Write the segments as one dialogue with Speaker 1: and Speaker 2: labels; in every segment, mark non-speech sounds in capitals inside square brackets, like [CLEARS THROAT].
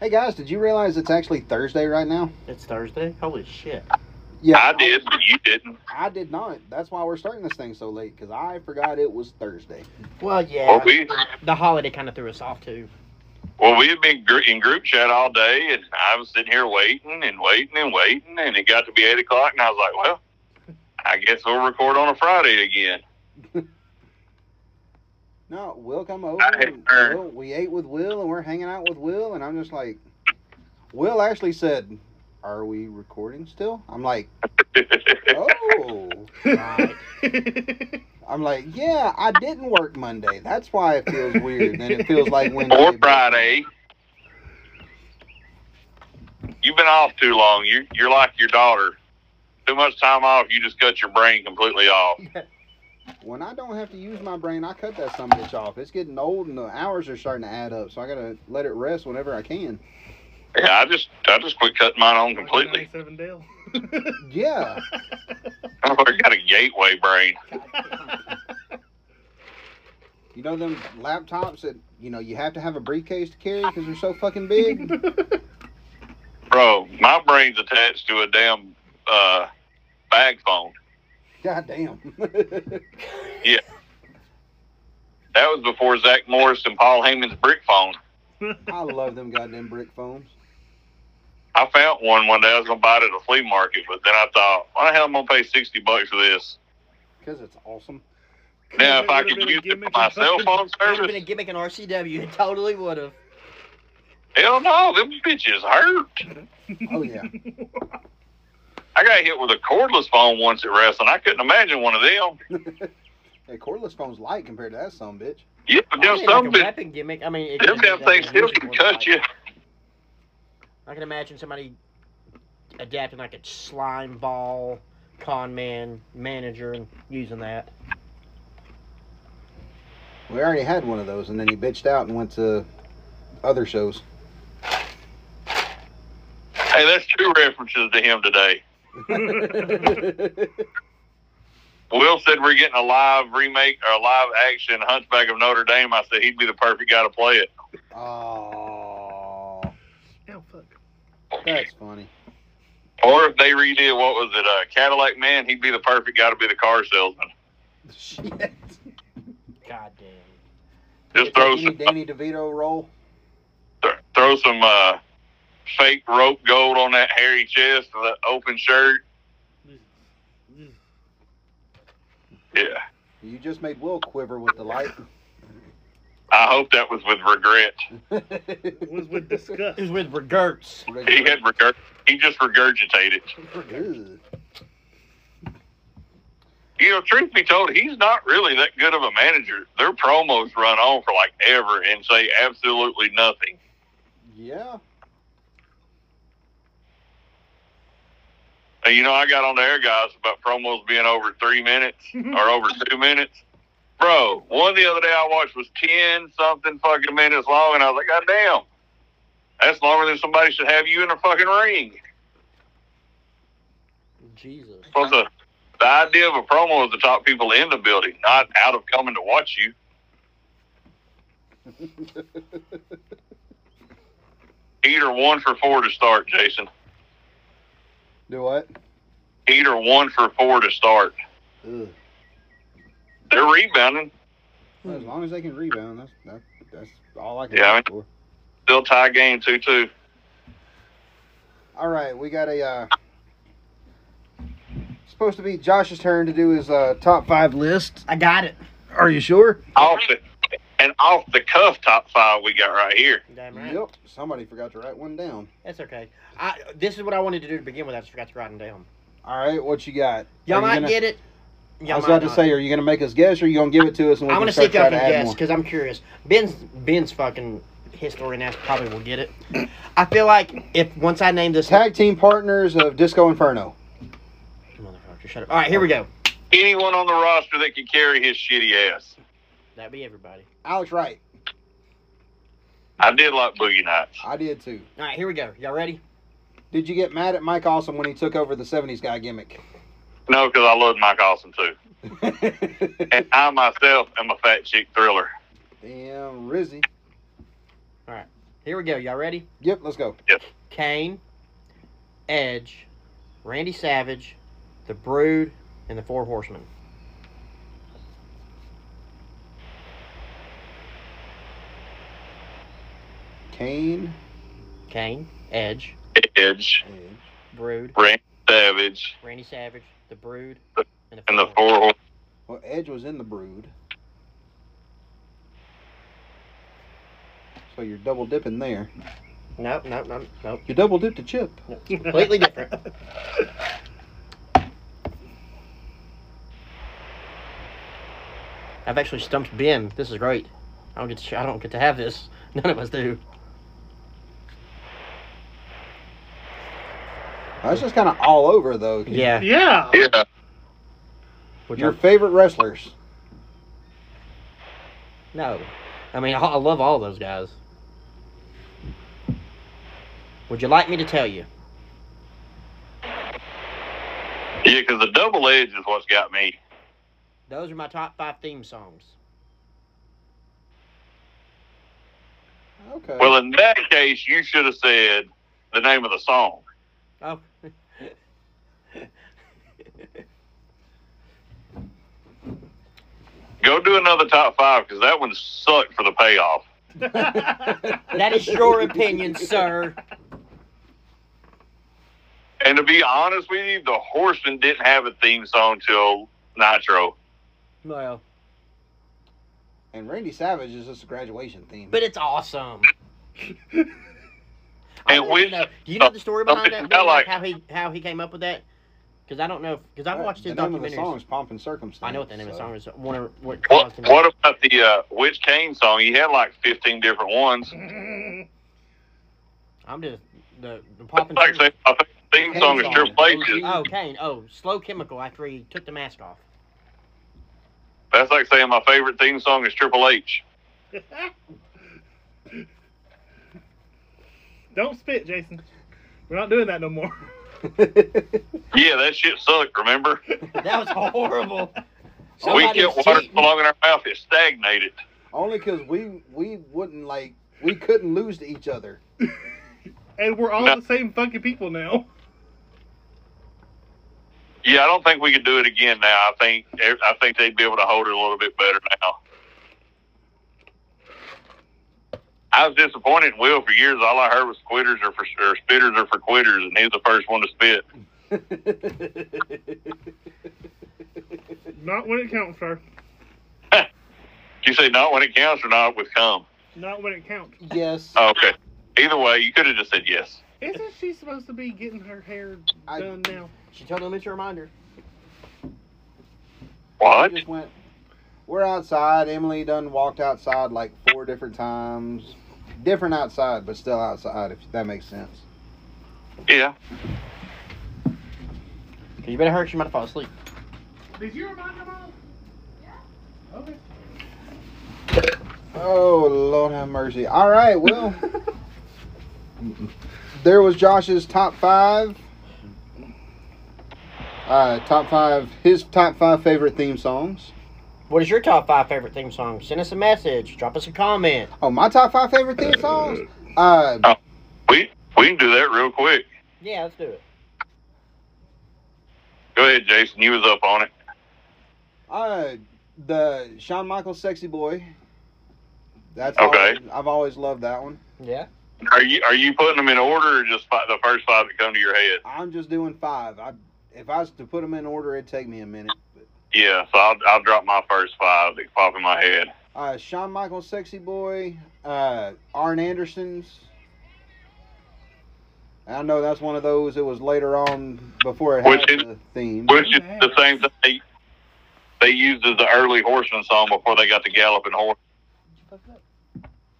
Speaker 1: Hey guys, did you realize it's actually Thursday right now?
Speaker 2: It's Thursday? Holy shit.
Speaker 1: Yeah,
Speaker 3: I did, but you didn't.
Speaker 1: I did not. That's why we're starting this thing so late because I forgot it was Thursday.
Speaker 2: Well, yeah.
Speaker 3: Well, we
Speaker 2: the holiday kind of threw us off, too.
Speaker 3: well we've been gr- in group chat all day, and I was sitting here waiting and waiting and waiting, and it got to be eight o'clock, and I was like, well, I guess we'll record on a Friday again. [LAUGHS]
Speaker 1: No, Will come over.
Speaker 3: I
Speaker 1: and
Speaker 3: heard.
Speaker 1: Will, we ate with Will and we're hanging out with Will, and I'm just like, Will actually said, "Are we recording still?" I'm like,
Speaker 3: [LAUGHS]
Speaker 1: "Oh."
Speaker 2: Right.
Speaker 1: I'm like, "Yeah, I didn't work Monday. That's why it feels weird." Then it feels like Wednesday.
Speaker 3: or
Speaker 1: but-
Speaker 3: Friday. You've been off too long. You're you're like your daughter. Too much time off, you just cut your brain completely off.
Speaker 1: When I don't have to use my brain, I cut that some bitch off. It's getting old, and the hours are starting to add up, so I gotta let it rest whenever I can.
Speaker 3: Yeah, I just I just quit cutting mine on completely. [LAUGHS]
Speaker 2: Seven Dale.
Speaker 1: Yeah,
Speaker 3: I got a gateway brain.
Speaker 1: you know them laptops that you know you have to have a briefcase to carry because they're so fucking
Speaker 4: [LAUGHS]
Speaker 1: big.
Speaker 3: Bro, my brain's attached to a damn uh, bag phone.
Speaker 1: God damn.
Speaker 3: That was before Zach Morris and Paul Heyman's brick phone.
Speaker 1: [LAUGHS] I love them goddamn brick phones.
Speaker 3: I found one one day. I was gonna buy it at a flea market, but then I thought, why the hell am I gonna pay sixty bucks for this?
Speaker 1: Because it's awesome.
Speaker 3: Now if I could use it for my cell
Speaker 4: [LAUGHS]
Speaker 3: phone
Speaker 4: Would have been a
Speaker 3: service,
Speaker 4: gimmick in RCW. It totally would have.
Speaker 3: hell no, them bitches hurt.
Speaker 1: Oh, yeah.
Speaker 3: I got hit with a cordless phone once at wrestling. I couldn't imagine one of them.
Speaker 1: Hey, cordless phone's light compared to that some bitch.
Speaker 3: Yeah, but them
Speaker 4: Probably like
Speaker 3: some
Speaker 4: a
Speaker 3: bit,
Speaker 4: weapon gimmick. I mean, it
Speaker 3: them
Speaker 4: could
Speaker 3: damn
Speaker 4: be
Speaker 3: things
Speaker 4: that
Speaker 3: still
Speaker 4: music
Speaker 3: can
Speaker 4: was
Speaker 3: cut
Speaker 4: like-
Speaker 3: you.
Speaker 4: I can imagine somebody adapting like a slime ball con man manager and using that.
Speaker 1: We already had one of those, and then he bitched out and went to other shows. [LAUGHS]
Speaker 3: Hey, that's two references to him today.
Speaker 1: That's
Speaker 3: Will said we're getting a live remake or a live action Hunchback of Notre Dame. I said he'd be the perfect guy to play it.
Speaker 1: Aw,
Speaker 2: Oh, fuck.
Speaker 1: that's funny. [LAUGHS]
Speaker 3: Or if they redid what was it, uh, Cadillac Man, he'd be the perfect guy to be the car salesman.
Speaker 1: Shit.
Speaker 4: God damn.
Speaker 3: Just throw
Speaker 1: Any
Speaker 3: some
Speaker 1: Danny DeVito role?
Speaker 3: th- throw some uh, fake rope gold on that hairy chest, that open shirt. Yeah,
Speaker 1: You just made Will quiver with the light.
Speaker 3: I hope that was with regret.
Speaker 5: was with disgust. [LAUGHS]
Speaker 4: It was with Gertz.
Speaker 3: [LAUGHS] He
Speaker 1: [LAUGHS]
Speaker 3: had regurg- he just regurgitated.
Speaker 1: Ew.
Speaker 3: You know, truth be told, he's not really that good of a manager. Their promos run on for like ever and say absolutely nothing.
Speaker 1: yeah. [LAUGHS]
Speaker 3: And you know, I got on the air guys about promos being over three minutes or over two minutes. Bro, one the other day I watched was ten something fucking minutes long, and I was like, God damn, that's longer than somebody should have you in a fucking ring.
Speaker 4: Jesus.
Speaker 3: Plus, the, the idea of a promo is to talk people in the building, not out of coming to watch you. Either one for four to start, Jason.
Speaker 1: Do what?
Speaker 3: Either one for four to start.
Speaker 1: Ugh.
Speaker 3: They're rebounding.
Speaker 1: Well, as long as they can rebound, that's that, that's all I can
Speaker 3: Yeah, I
Speaker 1: ask for.
Speaker 3: They'll tie game 2 2.
Speaker 1: All right, we got a. Uh, supposed to be Josh's turn to do his uh, top five list.
Speaker 4: I got it.
Speaker 1: Are you sure?
Speaker 3: Off the, and off the cuff top five we got right here.
Speaker 4: Damn right.
Speaker 1: Yep. Somebody forgot to write one down.
Speaker 4: That's okay. I this is what I wanted to do to begin with. I just forgot to write them down.
Speaker 1: All right, what you got? Are
Speaker 4: Y'all
Speaker 1: you
Speaker 4: might
Speaker 1: gonna-
Speaker 4: get it.
Speaker 1: I
Speaker 4: Y'all
Speaker 1: was
Speaker 4: might
Speaker 1: about to
Speaker 4: not.
Speaker 1: say, are you gonna make us guess, or are you gonna give it to us and we
Speaker 4: I
Speaker 1: can
Speaker 4: want to
Speaker 1: start
Speaker 4: see if y'all
Speaker 1: trying
Speaker 4: can
Speaker 1: to add
Speaker 4: guess
Speaker 1: more?
Speaker 4: because I'm curious. Ben's Ben's fucking historian ass probably will get it. I feel like if once I name this
Speaker 1: Tag team partners of Disco Inferno.
Speaker 4: motherfucker, shut up. All right, here we go.
Speaker 3: Anyone on the roster that can carry his shitty ass.
Speaker 4: That'd be everybody.
Speaker 1: Alex Wright.
Speaker 3: I did like Boogie Nights.
Speaker 1: I did too.
Speaker 4: All right, here we go. Y'all ready?
Speaker 1: Did you get mad at Mike Awesome when he took over the '70s guy gimmick? [LAUGHS]
Speaker 3: No, because I loved Mike Awesome too. And I myself am a fat chick thriller.
Speaker 1: Damn, Rizzy.
Speaker 4: Here we go. Y'all ready?
Speaker 1: Yep, let's go.
Speaker 4: Kane, Edge, Randy Savage, The Brood, and The Four Horsemen.
Speaker 1: Kane,
Speaker 4: Kane, Edge,
Speaker 3: Edge,
Speaker 1: Edge,
Speaker 4: Brood,
Speaker 3: Randy Savage,
Speaker 4: Randy Savage, The Brood, and The
Speaker 3: and the
Speaker 4: Horsemen.
Speaker 3: Four Horsemen.
Speaker 1: Well, Edge was in the Brood. So you're double dipping there.
Speaker 4: Nope, nope, nope, [LAUGHS] nope.
Speaker 1: You double dipped a chip.
Speaker 4: Completely different. I've actually stumped Ben. This is great. I don't get to. sh- I don't get to have this. [LAUGHS] None of us do.
Speaker 1: That's just kind of all over though.
Speaker 4: Yeah.
Speaker 2: Yeah.
Speaker 3: Yeah,
Speaker 4: Which
Speaker 1: Your
Speaker 4: I'm-
Speaker 1: favorite wrestlers.
Speaker 4: no. I mean, I, I love all those guys. Would you like me to tell you?
Speaker 3: yeah, because the double edge is what's got me.
Speaker 4: Those are my top five theme songs.
Speaker 1: Okay.
Speaker 3: Well, in that case, you should have said the name of the song.
Speaker 4: Oh. [LAUGHS]
Speaker 3: Go do another top five because that one sucked for the payoff.
Speaker 4: that is your opinion, sir.
Speaker 3: And to be honest with you, the Horseman didn't have a theme song till Nitro.
Speaker 4: Well,
Speaker 1: and Randy Savage is just a graduation theme.
Speaker 4: but it's awesome.
Speaker 3: And
Speaker 4: wanna
Speaker 3: which-
Speaker 4: know, do you know the story behind
Speaker 3: something
Speaker 4: that? Ben?
Speaker 3: I
Speaker 4: Like
Speaker 3: like.
Speaker 4: how he how he came up with that? Because I don't know. Because I've
Speaker 1: Uh,
Speaker 4: watched his
Speaker 1: the name of the song
Speaker 4: documentaries.
Speaker 1: is "Pomp and Circumstance."
Speaker 4: I know what the name of the
Speaker 1: so-
Speaker 4: song is. One of what
Speaker 3: What,
Speaker 4: caused him.
Speaker 3: what about the uh, Witch Kane song? He had like 15 different ones.
Speaker 4: I'm just the the
Speaker 3: Like
Speaker 4: popping.
Speaker 3: I said, I think the theme
Speaker 1: Kane
Speaker 3: song is
Speaker 1: song.
Speaker 3: True Places.
Speaker 4: Oh, Kane. Oh, slow chemical after he took the mask off.
Speaker 3: That's like saying my favorite theme song is Triple H.
Speaker 5: [LAUGHS] Don't spit, Jason. We're not doing that no [LAUGHS] more.
Speaker 3: Yeah, that shit sucked, remember?
Speaker 4: That was horrible.
Speaker 3: we
Speaker 4: Somebody's
Speaker 3: kept water
Speaker 4: cheating.
Speaker 3: so long in our mouth, it stagnated.
Speaker 1: [LAUGHS] Only because we we wouldn't like we couldn't lose to each other. [LAUGHS]
Speaker 5: And we're all
Speaker 3: No.
Speaker 5: the same fucking people now.
Speaker 3: Yeah, I don't think we could do it again now. I think I think they'd be able to hold it a little bit better now. I was disappointed in Will for years. All I heard was quitters are for or spitters are for quitters, and he's the first one to spit.
Speaker 5: Not when it counts, sir.
Speaker 3: You say not when it counts or not with come.
Speaker 5: Not when it counts.
Speaker 1: yes.
Speaker 3: Oh, okay. Either way, you could have just said yes.
Speaker 5: Isn't she supposed to be getting her hair
Speaker 1: I-
Speaker 5: done now?
Speaker 4: She told him it's a reminder.
Speaker 3: What?
Speaker 1: We just went. We're outside. Emily done walked outside like four different times. Different outside, but still outside. If that makes sense.
Speaker 3: Yeah.
Speaker 4: You better hurry. She might fall asleep.
Speaker 5: Did you remind her mom? Yeah. Okay.
Speaker 1: Oh Lord have mercy. All right. Well, there was Josh's top five. Uh, top five. His top five favorite theme songs.
Speaker 4: [LAUGHS] What is your top five favorite theme song? Send us a message. Drop us a comment.
Speaker 1: Oh, my top five favorite theme songs. Uh,
Speaker 3: We we can do that real quick.
Speaker 4: Yeah, let's do it.
Speaker 3: Go ahead, Jason. You was up on it.
Speaker 1: Uh, the Shawn Michaels "Sexy Boy." That's
Speaker 3: Okay.
Speaker 1: always- I've always loved that one.
Speaker 4: Yeah.
Speaker 3: Are you are you putting them in order or just fi- the first five that come to your head?
Speaker 1: I'm just doing five. I if I was to put them in order, it'd take me a minute. But,
Speaker 3: Yeah. So I'll I'll drop my first five that pop in my head.
Speaker 1: uh, Shawn Michaels "Sexy Boy." Uh, Arn Anderson's. I know that's one of those. It was later on before it
Speaker 3: Which
Speaker 1: had
Speaker 3: is-
Speaker 1: the theme.
Speaker 3: Which is the same thing they, they used as the early horseman song before they got the galloping horse.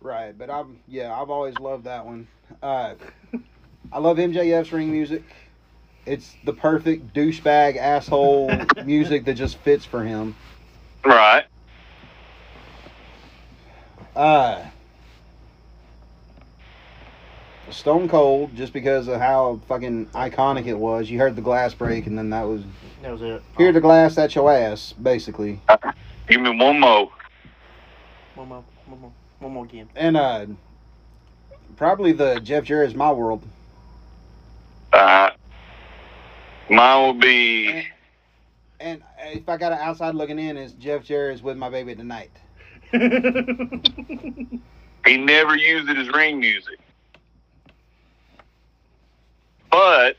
Speaker 1: Right, but I'm yeah, I've always loved that one. Uh, I love MJF's ring music. It's the perfect douchebag
Speaker 3: [LAUGHS]
Speaker 1: asshole music that just fits for him.
Speaker 3: Right.
Speaker 1: Uh, Stone Cold, just because of how fucking iconic it was. You heard the glass break, and then that was
Speaker 4: That was it. Oh,
Speaker 1: here the glass at your ass, basically.
Speaker 3: Give me one more.
Speaker 4: One more. One more. One more game.
Speaker 1: And uh, Probably the Jeff Jarrett's My World.
Speaker 3: Uh, mine will be
Speaker 1: And if I got an outside looking in, it's Jeff Jarrett's with my baby tonight.
Speaker 5: [LAUGHS]
Speaker 3: he never used it as ring music. But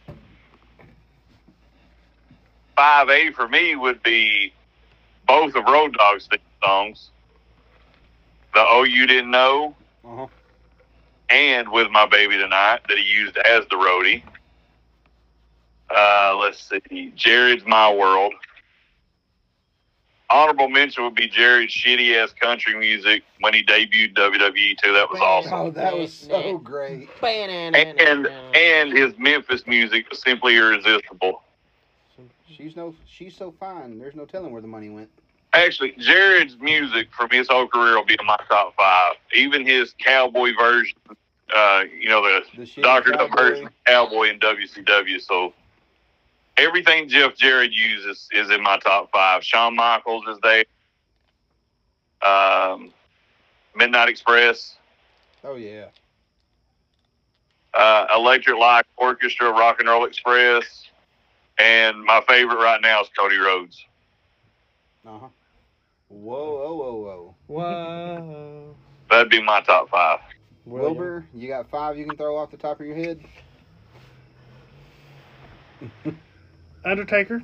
Speaker 3: 5A for me would be both of Road Dogg's theme songs. The Oh You Didn't Know
Speaker 1: Uh-huh.
Speaker 3: and With My Baby Tonight that he used as the roadie. Uh, let's see. Jared's My World. Honorable mention would be Jared's shitty ass country music when he debuted WWE too. That was awesome.
Speaker 1: Oh, that was so great.
Speaker 4: Banana.
Speaker 3: And and his Memphis music was simply irresistible.
Speaker 1: She's no, she's so fine. There's no telling where the money went.
Speaker 3: Actually, Jared's music from his whole career will be in my top five. Even his cowboy version, uh, you know, the
Speaker 1: The shit
Speaker 3: Doctor
Speaker 1: cowboy.
Speaker 3: version of Cowboy in WCW. So everything Jeff Jarrett uses is in my top five. Shawn Michaels is there. Um, Midnight Express,
Speaker 1: Oh yeah.
Speaker 3: uh, Electric Light Orchestra, Rock and Roll Express, and my favorite right now is Cody Rhodes.
Speaker 1: Uh huh. Whoa, oh, whoa, whoa, whoa.
Speaker 4: Whoa.
Speaker 3: That'd be my top five.
Speaker 4: William.
Speaker 1: Wilbur, you got five you can throw off the top of your head.
Speaker 2: Undertaker.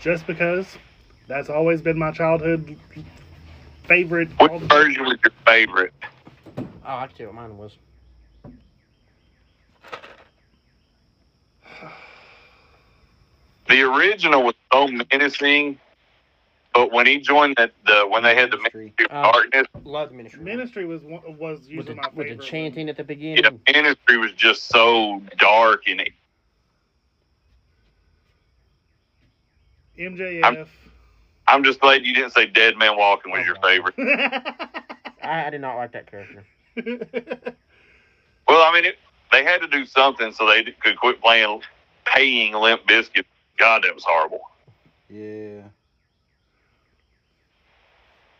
Speaker 2: Just because that's always been my childhood favorite.
Speaker 3: Which
Speaker 2: all the-
Speaker 3: version was your favorite?
Speaker 4: Oh, I can tell what mine was.
Speaker 3: The original was so menacing, but when he joined that the when they had the
Speaker 1: Mystery.
Speaker 3: Ministry of
Speaker 4: Oh.
Speaker 3: Darkness,
Speaker 4: Love the ministry.
Speaker 2: Ministry was one- was
Speaker 4: With the,
Speaker 2: usually my
Speaker 4: with
Speaker 2: favorite.
Speaker 4: the chanting at the beginning.
Speaker 3: yeah,
Speaker 1: Mm.
Speaker 3: Ministry was just so dark and
Speaker 2: MJF.
Speaker 3: I'm just glad you didn't say Dead Man Walking
Speaker 1: Oh,
Speaker 3: was your favorite.
Speaker 2: [LAUGHS]
Speaker 4: I, I did not like that character.
Speaker 3: Well, I mean, it, they had to do something so they could quit playing, paying Limp Biscuit. God, that was horrible.
Speaker 1: Yeah.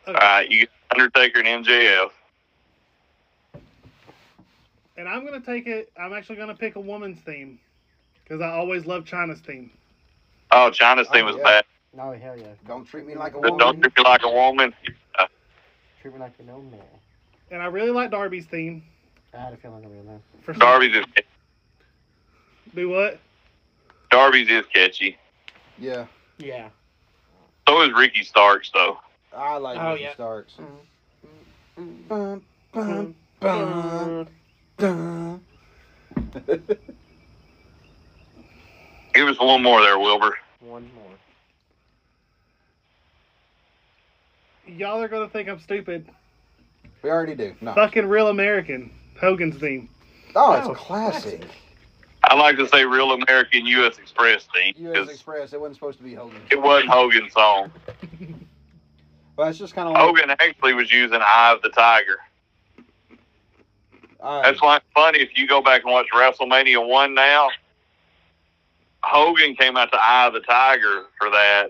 Speaker 3: All
Speaker 1: Mm.
Speaker 3: right, Uh, you got Undertaker and MJF.
Speaker 2: and I'm gonna take it. I'm actually gonna pick a woman's theme because I always love China's theme.
Speaker 3: Oh, China's theme was
Speaker 1: Oh, yeah. Mm.
Speaker 3: bad.
Speaker 4: No, hell yeah.
Speaker 1: Don't treat me like a
Speaker 3: The
Speaker 1: woman.
Speaker 3: Don't treat me like a woman.
Speaker 4: Treat me like you know man.
Speaker 2: And I really like Darby's theme.
Speaker 4: I had a feeling I would know.
Speaker 2: For some-
Speaker 3: Darby's is
Speaker 2: Do what?
Speaker 3: Darby's is catchy.
Speaker 1: Yeah.
Speaker 4: Yeah.
Speaker 3: So is Ricky Starks though.
Speaker 1: I like
Speaker 4: Oh,
Speaker 1: Ricky
Speaker 4: yeah.
Speaker 1: Starks.
Speaker 4: mm,
Speaker 1: Bum, bum, bum,
Speaker 4: Dun.
Speaker 1: dun.
Speaker 3: Give us one more there, Wilbur.
Speaker 4: One more.
Speaker 2: Y'all are gonna think I'm stupid.
Speaker 1: [LAUGHS] we already do. No.
Speaker 2: Fucking real American. Hogan's
Speaker 4: [LAUGHS]
Speaker 2: theme. [LAUGHS]
Speaker 1: Oh, it's
Speaker 4: Oh,
Speaker 1: classic.
Speaker 3: I like to say Real American U.S. Express theme
Speaker 1: U.S.
Speaker 3: because
Speaker 1: Express. It wasn't supposed to be Hogan.
Speaker 3: it wasn't Hogan's song.
Speaker 1: But it's just kind of like.
Speaker 3: Hogan actually was using Eye of the Tiger.
Speaker 1: all right.
Speaker 3: That's why it's funny if you go back and watch WrestleMania one now. Hogan came out to Eye of the Tiger for that,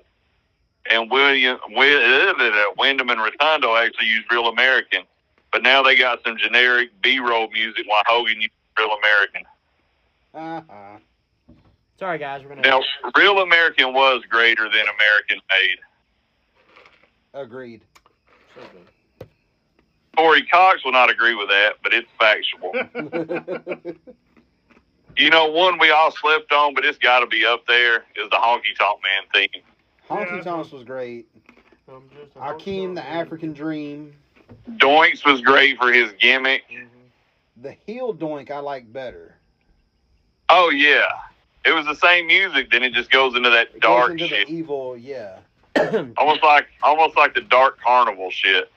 Speaker 3: and William Wi- uh, Wyndham and Rotundo actually used Real American, but now they got some generic B-roll music while Hogan used Real American.
Speaker 1: Uh-huh.
Speaker 4: Sorry, guys. We're going to.
Speaker 3: Now, Real American was greater than American Made.
Speaker 1: Agreed.
Speaker 3: Corey Cox will not agree with that, but it's factual.
Speaker 1: [LAUGHS]
Speaker 3: you know, one we all slept on, but it's got to be up there is the Honky Tonk Man theme.
Speaker 1: Honky
Speaker 2: Yeah.
Speaker 1: Tonks was great.
Speaker 4: I'm just a
Speaker 1: Akeem, the
Speaker 4: hunter.
Speaker 1: African Dream.
Speaker 3: Doinks was great for his gimmick.
Speaker 4: Mhm.
Speaker 1: The heel doink I like better.
Speaker 3: Oh yeah, it was the same music. Then it just goes into that
Speaker 1: It goes
Speaker 3: dark
Speaker 1: into
Speaker 3: shit,
Speaker 1: The evil, yeah.
Speaker 3: almost like almost like the dark carnival shit.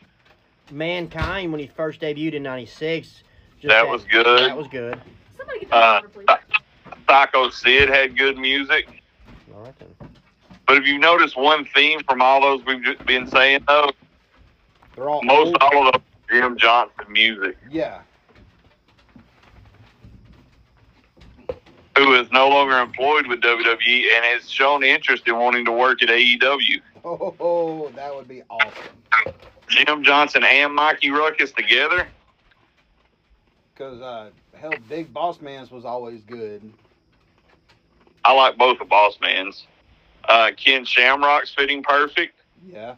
Speaker 4: Mankind, when he first debuted in 96. Just
Speaker 3: That was good.
Speaker 4: That was good.
Speaker 5: Somebody get
Speaker 3: Uh,
Speaker 5: that over, please.
Speaker 3: Psycho Sid had good music,
Speaker 4: All right, then.
Speaker 3: but if you notice one theme from all those we've just been saying though,
Speaker 1: They're all
Speaker 3: most
Speaker 1: old-
Speaker 3: all of those are Jim Johnson music,
Speaker 1: Yeah. [LAUGHS]
Speaker 3: who is no longer employed with WWE and has shown interest in wanting to work at E AEW.
Speaker 1: Oh, oh, that would be awesome.
Speaker 3: Jim Johnson and Mikey Ruckus together.
Speaker 1: because uh, hell, Big Boss Man's was always good.
Speaker 3: I like both of Boss Man's. Uh, Ken Shamrock's fitting perfect.
Speaker 1: Yeah.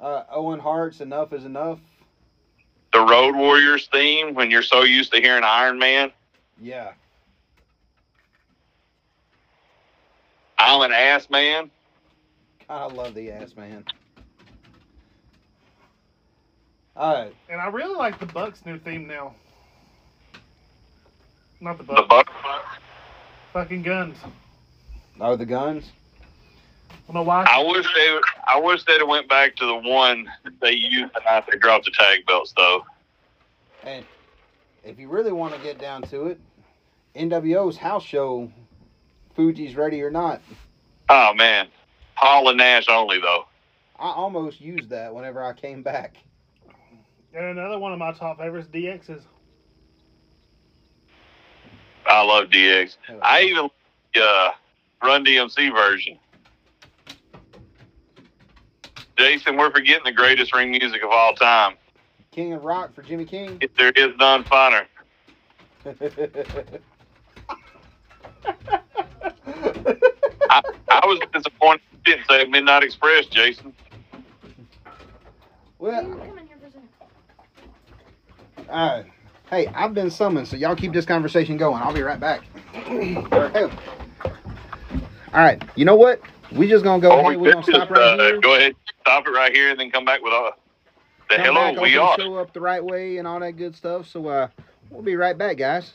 Speaker 1: Uh, Owen Hart's Enough is Enough.
Speaker 3: The Road Warriors theme, when you're so used to hearing Iron Man,
Speaker 1: Yeah. [LAUGHS]
Speaker 3: I'm an ass man.
Speaker 1: God, I love the ass man. Uh,
Speaker 2: And I really like the Bucks' new theme now. Not the Bucks.
Speaker 3: The Buck.
Speaker 2: Fucking guns.
Speaker 1: oh, the guns.
Speaker 2: I don't know why.
Speaker 3: I wish they. I wish they'd have went back to the one they used the night they dropped the tag belts, though.
Speaker 1: And if you really want to get down to it, NWO's house show, Fuji's Ready or Not,
Speaker 3: Oh man, Hall and Nash only though.
Speaker 1: I almost used that whenever I came back.
Speaker 2: And another one of my top favorites, DX's.
Speaker 3: I love DX. I even like the, uh, Run DMC version. Jason, we're forgetting the greatest ring music of all time.
Speaker 1: King of Rock for Jimmy King.
Speaker 3: If there is none funner. I, I was disappointed you didn't say Midnight Express, Jason.
Speaker 5: You
Speaker 1: well,
Speaker 5: come in here for a second.
Speaker 1: uh, hey, I've been summoned, so y'all keep this conversation going. I'll be right back. All right, you know what? We just gonna go
Speaker 3: All
Speaker 1: ahead. We're
Speaker 3: could
Speaker 1: gonna stop
Speaker 3: is,
Speaker 1: right
Speaker 3: uh,
Speaker 1: here.
Speaker 3: Go ahead, stop it right here, and then come back with uh, the
Speaker 1: come
Speaker 3: hello
Speaker 1: back,
Speaker 3: we
Speaker 1: open
Speaker 3: are.
Speaker 1: the show up the right way and all that good stuff. So uh, we'll be right back, guys.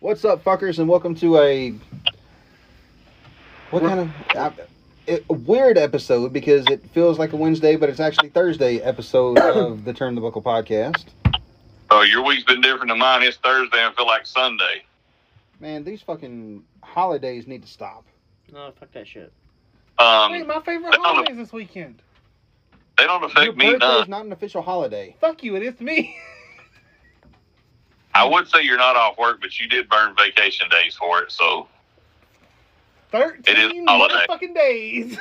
Speaker 1: What's up, fuckers, and welcome to a what kind of I, it, a weird episode because it feels like a Wednesday, but it's actually Thursday
Speaker 3: [COUGHS]
Speaker 1: episode of the Turn the Buckle podcast.
Speaker 3: Oh, your week's been different than mine. It's Thursday and feel like Sunday.
Speaker 1: Man, these fucking holidays need to stop.
Speaker 4: No, fuck that shit.
Speaker 2: Hey,
Speaker 3: Um,
Speaker 2: my favorite
Speaker 3: I don't know.
Speaker 2: holidays this weekend.
Speaker 3: they don't
Speaker 1: Your
Speaker 3: affect me uh,
Speaker 1: birthday's
Speaker 3: none.
Speaker 1: not an official holiday.
Speaker 2: Fuck you, it is me. [LAUGHS]
Speaker 3: I would say you're not off work, but you did burn vacation days for it, so
Speaker 2: Thirteen
Speaker 3: holiday.
Speaker 2: fucking days.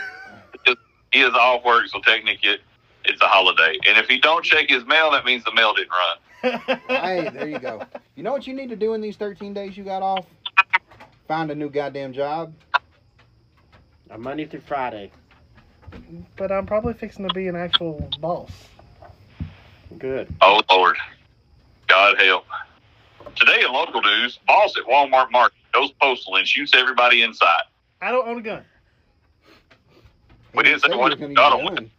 Speaker 3: he is off work. So technically, it- it's a holiday. And if he don't check his mail, that means the mail didn't run.
Speaker 1: [LAUGHS] hey, there you go. You know what you need to do in these 13 days you got off? Find a new goddamn job.
Speaker 4: On Uh, Monday through Friday.
Speaker 2: [LAUGHS] But I'm probably fixing to be an actual boss. [LAUGHS]
Speaker 4: Good.
Speaker 3: Oh Lord, God help! Today in local news, boss at Walmart Market goes postal and shoots everybody inside.
Speaker 2: I don't own a gun.
Speaker 3: We didn't say
Speaker 1: He
Speaker 3: what
Speaker 1: was gonna
Speaker 3: he got
Speaker 1: get
Speaker 3: on.
Speaker 1: done.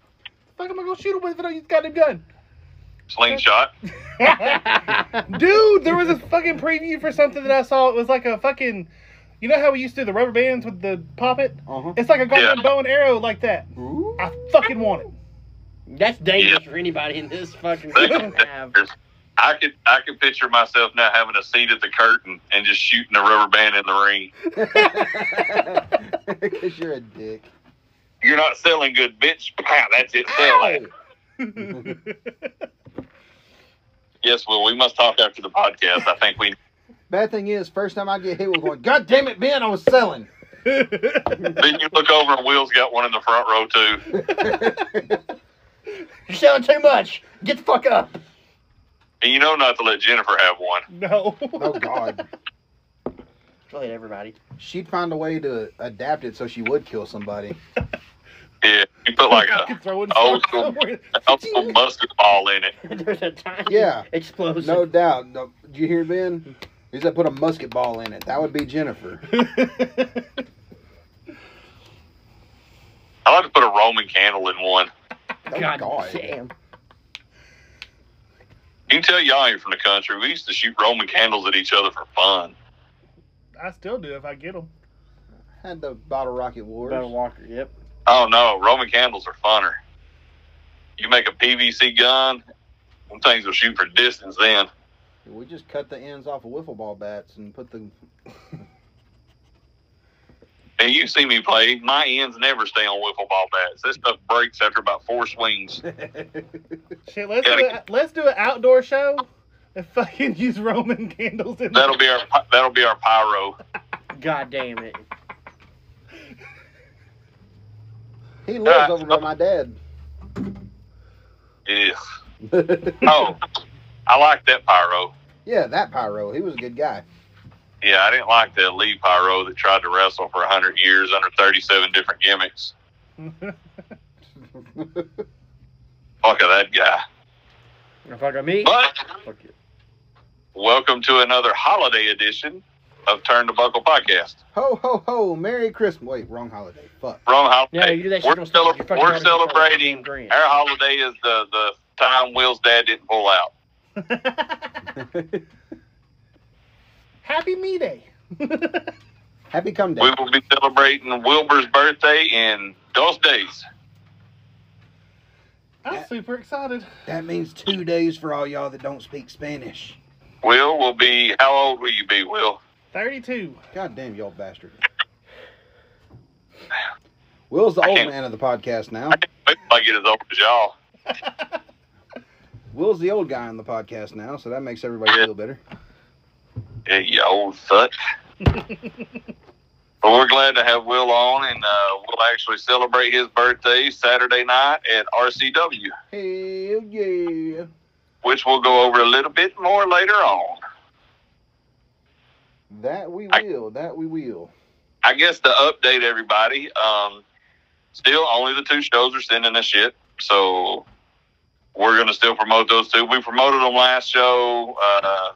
Speaker 2: Fuck am I gonna shoot him with if I don't use a goddamn gun?
Speaker 3: Slingshot.
Speaker 2: [LAUGHS] Dude, there was a fucking preview for something that I saw. It was like a fucking, you know how we used to do the rubber bands with the poppet?
Speaker 1: Uh-huh.
Speaker 2: It's like a goddamn
Speaker 3: Yeah.
Speaker 2: bow and arrow like that.
Speaker 1: Ooh. [LAUGHS]
Speaker 2: I fucking want it.
Speaker 4: That's dangerous for anybody in this fucking room to have.
Speaker 3: I could I could picture myself now having a seat at the curtain and just shooting a rubber band in the ring.
Speaker 1: Because you're a dick.
Speaker 3: You're not selling good, bitch. Pow, that's it. Sell that. Yes, well, we must talk after the podcast. I think we
Speaker 1: Bad thing is, first time I get hit with one, God damn it, Ben, I was
Speaker 4: [LAUGHS]
Speaker 1: selling. [LAUGHS]
Speaker 3: then you look over and Will's got one in the front row too.
Speaker 4: [LAUGHS] You're selling too much. Get the fuck up.
Speaker 3: And you know not to let Jennifer have one.
Speaker 2: [LAUGHS] no.
Speaker 1: Oh, God.
Speaker 4: Go ahead, everybody. [LAUGHS]
Speaker 1: She'd find a way to adapt it so she would kill somebody.
Speaker 3: Yeah, you put like a
Speaker 2: Fucking throwing
Speaker 3: Oh,
Speaker 2: stuff somewhere.
Speaker 3: [LAUGHS] helpful mustard ball in it.
Speaker 4: There's a tiny
Speaker 1: Yeah.
Speaker 4: explosion.
Speaker 1: No doubt. No, did you hear Ben? He said put a musket ball in it. That would be Jennifer.
Speaker 3: I like to put a Roman candle in one.
Speaker 1: Oh,
Speaker 4: [LAUGHS] God,
Speaker 1: God.
Speaker 4: damn.
Speaker 3: You can tell y'all ain't from the country. We used to shoot Roman candles at each other for fun.
Speaker 2: I still do if I get them.
Speaker 1: Had the bottle rocket wars.
Speaker 4: Better Walker, yep.
Speaker 3: Oh no, Roman candles are funner. You make a PVC gun, them things will shoot for distance then.
Speaker 1: We just cut the ends off of wiffle ball bats and put
Speaker 4: [LAUGHS]
Speaker 1: the.
Speaker 3: And you see me play, my ends never stay on wiffle ball bats. This stuff breaks after about four swings.
Speaker 2: Shit, let's do a, let's do an outdoor show and fucking [LAUGHS] use Roman candles in
Speaker 3: That'll be our that'll be our pyro.
Speaker 4: God damn it.
Speaker 1: he
Speaker 4: Uh,
Speaker 1: lives over by my dad. [LAUGHS]
Speaker 3: Ugh. Oh, I like that pyro.
Speaker 1: yeah, that pyro. He was a good guy. [LAUGHS]
Speaker 3: Yeah, I didn't like the Lee Pyro that tried to wrestle for 100 years under 37 different gimmicks. Fuck that guy.
Speaker 4: Now, Fuck me.
Speaker 3: But
Speaker 4: Fuck you.
Speaker 3: welcome to another holiday edition of Turn the Buckle podcast.
Speaker 1: Ho ho ho! Merry Christmas. Wait, wrong holiday. Fuck. [LAUGHS]
Speaker 3: Wrong holiday.
Speaker 4: Yeah, you do that shit,
Speaker 3: we're,
Speaker 4: don't steal
Speaker 3: cele-
Speaker 4: it. You're fucking
Speaker 3: we're
Speaker 4: out of your fucking
Speaker 3: celebrating.
Speaker 4: green.
Speaker 3: Our holiday is the, the time Will's dad didn't pull out.
Speaker 2: [LAUGHS] Happy Me Day. [LAUGHS]
Speaker 1: Happy come
Speaker 3: We
Speaker 1: down.
Speaker 3: will be celebrating Wilbur's birthday in those days.
Speaker 2: I'm super excited.
Speaker 1: That means two days for all y'all that don't speak Spanish.
Speaker 3: Will will be, how old will you be, Will?
Speaker 2: 32.
Speaker 1: God damn y'all bastard. Will's the
Speaker 3: I
Speaker 1: old
Speaker 3: can't-
Speaker 1: man of the podcast now.
Speaker 3: I get as old as y'all.
Speaker 1: Will's the old guy on the podcast now, so that makes everybody feel better.
Speaker 3: Hey, you old fuck. but we're glad to have Will on, and uh, we'll actually celebrate his birthday Saturday night at RCW,
Speaker 1: Hell yeah.
Speaker 3: which we'll go over a little bit more later on.
Speaker 1: That we
Speaker 3: I-
Speaker 1: will. That we will.
Speaker 3: I guess to update everybody, um, still only the two shows are sending us shit, so we're gonna still promote those two. We promoted them last show. Uh,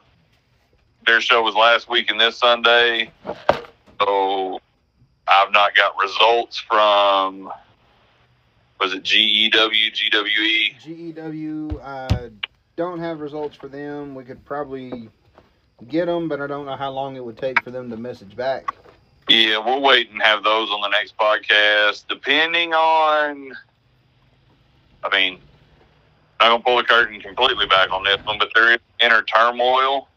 Speaker 3: their show was last week and this Sunday, so I've not got results from was it E GEW GWE?
Speaker 1: GEW, E I don't have results for them. We could probably get them, but I don't know how long it would take for them to message back.
Speaker 3: Yeah, we'll wait and have those on the next podcast, depending on. I mean, I'm gonna pull the curtain completely back on this one, but there is inner turmoil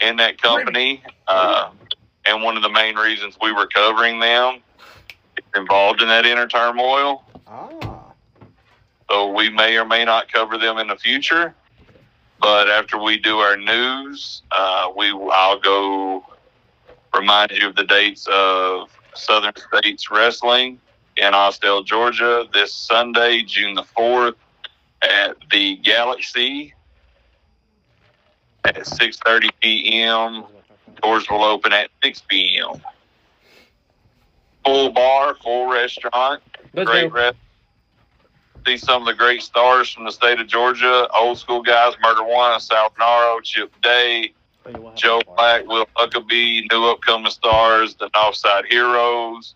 Speaker 3: in that company, uh, and one of the main reasons we were covering them is involved in that inner turmoil.
Speaker 1: Ah.
Speaker 3: So we may or may not cover them in the future. But after we do our news, uh, we I'll go remind you of the dates of Southern States Wrestling in Austell, Georgia, this Sunday, June the fourth, at the Galaxy at six thirty p.m. Doors will open at six p.m. Full bar, full restaurant
Speaker 4: Let's
Speaker 3: great
Speaker 4: go.
Speaker 3: rep. See some of the great stars from the state of Georgia, old school guys, Murder One, South Naro, Chip Day, Joe Black, Will Huckabee, new upcoming stars, the Northside Heroes,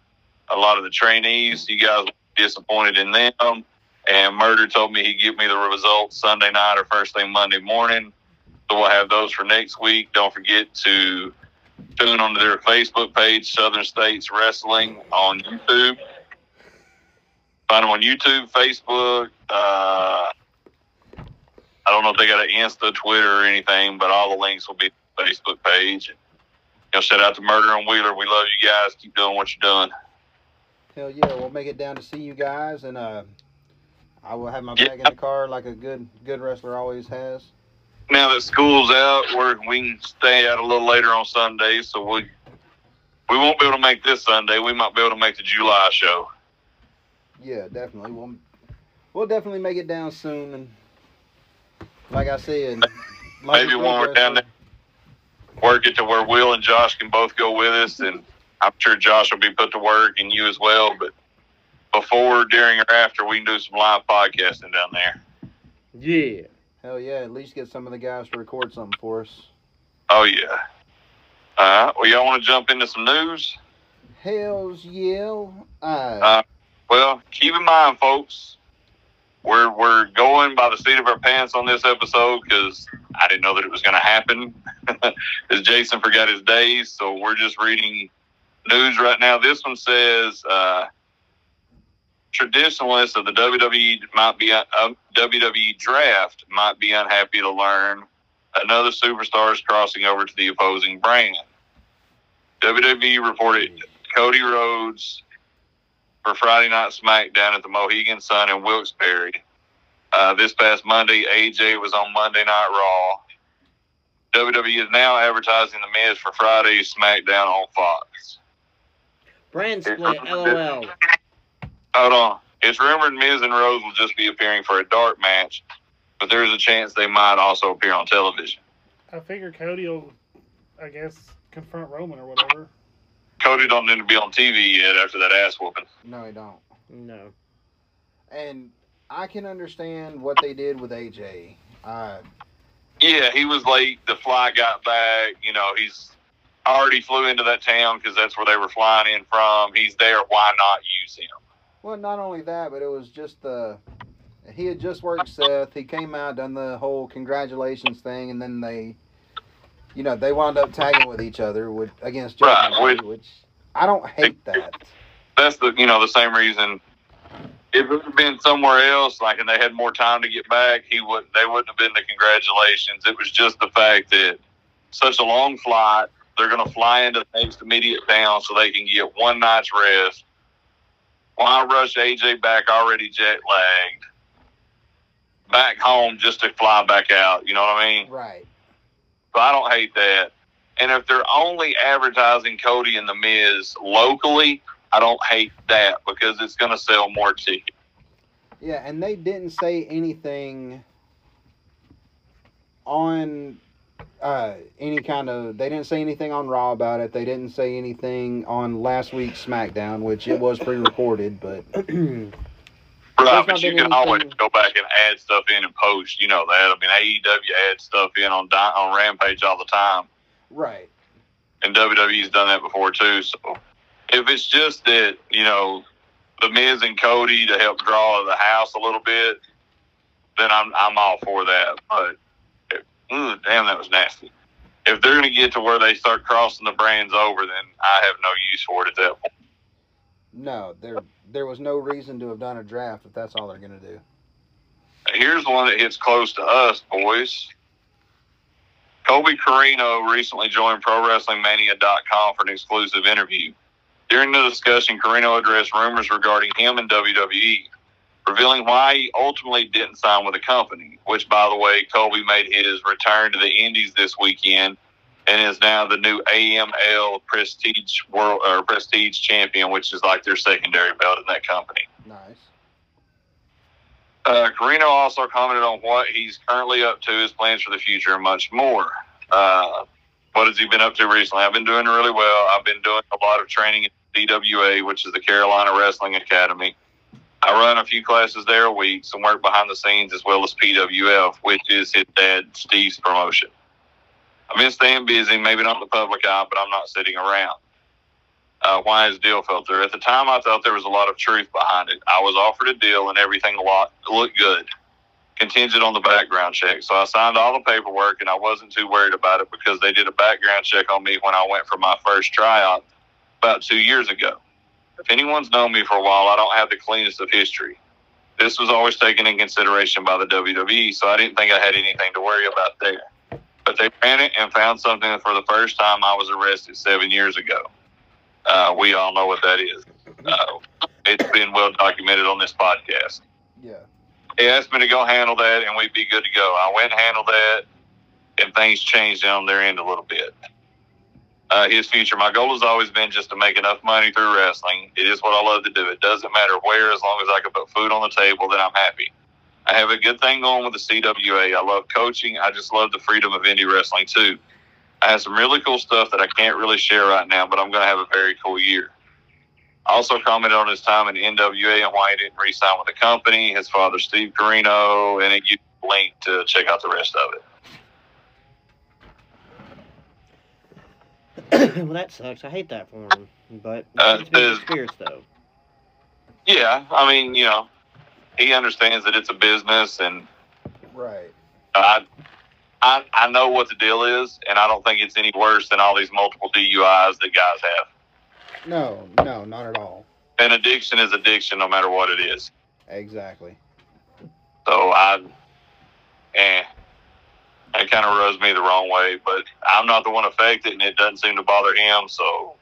Speaker 3: a lot of the trainees. You guys will be disappointed in them. And Murder told me he'd give me the results Sunday night or first thing Monday morning. So we'll have those for next week. Don't forget to tune onto their Facebook page, Southern States Wrestling, on YouTube. Find them on YouTube, Facebook. Uh, I don't know if they got an Insta, Twitter, or anything, but all the links will be on the Facebook page. You know, shout out to Murder and Wheeler. We love you guys. Keep doing what you're doing.
Speaker 1: Hell yeah, we'll make it down to see you guys, and uh, I will have my
Speaker 3: Yeah.
Speaker 1: bag in the car like a good good wrestler always has.
Speaker 3: Now that school's out, we're, we can stay out a little later on Sunday, so we we won't be able to make this Sunday. We might be able to make the July show.
Speaker 1: Yeah, definitely. We'll we'll definitely make it down soon, and like I said, like
Speaker 3: Maybe when we're down there. Work it to where Will and Josh can both go with us, and I'm sure Josh will be put to work and you as well. But before, during, or after, we can do some live podcasting down there.
Speaker 4: Yeah.
Speaker 1: Hell yeah, at least get some of the guys to record something for us.
Speaker 3: Oh yeah. Uh, well, y'all want to jump into some news?
Speaker 1: Hell's yeah. Uh,
Speaker 3: Uh, Well, keep in mind, folks, we're we're going by the seat of our pants on this episode because I didn't know that it was going to happen. [LAUGHS] As Jason forgot his days, so we're just reading news right now. This one says uh, traditionalists of the WWE might be uh, WWE draft might be unhappy to learn another superstar is crossing over to the opposing brand. WWE reported Cody Rhodes for Friday Night SmackDown at the Mohegan Sun in Wilkes-Barre. Uh, this past Monday, AJ was on Monday Night Raw. WWE is now advertising the Miz for Friday's SmackDown on Fox.
Speaker 4: Brand split, LOL.
Speaker 3: Hold on. It's rumored Miz and Rose will just be appearing for a dark match, but there is a chance they might also appear on television.
Speaker 2: I figure Cody will, I guess, confront Roman or whatever.
Speaker 3: Cody don't need to be on TV yet after that ass whooping.
Speaker 1: No, he don't.
Speaker 4: No. [CLEARS THROAT]
Speaker 1: And I can understand what they did with AJ. Uh,
Speaker 3: Yeah, he was late. The flight got back. You know, he's already flew into that town because that's where they were flying in from. He's there. Why not use him?
Speaker 1: well, not only that, but it was just the. He had just worked Seth. He came out, done the whole congratulations thing, and then they, you know, they wound up tagging with each other with, against Jeff
Speaker 3: Right,
Speaker 1: Hardy, which I don't hate that.
Speaker 3: That's the you know the same reason. If it had been somewhere else, like and they had more time to get back, he would they wouldn't have been the congratulations. It was just the fact that such a long flight, they're going to fly into the next immediate town so they can get one night's rest. Why rush AJ back already jet lagged? Back home just to fly back out. You know what I mean?
Speaker 1: Right.
Speaker 3: So I don't hate that. And if they're only advertising Cody and the Miz locally, I don't hate that because it's going to sell more tickets.
Speaker 1: Yeah, and they didn't say anything on uh, any kind of. They didn't say anything on Raw about it. They didn't say anything on last week's SmackDown, which it was pre-recorded. But
Speaker 3: Right,
Speaker 1: not
Speaker 3: but you
Speaker 1: been
Speaker 3: can always
Speaker 1: anything-
Speaker 3: go back and add stuff in and post. You know that. I mean, AEW adds stuff in on Dy- on Rampage all the time,
Speaker 1: right,
Speaker 3: and WWE's done that before too. So if it's just that you know the Miz and Cody to help draw the house a little bit, then I'm I'm all for that. But mm, damn, that was nasty. If they're going to get to where they start crossing the brands over, then I have no use for it at that point.
Speaker 1: no, there there was no reason to have done a draft if that's all they're gonna do.
Speaker 3: Here's one that hits close to us, boys. Kobe Carino recently joined ProWrestlingMania.com for an exclusive interview. During the discussion, Carino addressed rumors regarding him and WWE, revealing why he ultimately didn't sign with the company, which, by the way, Kobe made his return to the Indies this weekend and is now the new AML Prestige World or Prestige Champion, which is like their secondary belt in that company.
Speaker 1: Nice.
Speaker 3: Uh, Carino also commented on what he's currently up to, his plans for the future, and much more. Uh, what has he been up to recently? I've been doing really well. I've been doing a lot of training at DWA, which is the Carolina Wrestling Academy. I run a few classes there a week and work behind the scenes as well as PWF, which is his dad Steve's promotion. I've been staying busy, maybe not in the public eye, but I'm not sitting around uh, why is deal filter? At the time, I thought there was a lot of truth behind it. I was offered a deal and everything lo- looked good, contingent on the background check. So I signed all the paperwork and I wasn't too worried about it because they did a background check on me when I went for my first tryout about two years ago. If anyone's known me for a while, I don't have the cleanest of history. This was always taken in consideration by the WWE, so I didn't think I had anything to worry about there. But they ran it and found something that for the first time I was arrested seven years ago. Uh, we all know what that is. Uh, it's been well documented on this podcast.
Speaker 1: Yeah.
Speaker 3: They asked me to go handle that, and we'd be good to go. I went and handled that, and things changed on their end a little bit. Uh, his future. My goal has always been just to make enough money through wrestling. It is what I love to do. It doesn't matter where, as long as I can put food on the table, then I'm happy. I have a good thing going with the CWA. I love coaching. I just love the freedom of indie wrestling too. I have some really cool stuff that I can't really share right now, but I'm going to have a very cool year. Also commented on his time in NWA and why he didn't re-sign with the company. His father, Steve Carino, and it gives you a link to check out the rest of it.
Speaker 4: well, that sucks. I hate that for him. But
Speaker 3: Uh,
Speaker 4: it's been
Speaker 3: is-
Speaker 4: spirits, though.
Speaker 3: Yeah, I mean, you know, he understands that it's a business, and
Speaker 1: Right.
Speaker 3: I, I, I know what the deal is, and I don't think it's any worse than all these multiple DUIs that guys have.
Speaker 1: No, no, not at all.
Speaker 3: an addiction is addiction no matter what it is.
Speaker 1: Exactly.
Speaker 3: So I, eh, that kind of rubs me the wrong way, but I'm not the one affected and it doesn't seem to bother him. So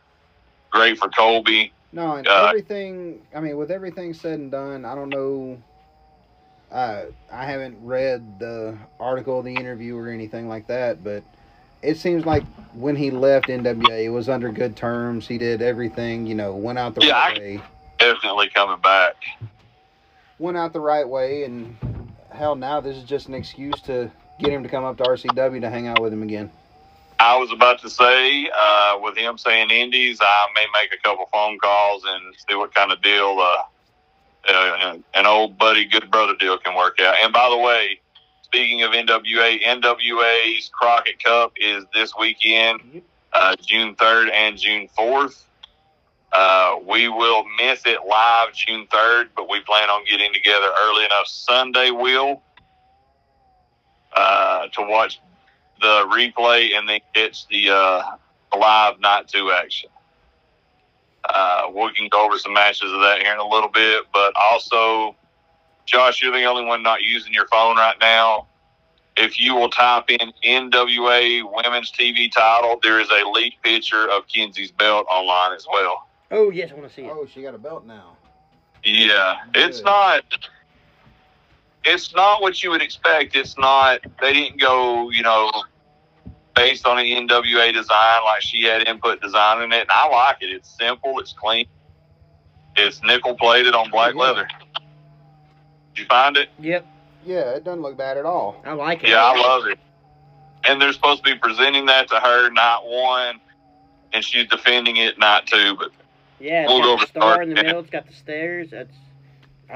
Speaker 3: great for Colby.
Speaker 1: No, and
Speaker 3: Uh,
Speaker 1: everything. I mean, with everything said and done, I don't know. Uh, I haven't read the article, the interview, or anything like that, but it seems like when he left NWA, it was under good terms. He did everything, you know, went out the
Speaker 3: Yeah,
Speaker 1: right
Speaker 3: I-
Speaker 1: way,
Speaker 3: Definitely coming back.
Speaker 1: went out the right way, and hell, now this is just an excuse to get him to come up to RCW to hang out with him again.
Speaker 3: I was about to say, uh, with him saying indies, I may make a couple phone calls and see what kind of deal uh, uh, an old buddy, good brother deal can work out. And by the way, speaking of NWA, NWA's Crockett Cup is this weekend,
Speaker 2: Yep.
Speaker 3: uh, June 3rd and June 4th. Uh, we will miss it live June 3rd, but we plan on getting together early enough Sunday, Will, uh, to watch the replay and then catch the uh, live night two action. Uh, we can go over some matches of that here in a little bit, but also, Josh, you're the only one not using your phone right now. If you will type in NWA Women's TV title, there is a leaked picture of Kenzie's belt online as well.
Speaker 4: Oh yes, I want to see it.
Speaker 1: Oh, she got a belt now.
Speaker 3: Yeah, it's
Speaker 1: Good.
Speaker 3: not. It's not what you would expect. It's not. They didn't go, you know, based on an NWA design like she had input design in it. And I like it. It's simple. It's clean. It's nickel plated on black
Speaker 1: Yeah.
Speaker 3: leather. Did you find it?
Speaker 2: [LAUGHS]
Speaker 4: Yep,
Speaker 1: Yeah, it doesn't look bad at all.
Speaker 4: I like it.
Speaker 3: Yeah, I love it. And they're supposed to be presenting that to her night one, and she's defending it night two. But
Speaker 4: Yeah, it's
Speaker 3: Hold
Speaker 4: got
Speaker 3: over,
Speaker 4: the star in the
Speaker 3: Stark.
Speaker 4: middle. It's got the stairs. That's.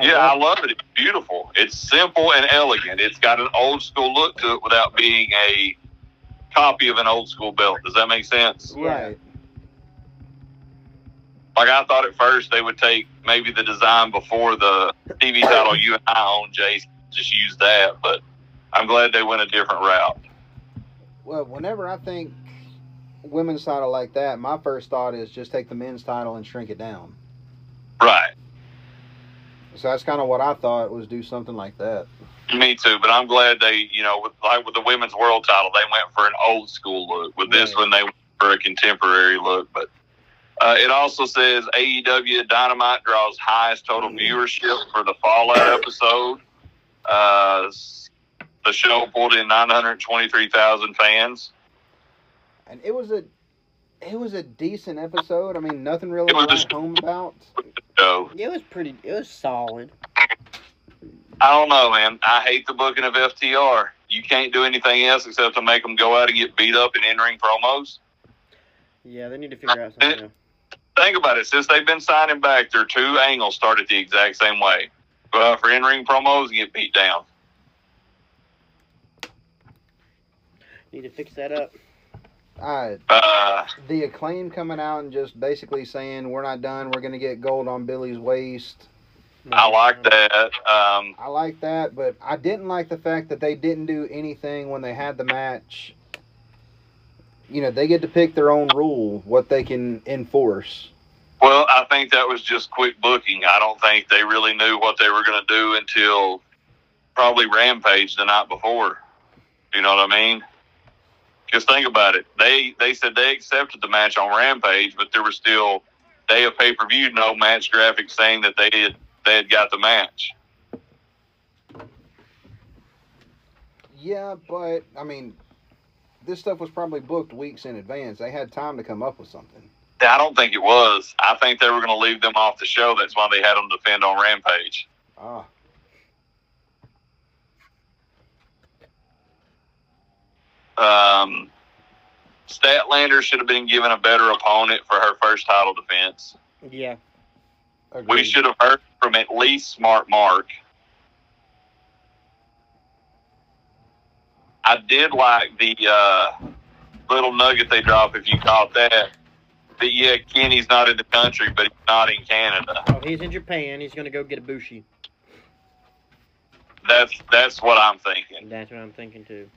Speaker 3: yeah,
Speaker 4: love
Speaker 3: I love it. It's beautiful. It's simple and elegant. It's got an old school look to it without being a copy of an old school belt. Does that make sense?
Speaker 4: Yeah.
Speaker 1: Right.
Speaker 3: Like I thought at first they would take maybe the design before the TV title you and I own, Jason, just use that. But I'm glad they went a different route.
Speaker 1: Well, whenever I think women's title like that, my first thought is just take the men's title and shrink it down.
Speaker 3: Right.
Speaker 1: So that's kind of what I thought was do something like that.
Speaker 3: Me too. But I'm glad they, you know, with, like with the women's world title, they went for an old school look. With this
Speaker 1: Right.
Speaker 3: one, they went for a contemporary look. But uh, it also says AEW Dynamite draws highest total viewership for the Fallout episode. Uh, s- the show pulled in 923,000 fans.
Speaker 1: And it was a it was a decent episode. I mean, nothing really
Speaker 3: It was
Speaker 1: to
Speaker 3: just-
Speaker 1: write home about.
Speaker 3: So
Speaker 4: It was pretty. It was solid.
Speaker 3: I don't know, man. I hate the booking of FTR. You can't do anything else except to make them go out and get beat up in in-ring promos.
Speaker 4: Yeah, they need to figure out something. else.
Speaker 3: think about it. Since they've been signing back, their two angles started the exact same way. Go out for in-ring promos and get beat down.
Speaker 4: Need to fix that up.
Speaker 1: Uh,
Speaker 3: Uh,
Speaker 1: the acclaim coming out and just basically saying we're not done. We're gonna get gold on Billy's waist.
Speaker 3: I like that. Um,
Speaker 1: I like that, but I didn't like the fact that they didn't do anything when they had the match. You know, they get to pick their own rule, what they can enforce.
Speaker 3: well, I think that was just quick booking. I don't think they really knew what they were going to do until probably Rampage the night before. You know what I mean? Because think about it. They they said they accepted the match on Rampage, but there was still day of pay per view, no match graphics saying that they had they had got the match.
Speaker 1: Yeah, but I mean, this stuff was probably booked weeks in advance. They had time to come up with something.
Speaker 3: I don't think it was. I think they were going to leave them off the show. That's why they had them defend on Rampage.
Speaker 1: Ah,
Speaker 3: Um, Statlander should have been given a better opponent for her first title defense.
Speaker 4: Yeah.
Speaker 1: agreed.
Speaker 3: We should have heard from at least Smart Mark. I did like the uh, little nugget they drop, if you caught that. That, yeah, Kenny's not in the country, but he's not in Canada.
Speaker 4: Oh, he's in Japan. He's gonna go get a bushi.
Speaker 3: That's, that's what I'm thinking.
Speaker 4: That's what I'm thinking too.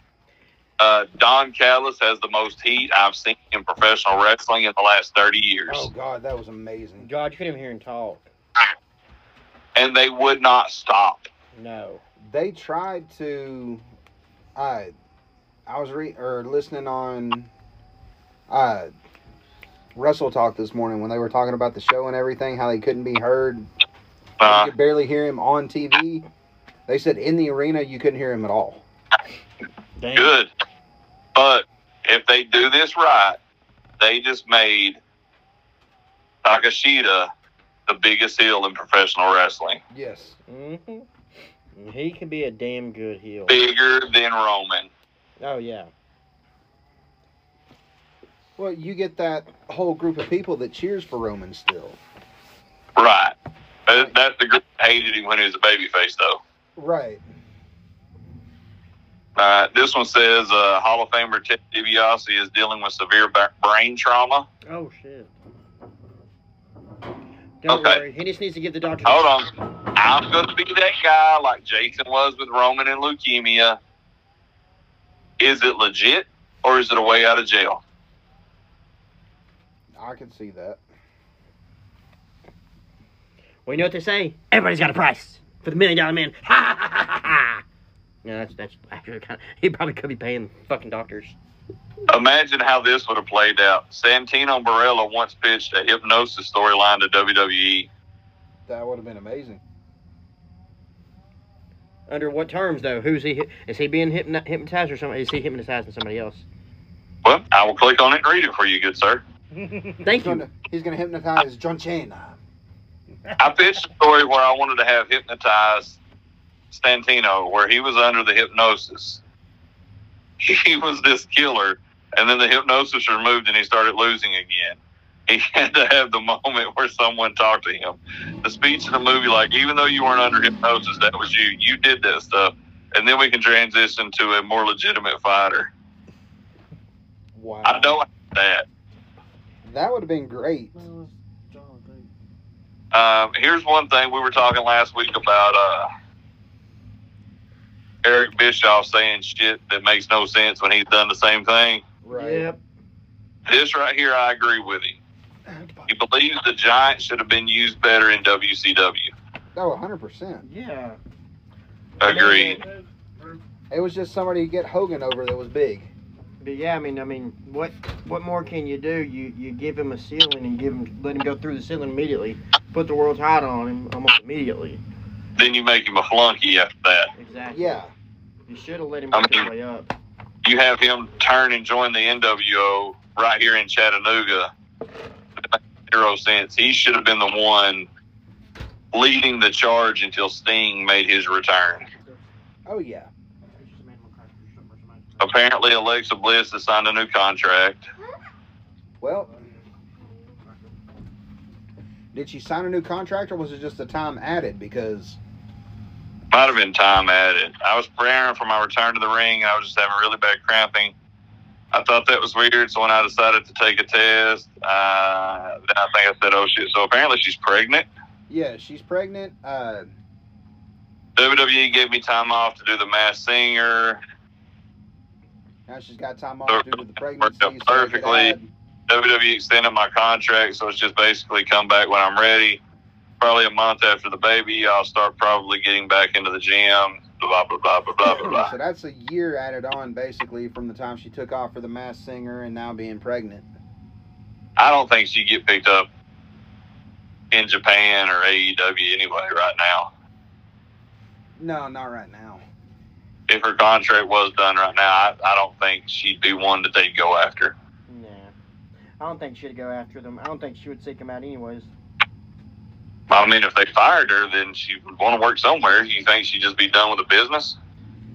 Speaker 3: Uh, Don Callis has the most heat I've seen in professional wrestling in the last 30 years.
Speaker 1: Oh God, that was amazing.
Speaker 4: God, you could him here and talk.
Speaker 3: And they would not stop.
Speaker 4: No.
Speaker 1: They tried to. I, I was re or listening on, uh, Russell Talk this morning when they were talking about the show and everything, how they couldn't be heard,
Speaker 3: Uh,
Speaker 1: you could barely hear him on TV. They said in the arena you couldn't hear him at all.
Speaker 4: Damn.
Speaker 3: good. But if they do this right, they just made Takashita the biggest heel in professional wrestling,
Speaker 1: Yes.
Speaker 4: Mm-hmm. He can be a damn good heel.
Speaker 3: bigger than Roman.
Speaker 4: Oh yeah.
Speaker 1: Well, you get that whole group of people that cheers for Roman still.
Speaker 3: Right. That- That's the group that hated him when he was a babyface, though.
Speaker 1: Right.
Speaker 3: Uh, this one says uh, Hall of Famer Ted DiBiase is dealing with severe ba- brain trauma.
Speaker 4: Oh shit. Don't
Speaker 3: Okay.
Speaker 4: worry. He just needs to give the doctor.
Speaker 3: Hold on. I'm going to be that guy like Jason was with Roman and leukemia. Is it legit or is it a way out of jail?
Speaker 1: I can see that.
Speaker 4: Well, you know what they say? Everybody's got a price for the million dollar man. [LAUGHS] Ha ha ha ha ha. No, that's that's actually kind of, he probably could be paying fucking doctors.
Speaker 3: Imagine how this would have played out. Santino Barella once pitched a hypnosis storyline to E. WWE.
Speaker 1: That would have been amazing.
Speaker 4: Under what terms though? Who's he? Is he being hypno- hypnotized or somebody? Is he hypnotizing somebody else?
Speaker 3: Well, I will click on it and read it for you, good sir.
Speaker 4: Thank
Speaker 1: He's going
Speaker 4: you.
Speaker 1: to he's gonna hypnotize John Cena.
Speaker 3: I pitched a story where I wanted to have hypnotized Santino, where he was under the hypnosis. [LAUGHS] He was this killer, and then the hypnosis removed, and he started losing again. He [LAUGHS] had to have the moment where someone talked to him. The speech in the movie, like, even though you weren't under hypnosis, that was you. You did that stuff. And then we can transition to a more legitimate fighter.
Speaker 1: Wow.
Speaker 3: I don't have that.
Speaker 1: That would have been great.
Speaker 3: Um, here's one thing we were talking last week about uh, Eric Bischoff saying shit that makes no sense when he's done the same thing.
Speaker 1: Right.
Speaker 4: Yep.
Speaker 3: This right here, I agree with him. He believes the Giants should have been used better in WCW.
Speaker 1: Oh, 100%.
Speaker 4: Yeah.
Speaker 3: Agreed.
Speaker 2: uh,
Speaker 1: It was just somebody to get Hogan over that was big.
Speaker 4: But yeah, I mean, I mean, what what more can you do? You you give him a ceiling and give him let him go through the ceiling immediately. Put the world title on him almost immediately.
Speaker 3: Then you make him a flunky after that.
Speaker 4: Exactly.
Speaker 1: Yeah.
Speaker 4: You should have let him
Speaker 3: I
Speaker 4: work his
Speaker 3: mean-
Speaker 4: way up.
Speaker 3: You have him turn and join the NWO right here in Chattanooga. That makes Zero sense. He should have been the one leading the charge until Sting made his return.
Speaker 1: Oh, yeah.
Speaker 3: Apparently, Alexa Bliss has signed a new contract.
Speaker 1: Well, did she sign a new contract or was it just a time added? Because
Speaker 3: Might have been time added. I was preparing for my return to the ring, and I was just having really bad cramping. I thought that was weird, so when I decided to take a test, uh, then I think I said, "Oh shit!" So apparently, she's pregnant.
Speaker 1: yeah, she's pregnant. Uh,
Speaker 3: WWE E gave me time off to do the Masked Singer.
Speaker 1: now she's got time off due to the pregnancy.
Speaker 3: Worked out
Speaker 1: so they could
Speaker 3: perfectly.
Speaker 1: add-
Speaker 3: WWE E extended my contract, so it's just basically come back when I'm ready. Probably a month after the baby, I'll start probably getting back into the gym. Blah blah blah blah blah blah. blah.
Speaker 1: So that's a year added on basically from the time she took off for the mass singer and now being pregnant.
Speaker 3: I don't think she get picked up in Japan or AEW anyway right now.
Speaker 1: No, not right now.
Speaker 3: If her contract was done right now, I, I don't think she'd be one that they'd go after.
Speaker 4: Nah. I don't think she'd go after them. I don't think she would seek him out anyways.
Speaker 3: I mean, if they fired her, then she would want to work somewhere. You think she'd just be done with the business?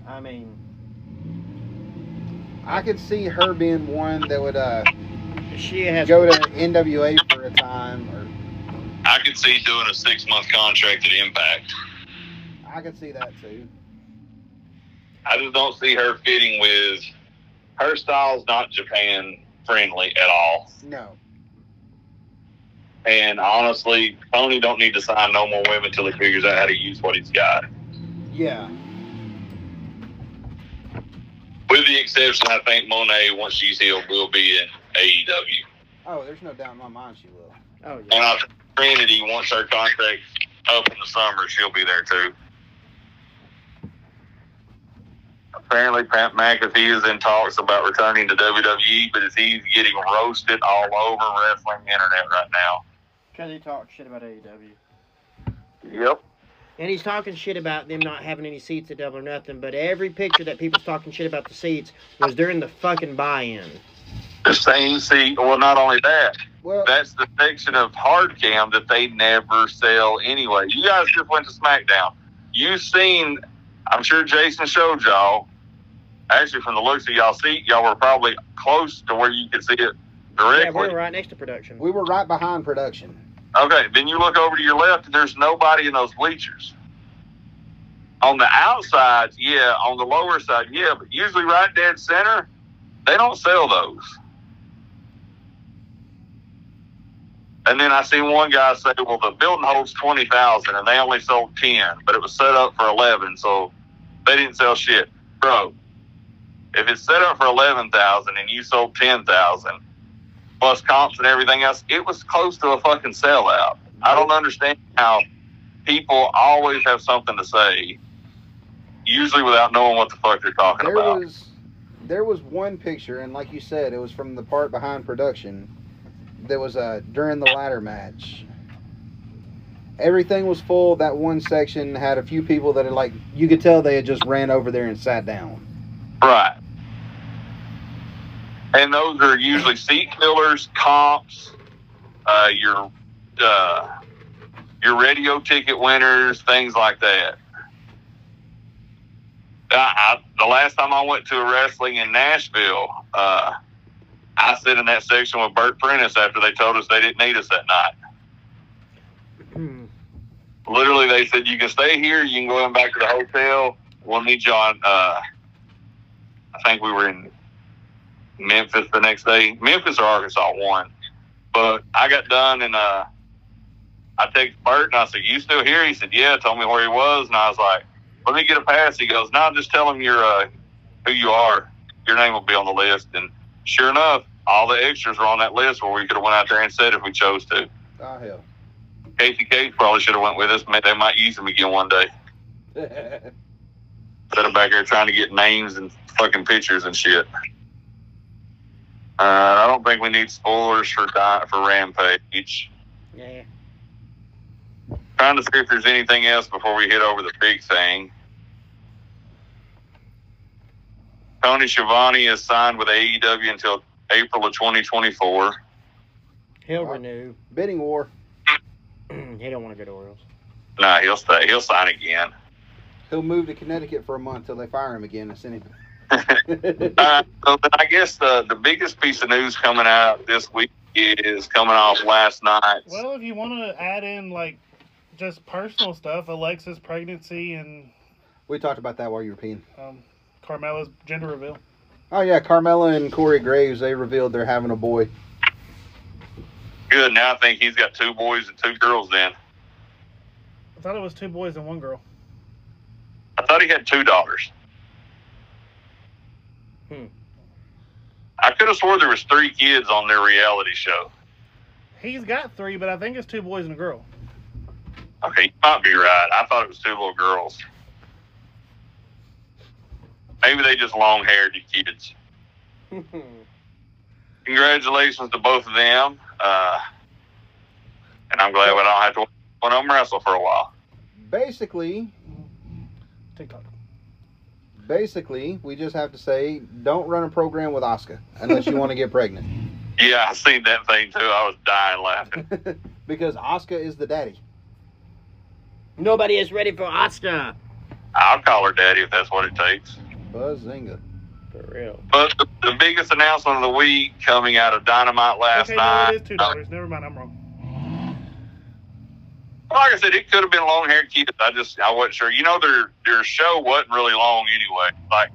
Speaker 4: I mean,
Speaker 1: I could see her being one that would uh,
Speaker 4: she has
Speaker 1: go to NWA for a time, or
Speaker 3: I could see doing a six month contract at Impact.
Speaker 1: I could see that too.
Speaker 3: I just don't see her fitting with her style's not Japan friendly at all.
Speaker 1: No,
Speaker 3: And honestly, Tony don't need to sign no more women until he figures out how to use what he's got.
Speaker 1: yeah,
Speaker 3: With the exception, I think Monet, once she's healed, will be in E AEW.
Speaker 1: Oh, there's no doubt in my mind she will.
Speaker 2: Oh
Speaker 3: And
Speaker 2: yeah.
Speaker 3: I think Trinity, once her contract up in the summer, she'll be there too. Apparently, Pat McAfee is in talks about returning to WWE, but it's- he's getting roasted all over wrestling internet right now.
Speaker 4: Because he talked shit about AEW.
Speaker 3: Yep.
Speaker 4: And he's talking shit about them not having any seats at Double or Nothing, but every picture that people's talking shit about the seats was during the fucking buy-in.
Speaker 3: The same seat. Well, not only that,
Speaker 1: Well,
Speaker 3: that's the section of hard cam that they never sell anyway. You guys just went to SmackDown. You've seen, I'm sure Jason showed y'all. Actually, from the looks of y'all seat, y'all were probably close to where you could see it
Speaker 4: Yeah,
Speaker 3: directly.
Speaker 4: we're right next to production.
Speaker 1: we were right behind production.
Speaker 3: Okay, then you look over to your left, and there's nobody in those bleachers. On the outside, yeah. On the lower side, yeah. But usually, right dead center, they don't sell those. And then I seen one guy say, "Well, the building holds twenty thousand, and they only sold ten, but it was set up for eleven, so they didn't sell shit, bro." If it's set up for eleven thousand and you sold ten thousand, plus comps and everything else, it was close to a fucking sellout. I don't understand how people always have something to say, usually without knowing what the fuck they're talking
Speaker 1: There
Speaker 3: about.
Speaker 1: was there was one picture, and like you said, it was from the part behind production. That was uh during the ladder match. Everything was full. That one section had a few people that had like you could tell they had just ran over there and sat down.
Speaker 3: Right. And those are usually seat fillers, comps, uh, your uh, your radio ticket winners, things like that. I, I, the last time I went to a wrestling in Nashville, uh, I sit in that section with Bert Prentice after they told us they didn't need us that night.
Speaker 4: Hmm.
Speaker 3: Literally, they said you can stay here, you can go in back to the hotel. We'll need you on. Uh, I think we were in Memphis the next day. Memphis or Arkansas won. But I got done and uh, I text Bert and I said, You still here? He said, Yeah, told me where he was. And I was like, Let me get a pass. He goes, No, just tell him you're, uh, who you are. Your name will be on the list. And sure enough, all the extras were on that list where we could have went out there and said if we chose to.
Speaker 1: Oh hell.
Speaker 3: Casey Cage probably should have went with us. May- They might use him again one day. Instead of back here trying to get names and fucking pictures and shit. Uh, I don't think we need spoilers for Di- for Rampage.
Speaker 4: Yeah.
Speaker 3: Trying to see if there's anything else before we hit over the big thing. Tony Schiavone is signed with AEW until April of 2024.
Speaker 4: He'll
Speaker 1: Wow.
Speaker 4: renew.
Speaker 1: [LAUGHS] Bidding war.
Speaker 4: [CLEARS THROAT] he don't want to go to Orioles.
Speaker 3: Nah, he'll stay. He'll sign again. [LAUGHS]
Speaker 1: He'll move to Connecticut for a month till they fire him again and
Speaker 3: [LAUGHS]
Speaker 1: send him.
Speaker 3: Uh, so then I guess the the biggest piece of news coming out this week is coming off last night's
Speaker 2: Well, if you want to add in like just personal stuff, Alexa's pregnancy and
Speaker 1: we talked about that while you were peeing.
Speaker 2: um, Carmela's gender reveal.
Speaker 1: Oh yeah, Carmella and Corey Graves. They revealed they're having a boy.
Speaker 3: good. Now I think he's got two boys and two girls. Then
Speaker 2: I thought it was two boys and one girl.
Speaker 3: I thought he had two daughters.
Speaker 4: Hmm.
Speaker 3: I could have swore there was three kids on their reality show.
Speaker 2: He's got three, but I think it's two boys and a girl.
Speaker 3: Okay, you might be right. I thought it was two little girls. Maybe they just long haired kids. congratulations to both of them. Uh, and I'm glad we don't have to watch one of them wrestle for a while.
Speaker 1: Basically,
Speaker 2: TikTok.
Speaker 1: basically, we just have to say, don't run a program with Oscar unless you want to get pregnant, [LAUGHS]
Speaker 3: Yeah, I seen that thing too. I was dying laughing.
Speaker 1: because Oscar is the daddy.
Speaker 4: [LAUGHS] Nobody is ready for Oscar.
Speaker 3: I'll call her daddy if that's what it takes.
Speaker 1: Buzzinga.
Speaker 4: For real.
Speaker 3: But the, the biggest announcement of the week coming out of Dynamite last
Speaker 2: okay,
Speaker 3: night.
Speaker 2: no, it is two daughters. Never mind, I'm wrong.
Speaker 3: like I said, it could have been long haired kids. I just I wasn't sure. You know, their their show wasn't really long anyway. Like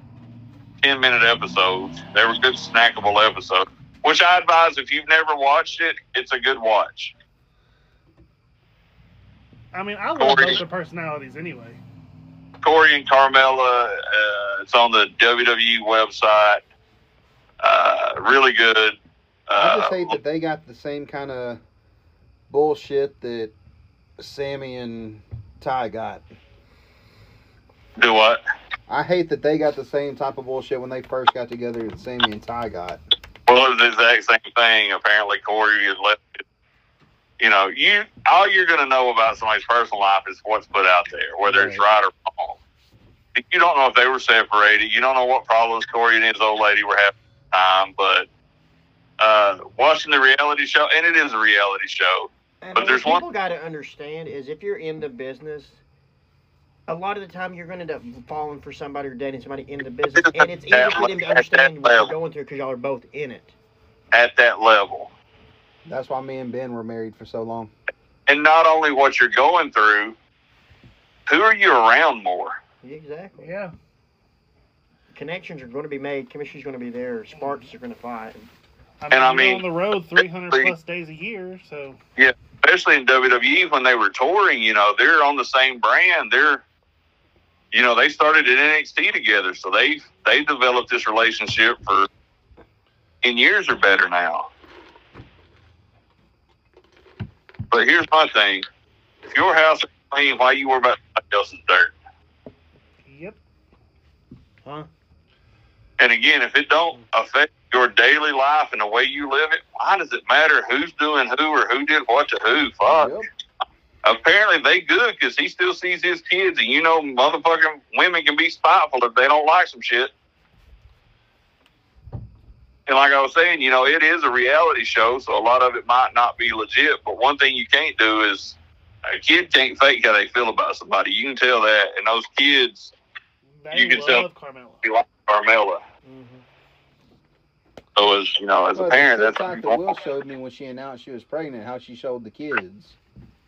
Speaker 3: ten minute episodes. They were good snackable episodes. Which I advise if you've never watched it, it's a good watch.
Speaker 2: I mean, I love
Speaker 3: Corey.
Speaker 2: both their personalities anyway.
Speaker 3: Corey and Carmella. Uh, it's on the WWE website. Uh, really good.
Speaker 1: I
Speaker 3: Uh,
Speaker 1: just hate that they got the same kind of bullshit that Sammy and Ty got.
Speaker 3: do what?
Speaker 1: I hate that they got the same type of bullshit when they first got together that Sammy and Ty got.
Speaker 3: Well, it's the exact same thing. Apparently, Corey is left. You know, you all you're going to know about somebody's personal life is what's put out there, whether it's right or wrong. You don't know if they were separated. You don't know what problems Corey and his old lady were having at the time. But uh, watching the reality show, and it is a reality show.
Speaker 4: And
Speaker 3: But
Speaker 4: what
Speaker 3: there's
Speaker 4: people
Speaker 3: one-
Speaker 4: got to understand is if you're in the business, a lot of the time you're going to end up falling for somebody or dating somebody in the business, and it's easy
Speaker 3: That
Speaker 4: for them to
Speaker 3: level-
Speaker 4: understand
Speaker 3: that
Speaker 4: what you're
Speaker 3: level.
Speaker 4: going through because y'all are both in it.
Speaker 3: At that level,
Speaker 1: That's why me and Ben were married for so long.
Speaker 3: and not only what you're going through, who are you around more?
Speaker 4: Exactly.
Speaker 2: Yeah.
Speaker 4: Connections are going to be made. Chemistry's going to be there. Sparks are going to fly.
Speaker 2: I
Speaker 3: And
Speaker 2: mean,
Speaker 3: I
Speaker 2: you're
Speaker 3: mean-
Speaker 2: on the road 300
Speaker 3: Three-
Speaker 2: plus days a year, so
Speaker 3: Especially in WWE when they were touring, you know, they're on the same brand. They're, you know, they started at NXT together, so they've they developed this relationship for in years or better now. But here's my thing: if your house is clean, why you worry about somebody else's dirt?
Speaker 2: yep.
Speaker 3: And again, if it don't affect your daily life and the way you live it, why does it matter who's doing who or who did what to who? Fuck.
Speaker 1: Yep.
Speaker 3: Apparently they good because he still sees his kids, and you know, motherfucking women can be spiteful if they don't like some shit. And like I was saying, you know, it is a reality show, so a lot of it might not be legit. But one thing you can't do is a kid can't fake how they feel about somebody. You can tell that, and those kids
Speaker 2: They
Speaker 3: You can
Speaker 2: love
Speaker 3: tell-
Speaker 2: Carmella.
Speaker 3: be like Carmella.
Speaker 4: Mm-hmm.
Speaker 3: So as you know, as
Speaker 1: Well,
Speaker 3: a parent,
Speaker 1: it's
Speaker 3: that's
Speaker 1: just like that Will showed me when she announced she was pregnant, how she showed the kids.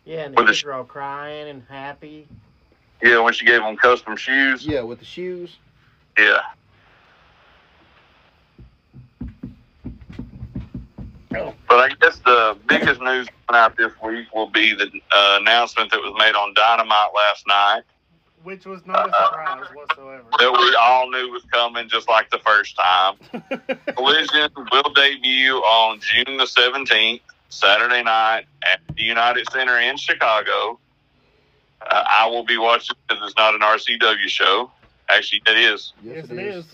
Speaker 4: Yeah, and the
Speaker 3: With the
Speaker 4: kids are all crying and happy.
Speaker 3: Yeah, when she gave them custom shoes.
Speaker 1: Yeah, with the shoes.
Speaker 3: Yeah. But I guess the biggest news coming out this week will be the uh, announcement that was made on Dynamite last night
Speaker 2: Which was not a surprise
Speaker 3: [LAUGHS]
Speaker 2: whatsoever.
Speaker 3: that we all knew was coming, just like the first time. Collision will debut on June the 17th, Saturday night at the United Center in Chicago. Uh, I will be watching because it's not an RCW show. Actually, it is.
Speaker 1: Yes,
Speaker 2: it is.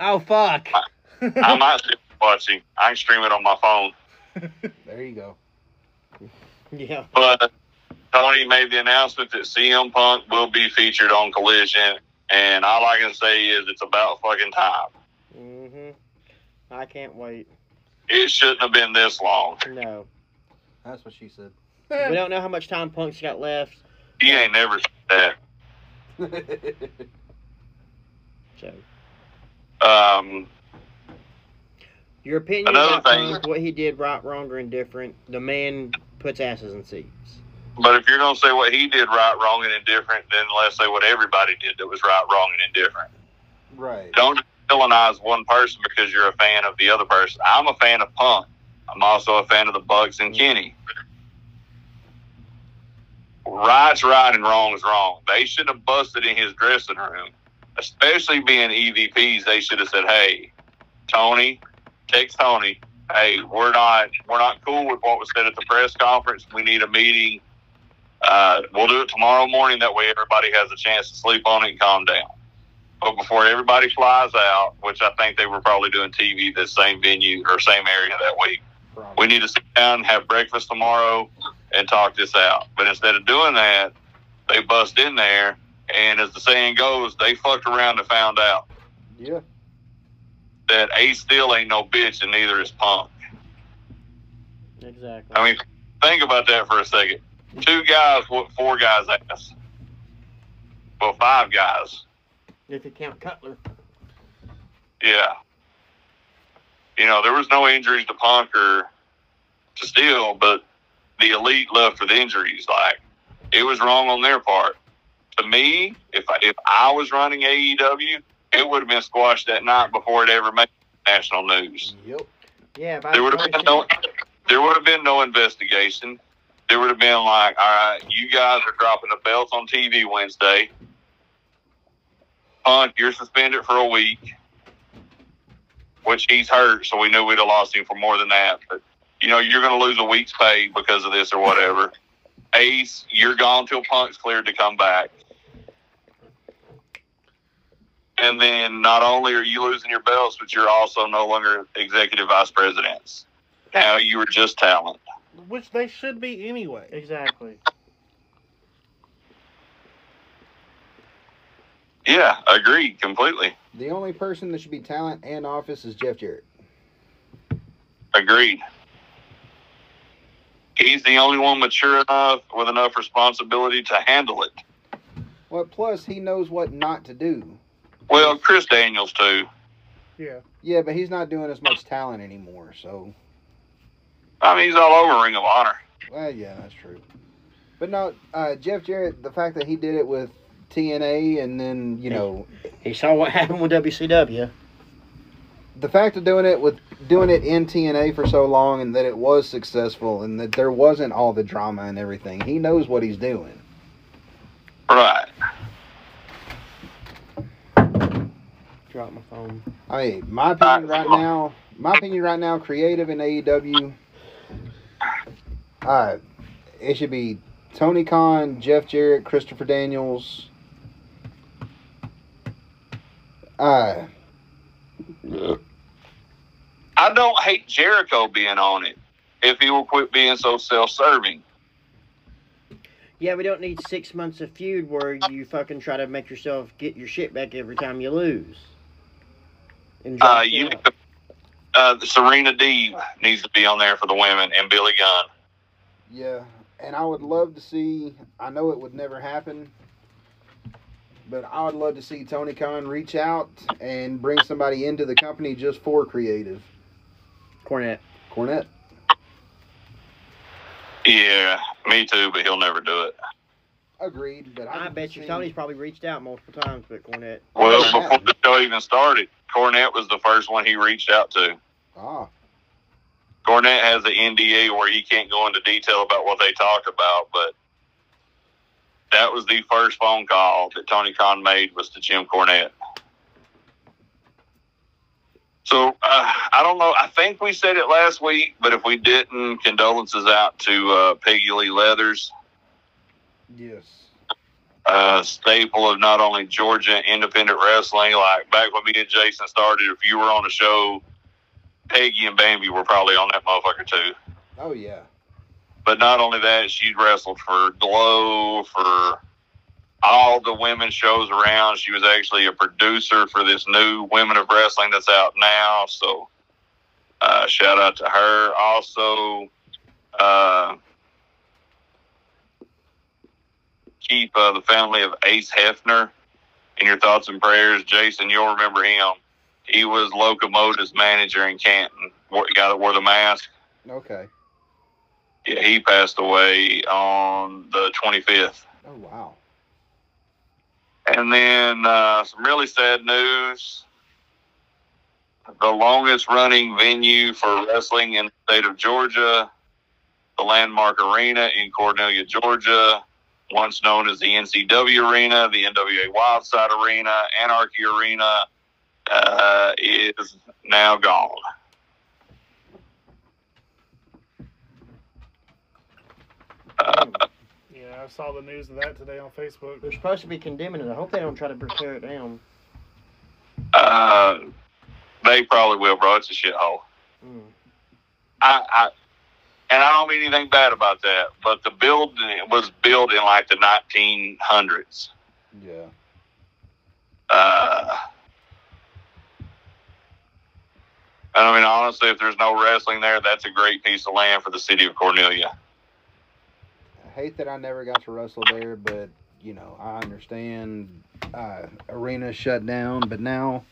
Speaker 4: Oh fuck!
Speaker 3: I might still be watching. I can stream it on my phone.
Speaker 1: There you go.
Speaker 4: Yeah.
Speaker 3: But Tony made the announcement that CM Punk will be featured on Collision, and all I can say is it's about fucking time.
Speaker 4: Mm-hmm. I can't wait.
Speaker 3: It shouldn't have been this long.
Speaker 4: [LAUGHS] No,
Speaker 1: That's what she said. [LAUGHS]
Speaker 4: we don't know how much time Punk's got left.
Speaker 3: He ain't never said that.
Speaker 4: So,
Speaker 3: Um,
Speaker 4: your opinion
Speaker 3: Another
Speaker 4: about
Speaker 3: thing-
Speaker 4: Punk, what he did, right, wrong, or indifferent? The man puts asses in seats.
Speaker 3: but if you're gonna say what he did right, wrong, and indifferent, then let's say what everybody did that was right, wrong, and indifferent.
Speaker 1: right.
Speaker 3: Don't villainize one person because you're a fan of the other person. I'm a fan of Punk. I'm also a fan of the Bucks and Kenny. Right's right and wrong's wrong. They should have busted in his dressing room, especially being EVPs. They should have said, "Hey, Tony, text Tony. Hey, we're not we're not cool with what was said at the press conference. We need a meeting. Uh, we'll do it tomorrow morning. That way, everybody has a chance to sleep on it and calm down." But before everybody flies out, which I think they were probably doing TV the same venue or same area that week,
Speaker 1: Probably.
Speaker 3: we need to sit down, have breakfast tomorrow, and talk this out. But instead of doing that, they bust in there, and as the saying goes, they fucked around and found out
Speaker 1: Yeah.
Speaker 3: that Ace still ain't no bitch, and neither is Punk.
Speaker 4: Exactly.
Speaker 3: I mean, think about that for a second. Two guys, what four guys ass? Well, five guys.
Speaker 4: if you count Cutler,
Speaker 3: Yeah. You know, there was no injuries to Punk or to Steele, but the elite left with injuries. Like it was wrong on their part. To me, if I, if I was running AEW, it would have been squashed that night before it ever made national news.
Speaker 1: Yep.
Speaker 4: yeah. If I
Speaker 3: There would have been no there would have been no investigation. There would have been like, all right, you guys are dropping the belts on TV Wednesday. punt. You're suspended for a week, which he's hurt, so we knew we'd have lost him for more than that. But you know, you're going to lose a week's pay because of this or whatever. Ace, you're gone till punt's cleared to come back. And then not only are you losing your belts, but you're also no longer executive vice presidents. Now you were just talent.
Speaker 2: Which they should be anyway.
Speaker 4: Exactly.
Speaker 3: Yeah, agreed completely.
Speaker 1: The only person that should be talent and office is Jeff Jarrett.
Speaker 3: Agreed. He's the only one mature enough with enough responsibility to handle it.
Speaker 1: Well, plus he knows what not to do.
Speaker 3: Well, Chris Daniels too.
Speaker 2: Yeah.
Speaker 1: Yeah, but he's not doing as much talent anymore. So,
Speaker 3: I mean, he's all over Ring of Honor.
Speaker 1: well, yeah, that's true. But no, uh, Jeff Jarrett, the fact that he did it with TNA and then you know
Speaker 4: He saw what happened with WCW.
Speaker 1: the fact of doing it with doing it in TNA for so long and that it was successful and that there wasn't all the drama and everything. He knows what he's doing.
Speaker 3: Right.
Speaker 4: Drop my phone.
Speaker 1: I mean, my opinion right now, my opinion right now, creative in AEW, uh, it should be Tony Khan, Jeff Jarrett, Christopher Daniels. Uh,
Speaker 3: I don't hate Jericho being on it if he will quit being so self serving.
Speaker 4: Yeah, we don't need six months of feud where you fucking try to make yourself get your shit back every time you lose. And
Speaker 3: Uh,
Speaker 4: drop it
Speaker 3: you,
Speaker 4: up.
Speaker 3: uh, Serena Deeb needs to be on there for the women and Billy Gunn.
Speaker 1: yeah, and I would love to see. I know it would never happen, but I would love to see Tony Khan reach out and bring somebody into the company just for creative.
Speaker 4: Cornette.
Speaker 1: Cornette.
Speaker 3: Yeah, me too, but he'll never do it.
Speaker 1: Agreed, but I,
Speaker 4: I
Speaker 1: could
Speaker 4: bet you
Speaker 1: see-
Speaker 4: Tony's probably reached out multiple times, but Cornette.
Speaker 3: Well,
Speaker 1: Yeah.
Speaker 3: before the show even started, Cornette was the first one he reached out to.
Speaker 1: Ah,
Speaker 3: Cornette has an NDA where he can't go into detail about what they talk about, but that was the first phone call that Tony Khan made was to Jim Cornette. So uh, I don't know. I think we said it last week, but if we didn't, condolences out to uh, Peggy Lee Leathers,
Speaker 1: yes.
Speaker 3: a staple of not only Georgia independent wrestling. Like back when me and Jason started, if you were on a show, Peggy and Bambi were probably on that motherfucker too.
Speaker 1: Oh yeah.
Speaker 3: But not only that, she wrestled for Glow, for all the women shows around. She was actually a producer for this new Women of Wrestling that's out now. So uh, shout out to her. Also, uh, keep uh, the family of Ace Hefner in your thoughts and prayers. Jason, you'll remember him. He was Locomotive's manager in Canton, wore- guy that wore the mask.
Speaker 1: Okay.
Speaker 3: Yeah, he passed away on the 25th.
Speaker 1: Oh wow.
Speaker 3: And then uh, some really sad news. The longest running venue for wrestling in the state of Georgia, the Landmark Arena in Cornelia, Georgia, once known as the NCW Arena, the NWA Wildside Arena, Anarchy Arena, uh, is now gone. Uh,
Speaker 2: Yeah, I saw the news of that today on Facebook.
Speaker 4: They're supposed to be condemning it. I hope they don't try to tear it down.
Speaker 3: Uh, they probably will, bro. It's a shithole.
Speaker 4: Mm.
Speaker 3: I, I, and I don't mean anything bad about that, but the building was built in like the 1900s.
Speaker 1: Yeah.
Speaker 3: Uh, and I mean, honestly, if there's no wrestling there, that's a great piece of land for the city of Cornelia.
Speaker 1: I hate that I never got to wrestle there, but you know I understand. Uh, arena shut down, but now.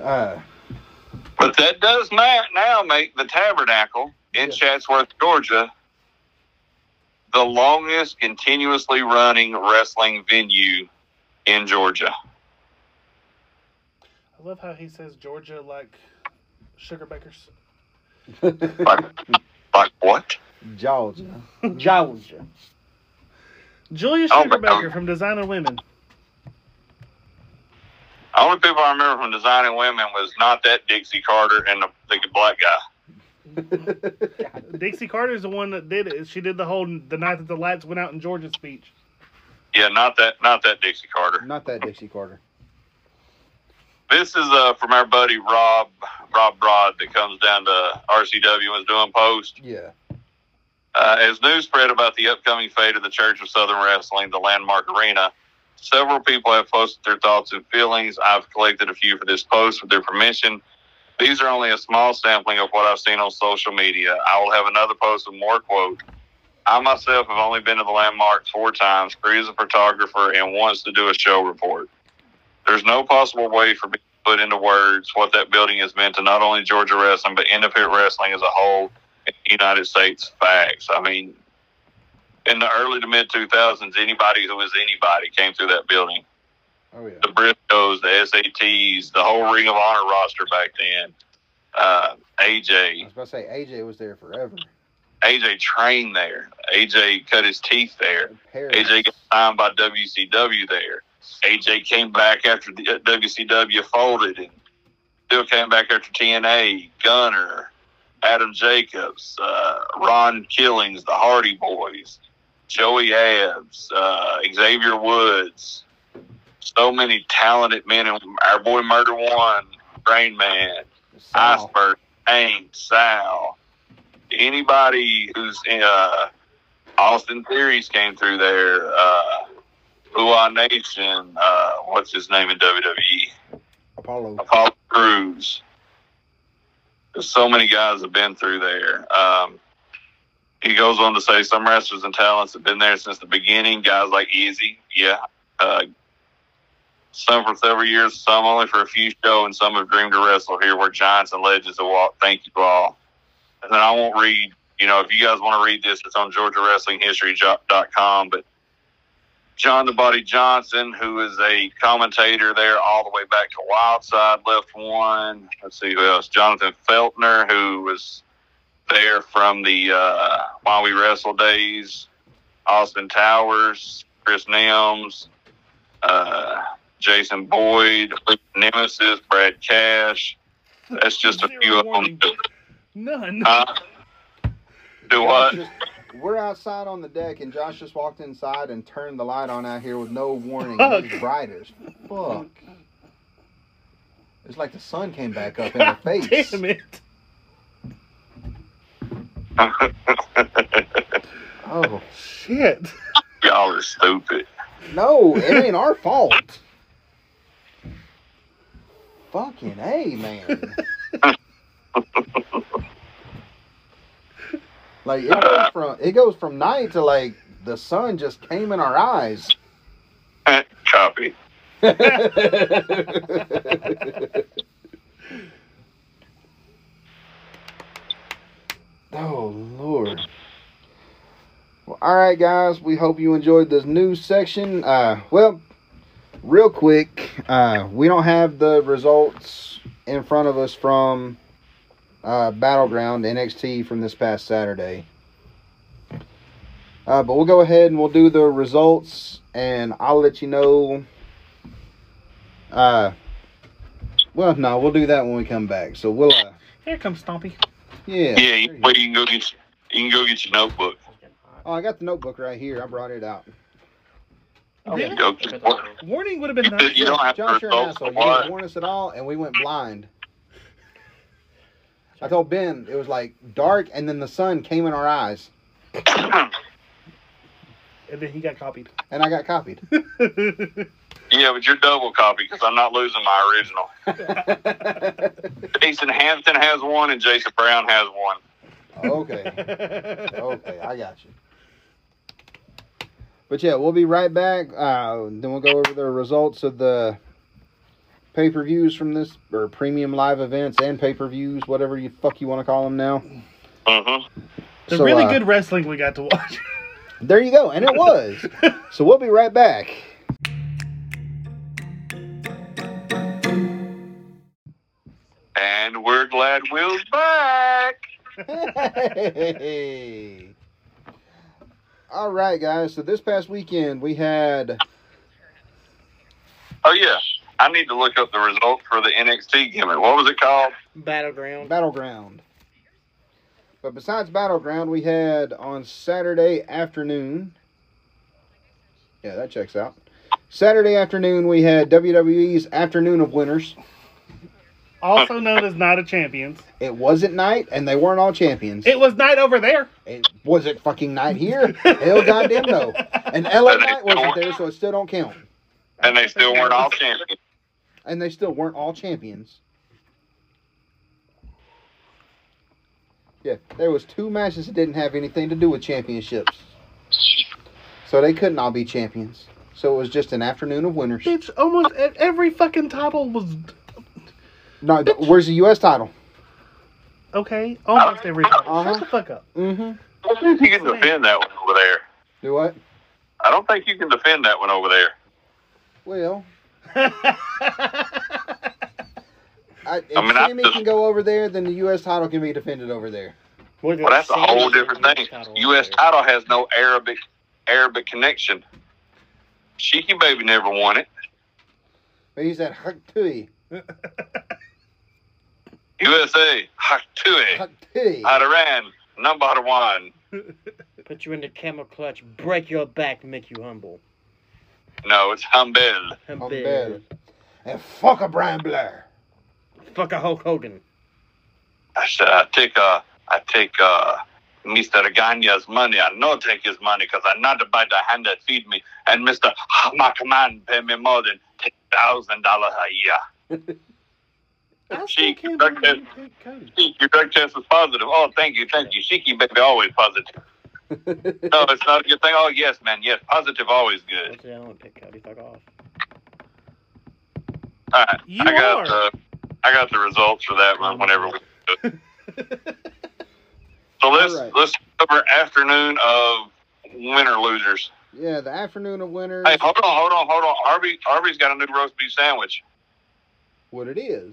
Speaker 1: Uh, [LAUGHS]
Speaker 3: But that does not now make the Tabernacle in
Speaker 1: Yeah.
Speaker 3: Chatsworth, Georgia, the longest continuously running wrestling venue in Georgia.
Speaker 2: I love how he says Georgia like sugar bakers.
Speaker 3: like, like what?
Speaker 1: Georgia.
Speaker 4: Georgia.
Speaker 2: Julia
Speaker 3: Oh,
Speaker 2: Sugarbaker
Speaker 3: but-
Speaker 2: from Designer Women.
Speaker 3: The only people I remember from designing women was not that Dixie Carter and the, the black guy.
Speaker 2: Dixie Carter's the one that did it. She did the whole the night that the lights went out in Georgia speech.
Speaker 3: Yeah, not that not that Dixie Carter.
Speaker 1: Not that Dixie Carter.
Speaker 3: This is uh, from our buddy Rob Rob Broad that comes down to RCW and was doing post.
Speaker 1: Yeah.
Speaker 3: Uh, as news spread about the upcoming fate of the Church of Southern Wrestling, the landmark arena, several people have posted their thoughts and feelings. I've collected a few for this post with their permission. These are only a small sampling of what I've seen on social media. I will have another post with more quotes. I myself have only been to the landmark four times, three as a photographer, and once to do a show report. There's no possible way for me to put into words what that building has meant to not only Georgia wrestling, but independent wrestling as a whole in the United States facts. I mean, in the early to mid 2000s, anybody who was anybody came through that building.
Speaker 1: Oh yeah.
Speaker 3: The Briscoes, the SATs, the whole Ring of Honor roster back then. Uh,
Speaker 1: I
Speaker 3: AJ,
Speaker 1: was about to say AJ was there forever.
Speaker 3: AJ trained there. AJ cut his teeth there.
Speaker 1: Paris.
Speaker 3: AJ got signed by WCW there. AJ came back after the uh, WCW folded and still came back after TNA. Gunner, Adam Jacobs, uh, Ron Killings, the Hardy Boys, Joey Abs, uh, Xavier Woods. So many talented men. And our boy Murder One, Rain Man,
Speaker 1: Sal.
Speaker 3: Iceberg, Aang, Sal, anybody who's uh, Austin Theories came through there, uh, Luan Nation, uh, what's his name in E? WWE?
Speaker 1: Apollo.
Speaker 3: Apollo Cruz. There's so many guys have been through there. Um, he goes on to say some wrestlers and talents have been there since the beginning. Guys like Easy, yeah. Uh, some for several years, some only for a few shows, and some have dreamed to wrestle here where giants and legends have walked. Thank you all. And then I won't read, you know, if you guys want to read this, it's on GeorgiaWrestlingHistory.com. But John the Body Johnson, who is a commentator there all the way back to Wildside, left one. Let's see who else. Jonathan Feltner, who was there from the uh, While We Wrestle days. Austin Towers, Chris Nims, uh, Jason Boyd, Nemesis, Brad Cash. That's just a
Speaker 2: Zero
Speaker 3: few of them. Uh,
Speaker 2: warning. None.
Speaker 3: Huh? Do
Speaker 1: Josh
Speaker 3: what? [LAUGHS]
Speaker 1: just- we're outside on the deck, and Josh just walked inside and turned the light on out here with no warning.
Speaker 2: Fuck.
Speaker 1: It was bright as fuck. It's like the sun came back up in her face.
Speaker 2: [LAUGHS] [LAUGHS] Damn it.
Speaker 1: Oh
Speaker 2: Shit.
Speaker 3: Y'all are stupid. [LAUGHS]
Speaker 1: no, it ain't our fault. Fucking a man. like it goes from it goes from night to like the sun just came in our eyes. [LAUGHS]
Speaker 3: Copy.
Speaker 1: oh [LAUGHS] Oh, lord well, all right guys we hope you enjoyed this news section uh well real quick uh we don't have the results in front of us from uh battleground nxt from this past saturday uh, but we'll go ahead and we'll do the results and i'll let you know uh, well, no, we'll do that when we come back. So we'll, uh,
Speaker 2: Here comes Stompy.
Speaker 1: yeah.
Speaker 3: Yeah, you, well, you can go get your- you can go get your notebook.
Speaker 1: Oh, I got the notebook right here. I brought it out.
Speaker 3: You
Speaker 2: Really?
Speaker 3: can go get your-
Speaker 2: Warning would have been
Speaker 3: Oh. You,
Speaker 2: nice.
Speaker 3: you don't have
Speaker 1: Josh,
Speaker 3: the
Speaker 1: you're an
Speaker 3: results.
Speaker 1: asshole.
Speaker 3: for
Speaker 1: You didn't
Speaker 3: what?
Speaker 1: warn us at all, and we went blind. I told Ben it was like dark, and then the sun came in our eyes,
Speaker 2: And then he got copied. [LAUGHS]
Speaker 1: and I got copied.
Speaker 3: [COUGHS]
Speaker 1: [LAUGHS]
Speaker 3: yeah, but you're double copy because I'm not losing my original. Jason Hampton has one and Jason Brown has one.
Speaker 1: okay.
Speaker 2: Oh,
Speaker 1: okay, I got you. But yeah, we'll be right back. Uh, then we'll go over the results of the pay per views from this, or premium live events and pay per views, whatever you fuck you want to call them now.
Speaker 3: Mm-hmm.
Speaker 2: the
Speaker 1: So,
Speaker 2: really
Speaker 1: uh,
Speaker 2: good wrestling we got to watch. [LAUGHS]
Speaker 1: There you go, and it was. so we'll be right back.
Speaker 3: And we're glad Will's back.
Speaker 1: Hey. All right, guys. So this past weekend we had
Speaker 3: Oh yeah, I need to look up the results for the NXT gimmick. What was it called?
Speaker 4: Battleground.
Speaker 1: Battleground. But besides Battleground, we had on Saturday afternoon. Yeah, that checks out. Saturday afternoon, we had WWE's Afternoon of Winners.
Speaker 2: Also known as Night of Champions.
Speaker 1: It wasn't night, and they weren't all champions.
Speaker 2: It was night over
Speaker 1: [LAUGHS]
Speaker 2: there.
Speaker 1: It- was it fucking night here? Hell goddamn no. And LA Knight wasn't there, so it still don't count.
Speaker 3: And they still weren't all champions.
Speaker 1: And they still weren't all champions. Yeah, there was two matches that didn't have anything to do with championships. So they couldn't all be champions. So it was just an afternoon of winners.
Speaker 2: [LAUGHS] Bitch, almost e- every fucking title was
Speaker 1: No, th- where's the U.S. title?
Speaker 2: okay. Almost every title.
Speaker 1: Uh-huh.
Speaker 2: Shut the fuck up. [LAUGHS]
Speaker 1: Mm-hmm.
Speaker 3: I don't think you can defend that one over there.
Speaker 1: Do what?
Speaker 3: I don't think you can defend that one over there.
Speaker 1: Well, I, if
Speaker 3: I mean, I
Speaker 1: Sammy
Speaker 3: just-
Speaker 1: can go over there, then the U.S. title can be defended over there.
Speaker 4: Well,
Speaker 3: Well, that's a whole different thing. U.S. title has no Arabic Arabic connection. Sheiky Baby never won it.
Speaker 1: But he's at Haktui.
Speaker 3: USA, Haktui,
Speaker 1: Haktui.
Speaker 3: Iran, number one.
Speaker 4: Put you in the camel clutch, break your back, make you humble.
Speaker 3: No, it's Humble.
Speaker 1: I'm
Speaker 4: Humble.
Speaker 1: bad. And fuck a Brian Blair. [LAUGHS]
Speaker 4: Fuck a Hulk Hogan.
Speaker 3: I said, I take, uh, I take uh, Mr. Ganya's money. I no take his money because I'm not about the hand that feed me. And Mr. Makaman pay me more than $10,000 a year.
Speaker 2: I still
Speaker 3: She-
Speaker 2: can't
Speaker 3: okay.
Speaker 2: believe you picked Cody.
Speaker 3: Sheik, your drug test was positive. Oh, thank you, thank you. Sheiky baby, always positive. No, it's not a good thing. Oh, yes, man, yes, positive, always good.
Speaker 4: What's the other one? Pick Cody. Fuck off.
Speaker 3: All right,
Speaker 2: You
Speaker 3: I got uh,
Speaker 2: are.
Speaker 3: the I got the results for that one whenever we.
Speaker 1: [LAUGHS]
Speaker 3: So let's
Speaker 1: All right.
Speaker 3: let's cover afternoon of winner losers.
Speaker 1: Yeah, the afternoon of winners.
Speaker 3: Hey, hold on, hold on, hold on. Arby Arby's got a new roast beef sandwich.
Speaker 1: What it is.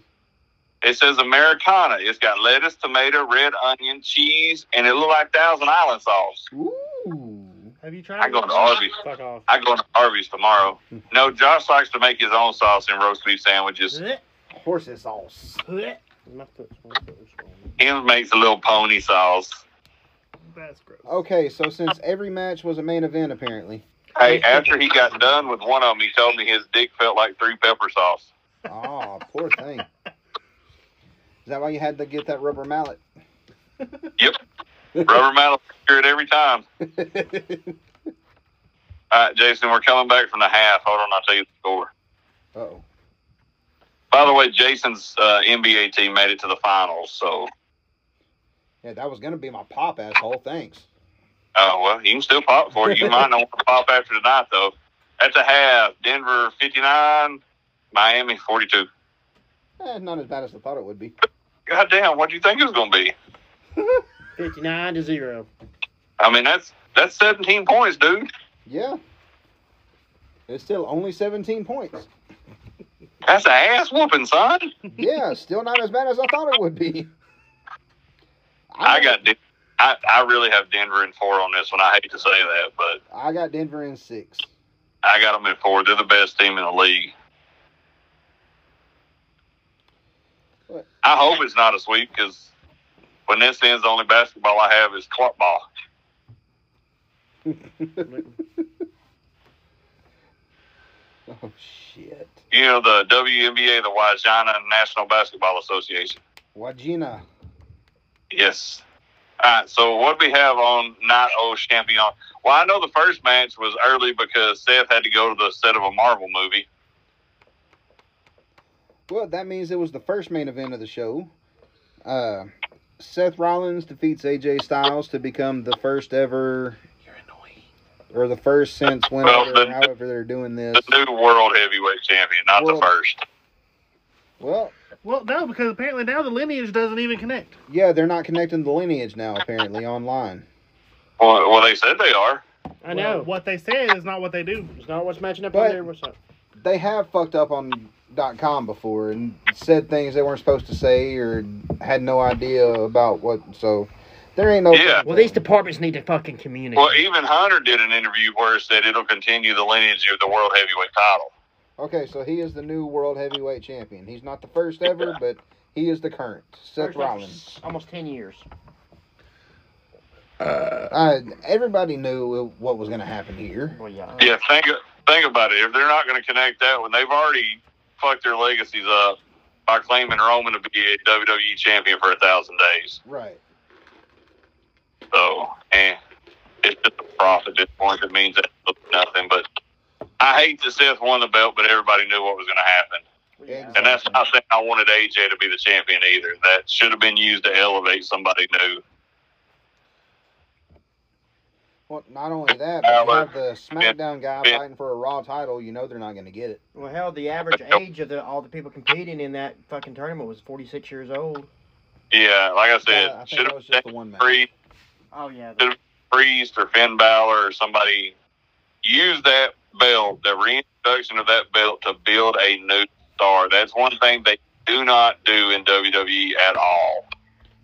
Speaker 3: It says Americana. It's got lettuce, tomato, red onion, cheese, and it look like Thousand Island sauce.
Speaker 1: Ooh.
Speaker 2: Have you tried
Speaker 3: I go
Speaker 2: it?
Speaker 3: to Arby's.
Speaker 4: Fuck off.
Speaker 3: I go to Arby's tomorrow.
Speaker 1: Hmm.
Speaker 3: No, Josh likes to make his own sauce and roast beef sandwiches.
Speaker 2: Blech,
Speaker 1: Horses sauce.
Speaker 2: blech.
Speaker 4: My foot's one, foot's one.
Speaker 3: Him makes a little pony sauce.
Speaker 2: [LAUGHS] That's gross.
Speaker 1: Okay, so since every match was a main event, apparently.
Speaker 3: Hey, after he got done with one of them, he told me his dick felt like three pepper sauce.
Speaker 1: Oh, poor thing. Is that why you had to get that rubber mallet? [LAUGHS]
Speaker 3: Rubber metal it every time.
Speaker 1: Uh
Speaker 3: All right, Jason, we're coming back from the half. Hold on, I'll tell you the score.
Speaker 1: oh.
Speaker 3: By the way, Jason's uh, NBA team made it to the finals, so
Speaker 1: Yeah, that was going to be my pop asshole. Thanks.
Speaker 3: Oh well, you can still pop for it. You might not want to pop after tonight though. That's a half. Denver fifty nine, Miami forty two.
Speaker 1: Eh, not as bad as I thought it would be.
Speaker 3: God damn, what do you think it was gonna be?
Speaker 4: 59 to 0.
Speaker 3: I mean that's that's seventeen points, dude.
Speaker 1: Yeah. It's still only 17 points.
Speaker 3: That's a ass whooping, son.
Speaker 1: Yeah, still not as bad as I thought it would be.
Speaker 3: I got Den- I, I really have Denver in four on this one. I hate to say that, but
Speaker 1: I got Denver in six.
Speaker 3: I got them in four. They're the best team in the league.
Speaker 1: What?
Speaker 3: I hope it's not a sweep because when this ends, the only basketball I have is clock ball.
Speaker 1: [LAUGHS] Oh shit.
Speaker 3: you know, the WNBA, the Wajana National Basketball Association.
Speaker 1: Wajina.
Speaker 3: Yes. All right, so what we have on Night O Champion? Well, I know the first match was early because Seth had to go to the set of a Marvel movie.
Speaker 1: Well, that means it was the first main event of the show. Uh, Seth Rollins defeats AJ Styles to become the first ever,
Speaker 2: You're annoying.
Speaker 1: or the first since
Speaker 3: Well,
Speaker 1: whenever,
Speaker 3: the-
Speaker 1: however they're doing this.
Speaker 3: The new world heavyweight champion, not
Speaker 1: World-
Speaker 3: the first.
Speaker 1: Well,
Speaker 2: Well, no, because apparently now the lineage doesn't even connect.
Speaker 1: yeah, they're not connecting the lineage now, apparently, online.
Speaker 3: Well, well, they said they are.
Speaker 4: I
Speaker 2: Well,
Speaker 4: know.
Speaker 2: what they said is not what they do.
Speaker 4: It's not what's matching up
Speaker 1: But-
Speaker 4: on there. What's up?
Speaker 1: They have fucked up on .com before and said things they weren't supposed to say or had no idea about what, so there ain't no...
Speaker 3: Yeah.
Speaker 4: Well, these departments need to fucking communicate.
Speaker 3: Well, even Hunter did an interview where it said it'll continue the lineage of the world heavyweight title.
Speaker 1: Okay, so he is the new world heavyweight champion. He's not the first ever,
Speaker 3: Yeah.
Speaker 1: but he is the current. Seth
Speaker 4: First off,
Speaker 1: Rollins.
Speaker 4: Almost 10 years.
Speaker 1: I, everybody knew what was going to happen here.
Speaker 4: Well, yeah.
Speaker 3: Yeah, think think about it. If they're not going to connect that one, they've already fucked their legacies up by claiming Roman to be a WWE champion for a thousand days.
Speaker 1: Right.
Speaker 3: So, and it's just a profit at this point that means absolutely nothing. But I hate that Seth won the belt, but everybody knew what was going to happen,
Speaker 4: Well, yeah.
Speaker 3: and that's not saying I wanted AJ to be the champion either. That should have been used to elevate somebody new.
Speaker 1: Well, not only that, but you
Speaker 3: Balor.
Speaker 1: have the SmackDown guy
Speaker 3: Yeah.
Speaker 1: fighting for a Raw title. You know they're not going to get it.
Speaker 4: Well, hell, the average age of the, all the people competing in that fucking tournament was 46 years old.
Speaker 3: Yeah, like I said,
Speaker 1: Yeah, I
Speaker 3: should
Speaker 1: think that
Speaker 3: have
Speaker 1: was just
Speaker 3: been
Speaker 1: the one match.
Speaker 3: free.
Speaker 4: Oh, yeah.
Speaker 3: the- Priest or Finn Balor or somebody use that belt, the reintroduction of that belt to build a new star. That's one thing they do not do in WWE at all.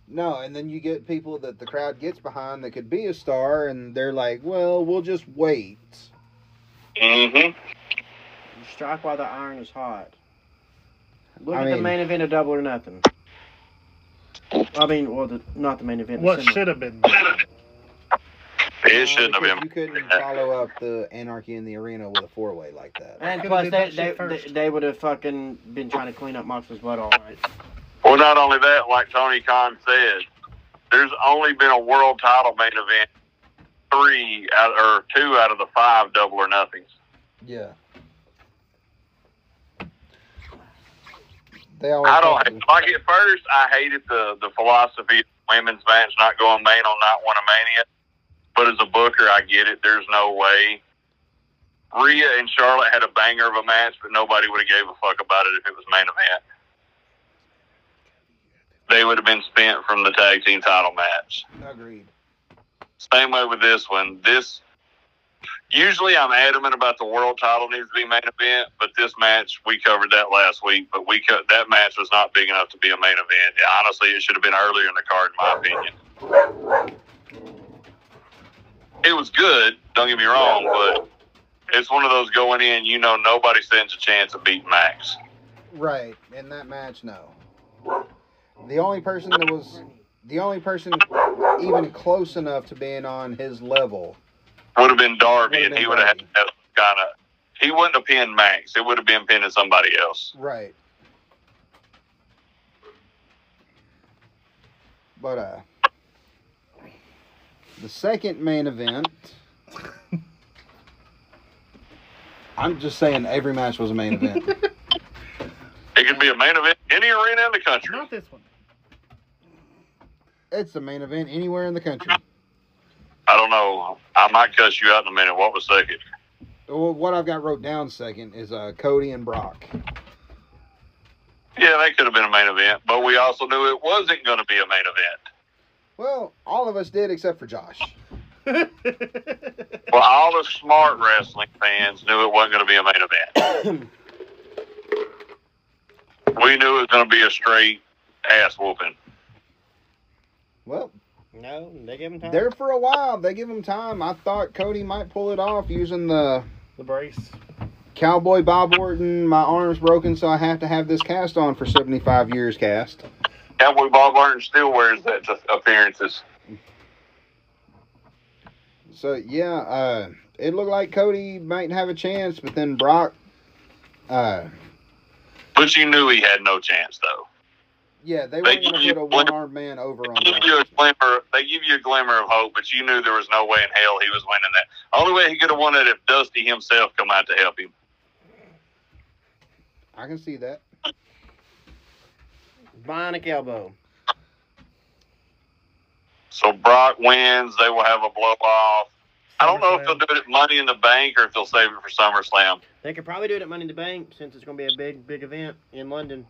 Speaker 1: No, and then you get people that the crowd gets behind that could be a star, and they're like, well, we'll just wait.
Speaker 3: Mm-hmm.
Speaker 4: You strike while the iron is hot. Look
Speaker 1: I
Speaker 4: at the
Speaker 1: mean-
Speaker 4: main event of Double or Nothing. I mean, well, the, not the main event. the
Speaker 2: What
Speaker 4: semi-
Speaker 2: should have been?
Speaker 3: It shouldn't have
Speaker 1: Because You
Speaker 3: been.
Speaker 1: couldn't follow up the Anarchy in the Arena with a four way like that.
Speaker 4: And
Speaker 2: Could've
Speaker 4: plus, they,
Speaker 2: did that shit
Speaker 4: they, they,
Speaker 2: first.
Speaker 4: they would have fucking been trying to clean up Moxley's blood all right.
Speaker 3: Well, not only that, like Tony Khan said, there's only been a world title main event three out, or two out of the five double or nothings.
Speaker 1: Yeah. They always
Speaker 3: I don't
Speaker 1: have to-
Speaker 3: like at first. I hated the the philosophy of women's match not going main on night one of Mania. But as a booker, I get it. There's no way. Rhea and Charlotte had a banger of a match, but nobody would have gave a fuck about it if it was main event. They would have been spent from the tag team title match.
Speaker 1: Agreed.
Speaker 3: Same way with this one. This usually I'm adamant about the world title needs to be main event, but this match we covered that last week. But we co- that match was not big enough to be a main event. Honestly, it should have been earlier in the card, in my opinion. It was good. Don't get me wrong, but it's one of those going in. You know, nobody stands a chance of beating Max.
Speaker 1: Right. In that match, no. The only person that was the only person even close enough to being on his level.
Speaker 3: Would have been Darby,
Speaker 1: Would have
Speaker 3: and
Speaker 1: been
Speaker 3: he would have had
Speaker 1: Darby.
Speaker 3: that kind of. He wouldn't have pinned Max. It would have been pinning somebody else.
Speaker 1: Right. But uh the second main event I'm just saying every match was a main event.
Speaker 3: It could be a main event, any arena in the country.
Speaker 2: Not this one. [LAUGHS]
Speaker 1: it's the main event anywhere in the country.
Speaker 3: I don't know. I might cuss you out in a minute. What was second?
Speaker 1: Well, what I've got wrote down second is uh, Cody and Brock.
Speaker 3: Yeah, that could have been a main event, but we also knew it wasn't going to be a main event.
Speaker 1: Well, all of us did except for Josh.
Speaker 3: Well, all the smart wrestling fans knew it wasn't going to be a main event. we knew it was going to be a straight ass whooping.
Speaker 1: Well,
Speaker 4: No, they give him time.
Speaker 1: there for a while. They give him time. I thought Cody might pull it off using the
Speaker 2: the brace.
Speaker 1: Cowboy Bob Orton, my arm's broken, so I have to have this cast on for 75 years cast.
Speaker 3: Cowboy Bob Orton still wears that to appearances.
Speaker 1: So, yeah, uh, it looked like Cody might have a chance, but then Brock, uh,
Speaker 3: But you knew he had no chance, though.
Speaker 1: yeah, they
Speaker 3: They
Speaker 1: weren't going to
Speaker 3: give
Speaker 1: put a
Speaker 3: you-
Speaker 1: one armed man over on
Speaker 3: They give you a
Speaker 1: Brock.
Speaker 3: glimmer. They give you a glimmer of hope, but you knew there was no way in hell he was winning that. Only way he could have won it if Dusty himself come out to help him.
Speaker 1: I can see that.
Speaker 4: Bionic elbow.
Speaker 3: So Brock wins. They will have a blow off. I don't know if they'll do it at Money in the Bank or if they'll save it for SummerSlam.
Speaker 4: They could probably do it at Money in the Bank since it's going to be a big, big event in London.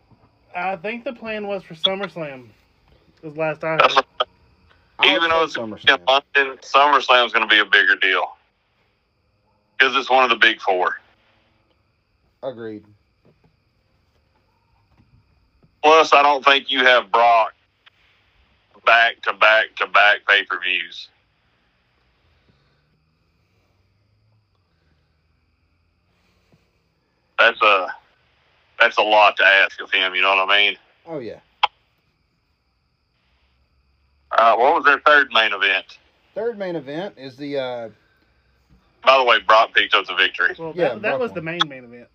Speaker 2: I think the plan was for SummerSlam. Was last time.
Speaker 3: That's what,
Speaker 1: I
Speaker 3: even
Speaker 1: would
Speaker 3: though it's
Speaker 1: say
Speaker 3: in
Speaker 1: SummerSlam.
Speaker 3: London, SummerSlam is going to be a bigger deal because it's one of the big four.
Speaker 1: Agreed.
Speaker 3: Plus, I don't think you have Brock back to back to back pay per views. that's a that's a lot to ask of him. You know what I mean?
Speaker 1: Oh yeah.
Speaker 3: Uh, what was their third main event?
Speaker 1: Third main event is the uh,
Speaker 3: By the way, Brock picked up the victory.
Speaker 2: Well,
Speaker 1: Yeah,
Speaker 2: that, that was
Speaker 1: Brooklyn.
Speaker 2: the main main event.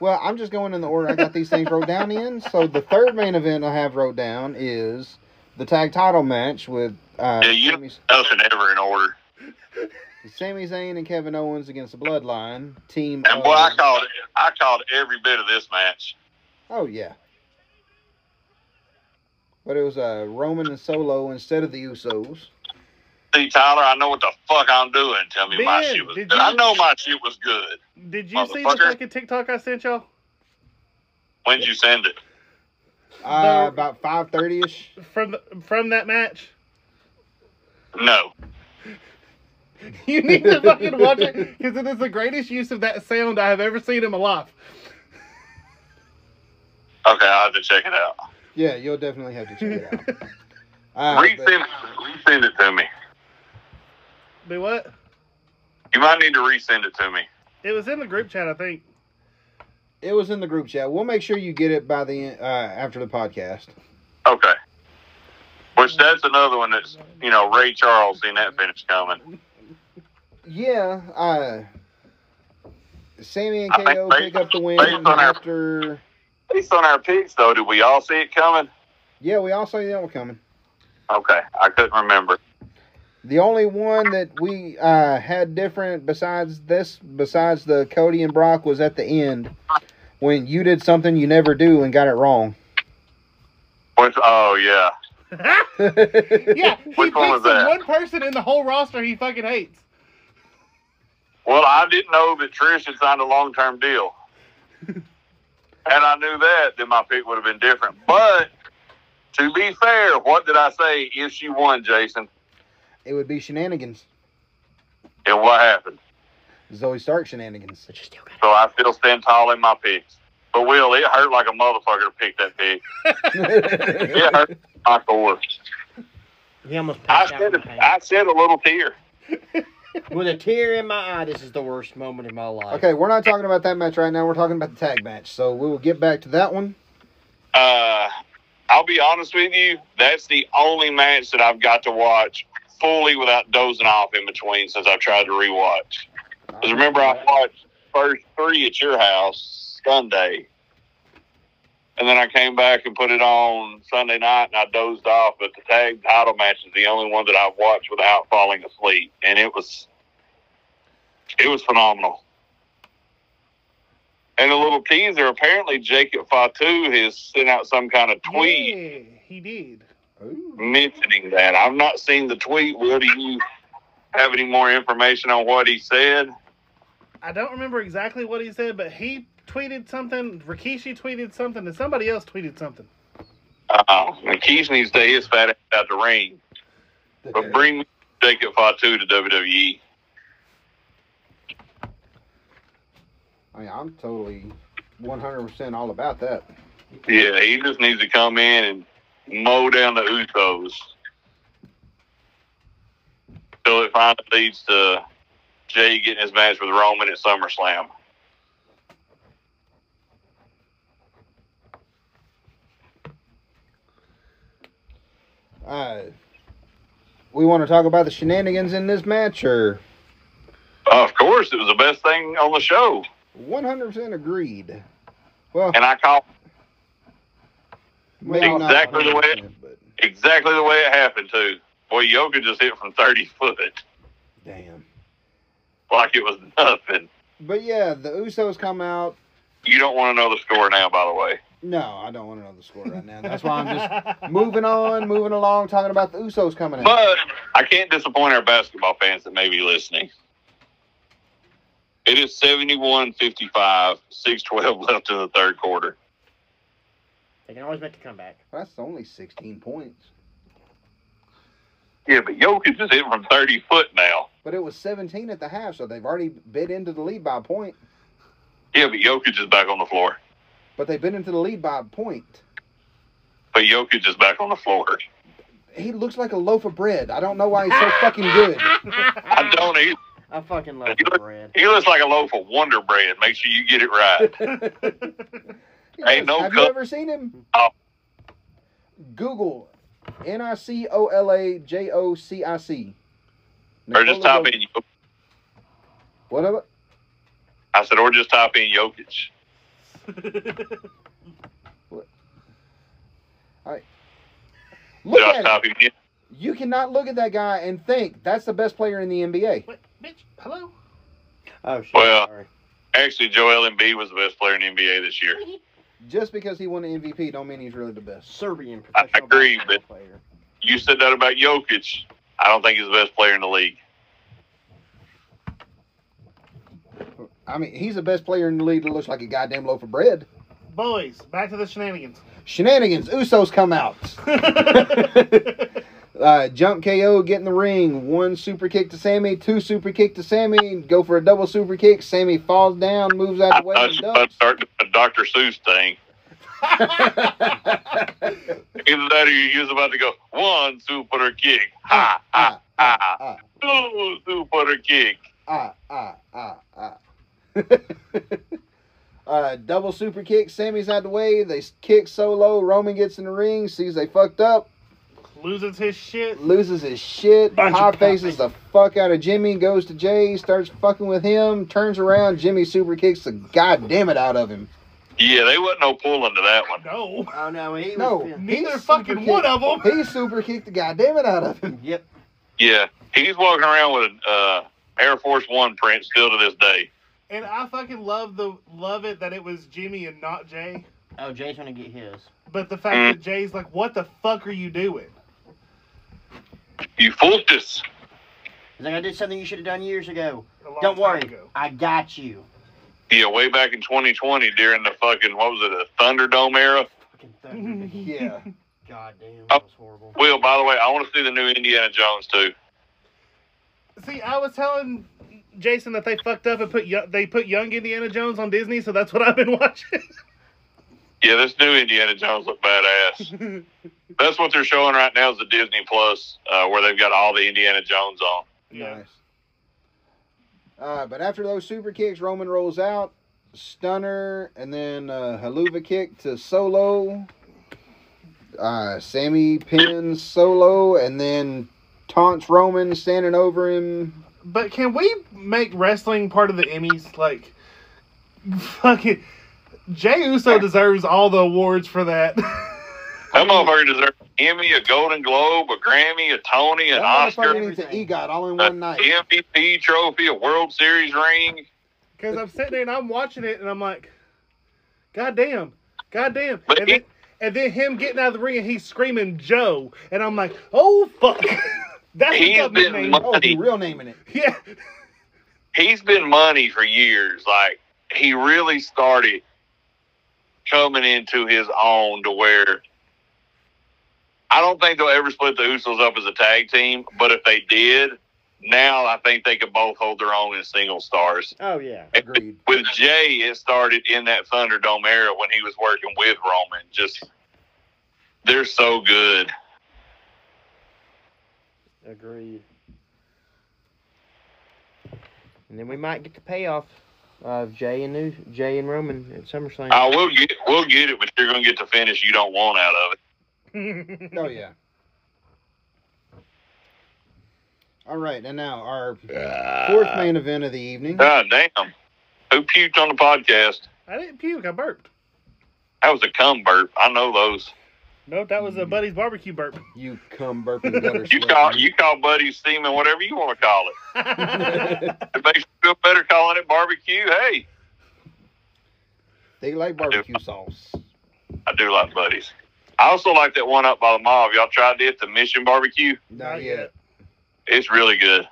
Speaker 1: Well, I'm just going in the order I got these things wrote down in. So the third main event I have wrote down is the tag title match with uh,
Speaker 3: Yeah, you-
Speaker 1: Sami,
Speaker 3: Nothing ever in order.
Speaker 1: Sami Zayn and Kevin Owens against the Bloodline team.
Speaker 3: And boy, I
Speaker 1: of-
Speaker 3: called I called every bit of this match.
Speaker 1: oh yeah, but it was uh, Roman and Solo instead of the Usos.
Speaker 3: See, Tyler, I know what the fuck I'm doing. Tell me my
Speaker 2: Ben,
Speaker 3: shit was
Speaker 2: did
Speaker 3: good. I
Speaker 2: you-
Speaker 3: know my shit was good.
Speaker 2: Did you see the
Speaker 3: Motherfucker.
Speaker 2: fucking TikTok I sent y'all?
Speaker 3: When'd you send it?
Speaker 1: Uh,
Speaker 2: No.
Speaker 1: about five thirty ish.
Speaker 2: From the, from that match? [LAUGHS]
Speaker 3: No.
Speaker 2: You need to fucking watch it because it is the greatest use of that sound I have ever seen in my life.
Speaker 3: Okay, I'll have to check it out.
Speaker 1: Yeah, you'll definitely have to
Speaker 2: [LAUGHS]
Speaker 1: check it
Speaker 3: [LAUGHS]
Speaker 1: out. Uh, but-
Speaker 3: resend, resend it to me.
Speaker 2: Do what?
Speaker 3: You might need to resend it to me.
Speaker 2: It was in the group chat, I think.
Speaker 1: It was in the group chat. We'll make sure you get it by the uh, after the podcast.
Speaker 3: Okay. Which that's another one that's you know Ray Charles seen that finish coming.
Speaker 1: Yeah, uh, Sammy and
Speaker 3: I think
Speaker 1: KO
Speaker 3: based-
Speaker 1: pick up the win
Speaker 3: based on our-
Speaker 1: after.
Speaker 3: Based on our picks though, did we all see it coming?
Speaker 1: Yeah, we all saw that one coming.
Speaker 3: Okay, I couldn't remember.
Speaker 1: The only one that we uh, had different besides this, besides the Cody and Brock, was at the end when you did something you never do and got it wrong. [LAUGHS]
Speaker 3: Which oh yeah,
Speaker 2: [LAUGHS] Yeah, he
Speaker 3: Which
Speaker 2: picks
Speaker 3: one was
Speaker 2: the
Speaker 3: that?
Speaker 2: one person in the whole roster he fucking hates.
Speaker 3: Well, I didn't know that Trish had signed a long term
Speaker 1: [LAUGHS]
Speaker 3: deal. Had I knew that, then my pick would have been different. But to be fair, what did I say if she won, Jason?
Speaker 1: it would be shenanigans,
Speaker 3: And what happened?
Speaker 1: Zoe Stark shenanigans. [LAUGHS]
Speaker 4: But you still got
Speaker 3: So I still stand tall in my picks. But Will, it hurt like a motherfucker to pick that pick. It hurt my core.
Speaker 4: it. He almost
Speaker 3: I
Speaker 4: passed out.
Speaker 3: said,
Speaker 4: in
Speaker 3: a,
Speaker 4: my hand.
Speaker 3: I said a little tear.
Speaker 4: With a tear in my eye, this is the worst moment in my life.
Speaker 1: Okay, we're not talking about that match right now. We're talking about the tag match. So we will get back to that one.
Speaker 3: Uh, I'll be honest with you. That's the only match that I've got to watch fully without dozing off in between since I've tried to rewatch. Because remember, I watched first three at your house Sunday, and then I came back and put it on Sunday night, and I dozed off. But the tag title match is the only one that I've watched without falling asleep, and it was it was phenomenal. And a little teaser. Apparently, Jacob Fatu has sent out some kind of tweet
Speaker 2: Yeah, he did.
Speaker 1: Ooh.
Speaker 3: mentioning that. I've not seen the tweet. Will, do you have any more information on what he said?
Speaker 2: I don't remember exactly what he said, but he tweeted something. Rikishi tweeted something, and somebody else tweeted something.
Speaker 3: Uh, and Keith needs to stay his fat ass out the ring, but bring me Jacob Fatu to E. WWE.
Speaker 1: I mean, I'm totally 100% all about that.
Speaker 3: Yeah, he just needs to come in and mow down the Usos till it finally leads to Jay getting his match with Roman at SummerSlam.
Speaker 1: Uh, we want to talk about the shenanigans in this match, or
Speaker 3: Of course, it was the best thing on the show,
Speaker 1: 100% agreed. Well,
Speaker 3: and I call
Speaker 1: maybe not
Speaker 3: Exactly the way-
Speaker 1: 100%, But
Speaker 3: exactly the way it happened too. Boy, Yoga just hit from thirty foot
Speaker 1: damn.
Speaker 3: like it was nothing.
Speaker 1: But yeah, the Usos come out.
Speaker 3: You don't want to know the score now, by the way.
Speaker 1: No, I don't want to know the score right now. That's why I'm just moving on, moving along, talking about the Usos coming out.
Speaker 3: But I can't disappoint our basketball fans that may be listening. It is 71 55, 612 left in the third quarter.
Speaker 4: They can always make a comeback.
Speaker 1: That's only 16 points.
Speaker 3: Yeah, but Jokic is hitting from 30 foot now.
Speaker 1: But it was 17 at the half, so they've already bit into the lead by a point.
Speaker 3: Yeah, but Jokic is back on the floor.
Speaker 1: But they've been into the lead by a point.
Speaker 3: But Jokic is back on the floor.
Speaker 1: He looks like a loaf of bread. I don't know why he's so fucking good.
Speaker 3: I don't either.
Speaker 4: I fucking love
Speaker 3: You
Speaker 4: the
Speaker 3: look-
Speaker 4: bread.
Speaker 3: He looks like a loaf of Wonder Bread. Make sure you get it right.
Speaker 1: [LAUGHS]
Speaker 3: Ain't no
Speaker 1: Have you
Speaker 3: cup.
Speaker 1: ever seen him?
Speaker 3: Oh.
Speaker 1: Google N I C O L A J O C I C.
Speaker 3: Or just type in. Jokic.
Speaker 1: What up?
Speaker 3: I said, or just type in Jokic.
Speaker 1: Look
Speaker 3: Did I
Speaker 1: at him.
Speaker 3: type him in?
Speaker 1: You cannot look at that guy and think that's the best player in the NBA.
Speaker 2: [LAUGHS] Wait, bitch, hello?
Speaker 4: Oh shit.
Speaker 3: Well-
Speaker 4: sorry.
Speaker 3: Actually, Joel Embiid was the best player in the NBA this year.
Speaker 1: Just because he won the MVP don't mean he's really the best.
Speaker 4: Serbian professional
Speaker 3: agree,
Speaker 4: basketball player.
Speaker 3: You said that about Jokic. I don't think he's the best player in the league.
Speaker 1: I mean, he's the best player in the league that looks like a goddamn loaf of bread.
Speaker 2: Boys, back to
Speaker 1: [LAUGHS]
Speaker 2: the shenanigans.
Speaker 1: Shenanigans, Usos come out. [LAUGHS] Uh, jump KO, get in the ring. One super kick to Sammy, two super kick to Sammy. Go for a double super kick. Sammy falls down, moves
Speaker 3: I
Speaker 1: out the way.
Speaker 3: [LAUGHS] thought
Speaker 1: And
Speaker 3: you were about to
Speaker 1: ducks.
Speaker 3: start doing a Dr. Seuss thing. Either that or you was about to go, one super kick. Ha, ha,
Speaker 1: [LAUGHS] ah,
Speaker 3: ha.
Speaker 1: ah,
Speaker 3: Two super kick.
Speaker 1: ah, ah, ah, ah. [LAUGHS] uh, double super kick. Sammy's out the way. They s- kick solo. Roman gets in the ring, sees they fucked up,
Speaker 2: Loses his shit.
Speaker 1: loses his shit.
Speaker 4: Bunch of
Speaker 1: High faces the fuck out of Jimmy. Goes to Jay, starts fucking with him. Turns around. Jimmy super kicks the goddamn it out of him.
Speaker 3: Yeah, they wasn't no pulling to that one.
Speaker 2: No.
Speaker 4: Oh no, he was
Speaker 1: No.
Speaker 4: feeling-
Speaker 2: Neither
Speaker 1: He's
Speaker 2: fucking
Speaker 1: super
Speaker 2: one of them.
Speaker 1: He super kicked the goddamn it out of
Speaker 2: [LAUGHS]
Speaker 1: him.
Speaker 4: Yep.
Speaker 3: Yeah, he's walking around with an uh, Air Force One print still to this day.
Speaker 2: And I fucking love the love it that it was Jimmy and not Jay.
Speaker 4: Oh, Jay's gonna get his.
Speaker 2: But the fact that Jay's like, what the fuck are you doing?
Speaker 3: You fooled us.
Speaker 4: He's like, I did something you should have done years ago.
Speaker 2: A long
Speaker 4: Don't
Speaker 2: time
Speaker 4: worry,
Speaker 2: ago.
Speaker 4: I got you.
Speaker 3: Yeah, way back in 2020 during the fucking, what was it, the Thunderdome era?
Speaker 4: Fucking [LAUGHS] thunder.
Speaker 1: Yeah.
Speaker 4: God damn, that was horrible.
Speaker 3: Will, by the way, I want to see the new Indiana Jones too.
Speaker 2: See, I was telling Jason that they fucked up and put yo- they put young Indiana Jones on Disney, so that's what I've been [LAUGHS] watching.
Speaker 3: Yeah, this new Indiana Jones look badass.
Speaker 1: [LAUGHS]
Speaker 3: That's what they're showing right now is the Disney Plus, uh, where they've got all the Indiana Jones on.
Speaker 2: [LAUGHS] Yeah.
Speaker 1: Nice. Uh, but after those super kicks, Roman rolls out, stunner, and then uh, haluva kick to Solo. Uh, Sammy pins Solo, and then taunts Roman, standing over him.
Speaker 2: But can we make wrestling part of the Emmys? Like, fucking Jay Uso deserves all the awards for that. [LAUGHS]
Speaker 3: That motherfucker deserves an Emmy, a Golden Globe, a Grammy, a Tony, an
Speaker 1: That
Speaker 3: Oscar, Uh,
Speaker 1: motherfucker
Speaker 3: an
Speaker 1: needs an
Speaker 4: everything.
Speaker 1: EGOT all in one night.
Speaker 3: MVP trophy, a World Series ring.
Speaker 2: Because I'm sitting there and I'm watching it and I'm like, God damn, God damn.
Speaker 3: But
Speaker 2: And then, and then him getting out of the ring and he's screaming Joe. And I'm like, oh, fuck. [LAUGHS] That's
Speaker 3: He's
Speaker 2: his
Speaker 3: been
Speaker 2: name.
Speaker 3: mo-
Speaker 1: Oh, he real naming it.
Speaker 2: yeah. [LAUGHS]
Speaker 3: He's been money for years. Like he really started coming into his own to where I don't think they'll ever split the Usos up as a tag team, but if they did, now I think they could both hold their own as single stars.
Speaker 4: Oh yeah.
Speaker 1: Agreed.
Speaker 3: with Jay, it started in that Thunderdome era when he was working with Roman. Just they're so good.
Speaker 4: Agreed. And then we might get the payoff of Jay and New- Jay and Roman at SummerSlam.
Speaker 3: I will get we'll get it, but you're gonna get the finish you don't want out of it.
Speaker 1: Oh yeah. All right, and now our fourth
Speaker 3: Uh,
Speaker 1: main event of the evening.
Speaker 3: God damn. Who puked on the podcast?
Speaker 2: I didn't puke. I burped.
Speaker 3: That was a cum burp. I know those.
Speaker 2: Nope, that was a buddy's barbecue burp. [LAUGHS]
Speaker 1: You come burping gutter.
Speaker 3: You
Speaker 1: slut.
Speaker 3: call you call buddy semen, whatever you want to call it. It makes you feel better calling it barbecue. Hey,
Speaker 1: They like barbecue sauce.
Speaker 3: I do like buddies. I also like that one up by the mob. Y'all tried it, the Mission Barbecue.
Speaker 1: Not yet.
Speaker 3: It's really good.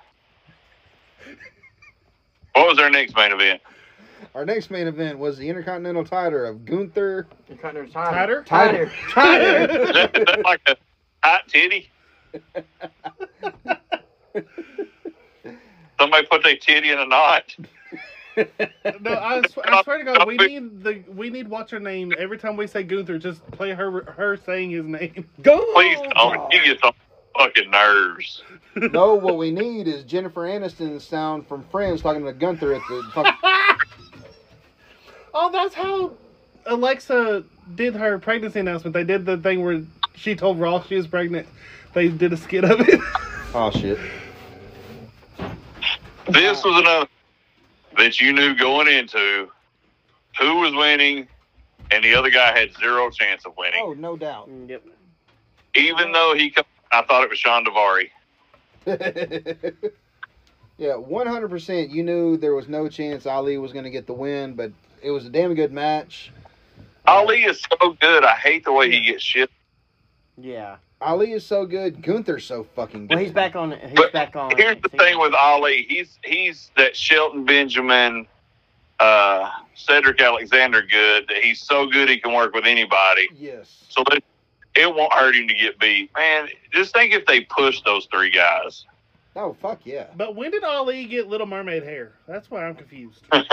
Speaker 3: What was their next main event?
Speaker 1: Our next main event was the Intercontinental title of Gunther.
Speaker 4: You're cutting her
Speaker 2: Tighter?
Speaker 4: Tighter.
Speaker 3: [LAUGHS]
Speaker 1: Tighter.
Speaker 3: Is that, is that like a hot titty? Somebody put their titty in a knot.
Speaker 2: No, I,
Speaker 3: [LAUGHS]
Speaker 2: sw- I swear to God, we need the we need what's her name every time we say Gunther. Just play her her saying his name.
Speaker 4: Go.
Speaker 2: Oh
Speaker 3: Please don't. He gets on fucking nerves.
Speaker 1: No, what we need is Jennifer Aniston's sound from Friends talking to Gunther at the. fuck-
Speaker 3: [LAUGHS]
Speaker 2: oh, that's how Alexa did her pregnancy announcement. They did the thing where she told Ross she was pregnant. They did a skit of it. [LAUGHS]
Speaker 1: oh shit!
Speaker 3: This was another that you knew going into who was winning, and the other guy had zero chance of winning.
Speaker 1: Oh, no doubt.
Speaker 4: Mm, Yep.
Speaker 3: Even though he, co- I thought it was Sean Devari.
Speaker 1: [LAUGHS] yeah, one hundred percent. You knew there was no chance Ali was going to get the win, but it was a damn good match.
Speaker 3: Ali is so good. I hate the way he gets shit.
Speaker 4: Yeah.
Speaker 1: Ali is so good. Gunther's so fucking good.
Speaker 4: Well, he's back on. He's
Speaker 3: But
Speaker 4: back on.
Speaker 3: Here's the
Speaker 4: NXT.
Speaker 3: thing with Ali. He's he's that Shelton Benjamin, uh, Cedric Alexander good. That he's so good he can work with anybody.
Speaker 1: Yes.
Speaker 3: So it, it won't hurt him to get beat. Man, just think if they push those three guys.
Speaker 1: Oh fuck yeah.
Speaker 2: but when did Ali get Little Mermaid hair? That's why I'm confused.
Speaker 3: 'Cause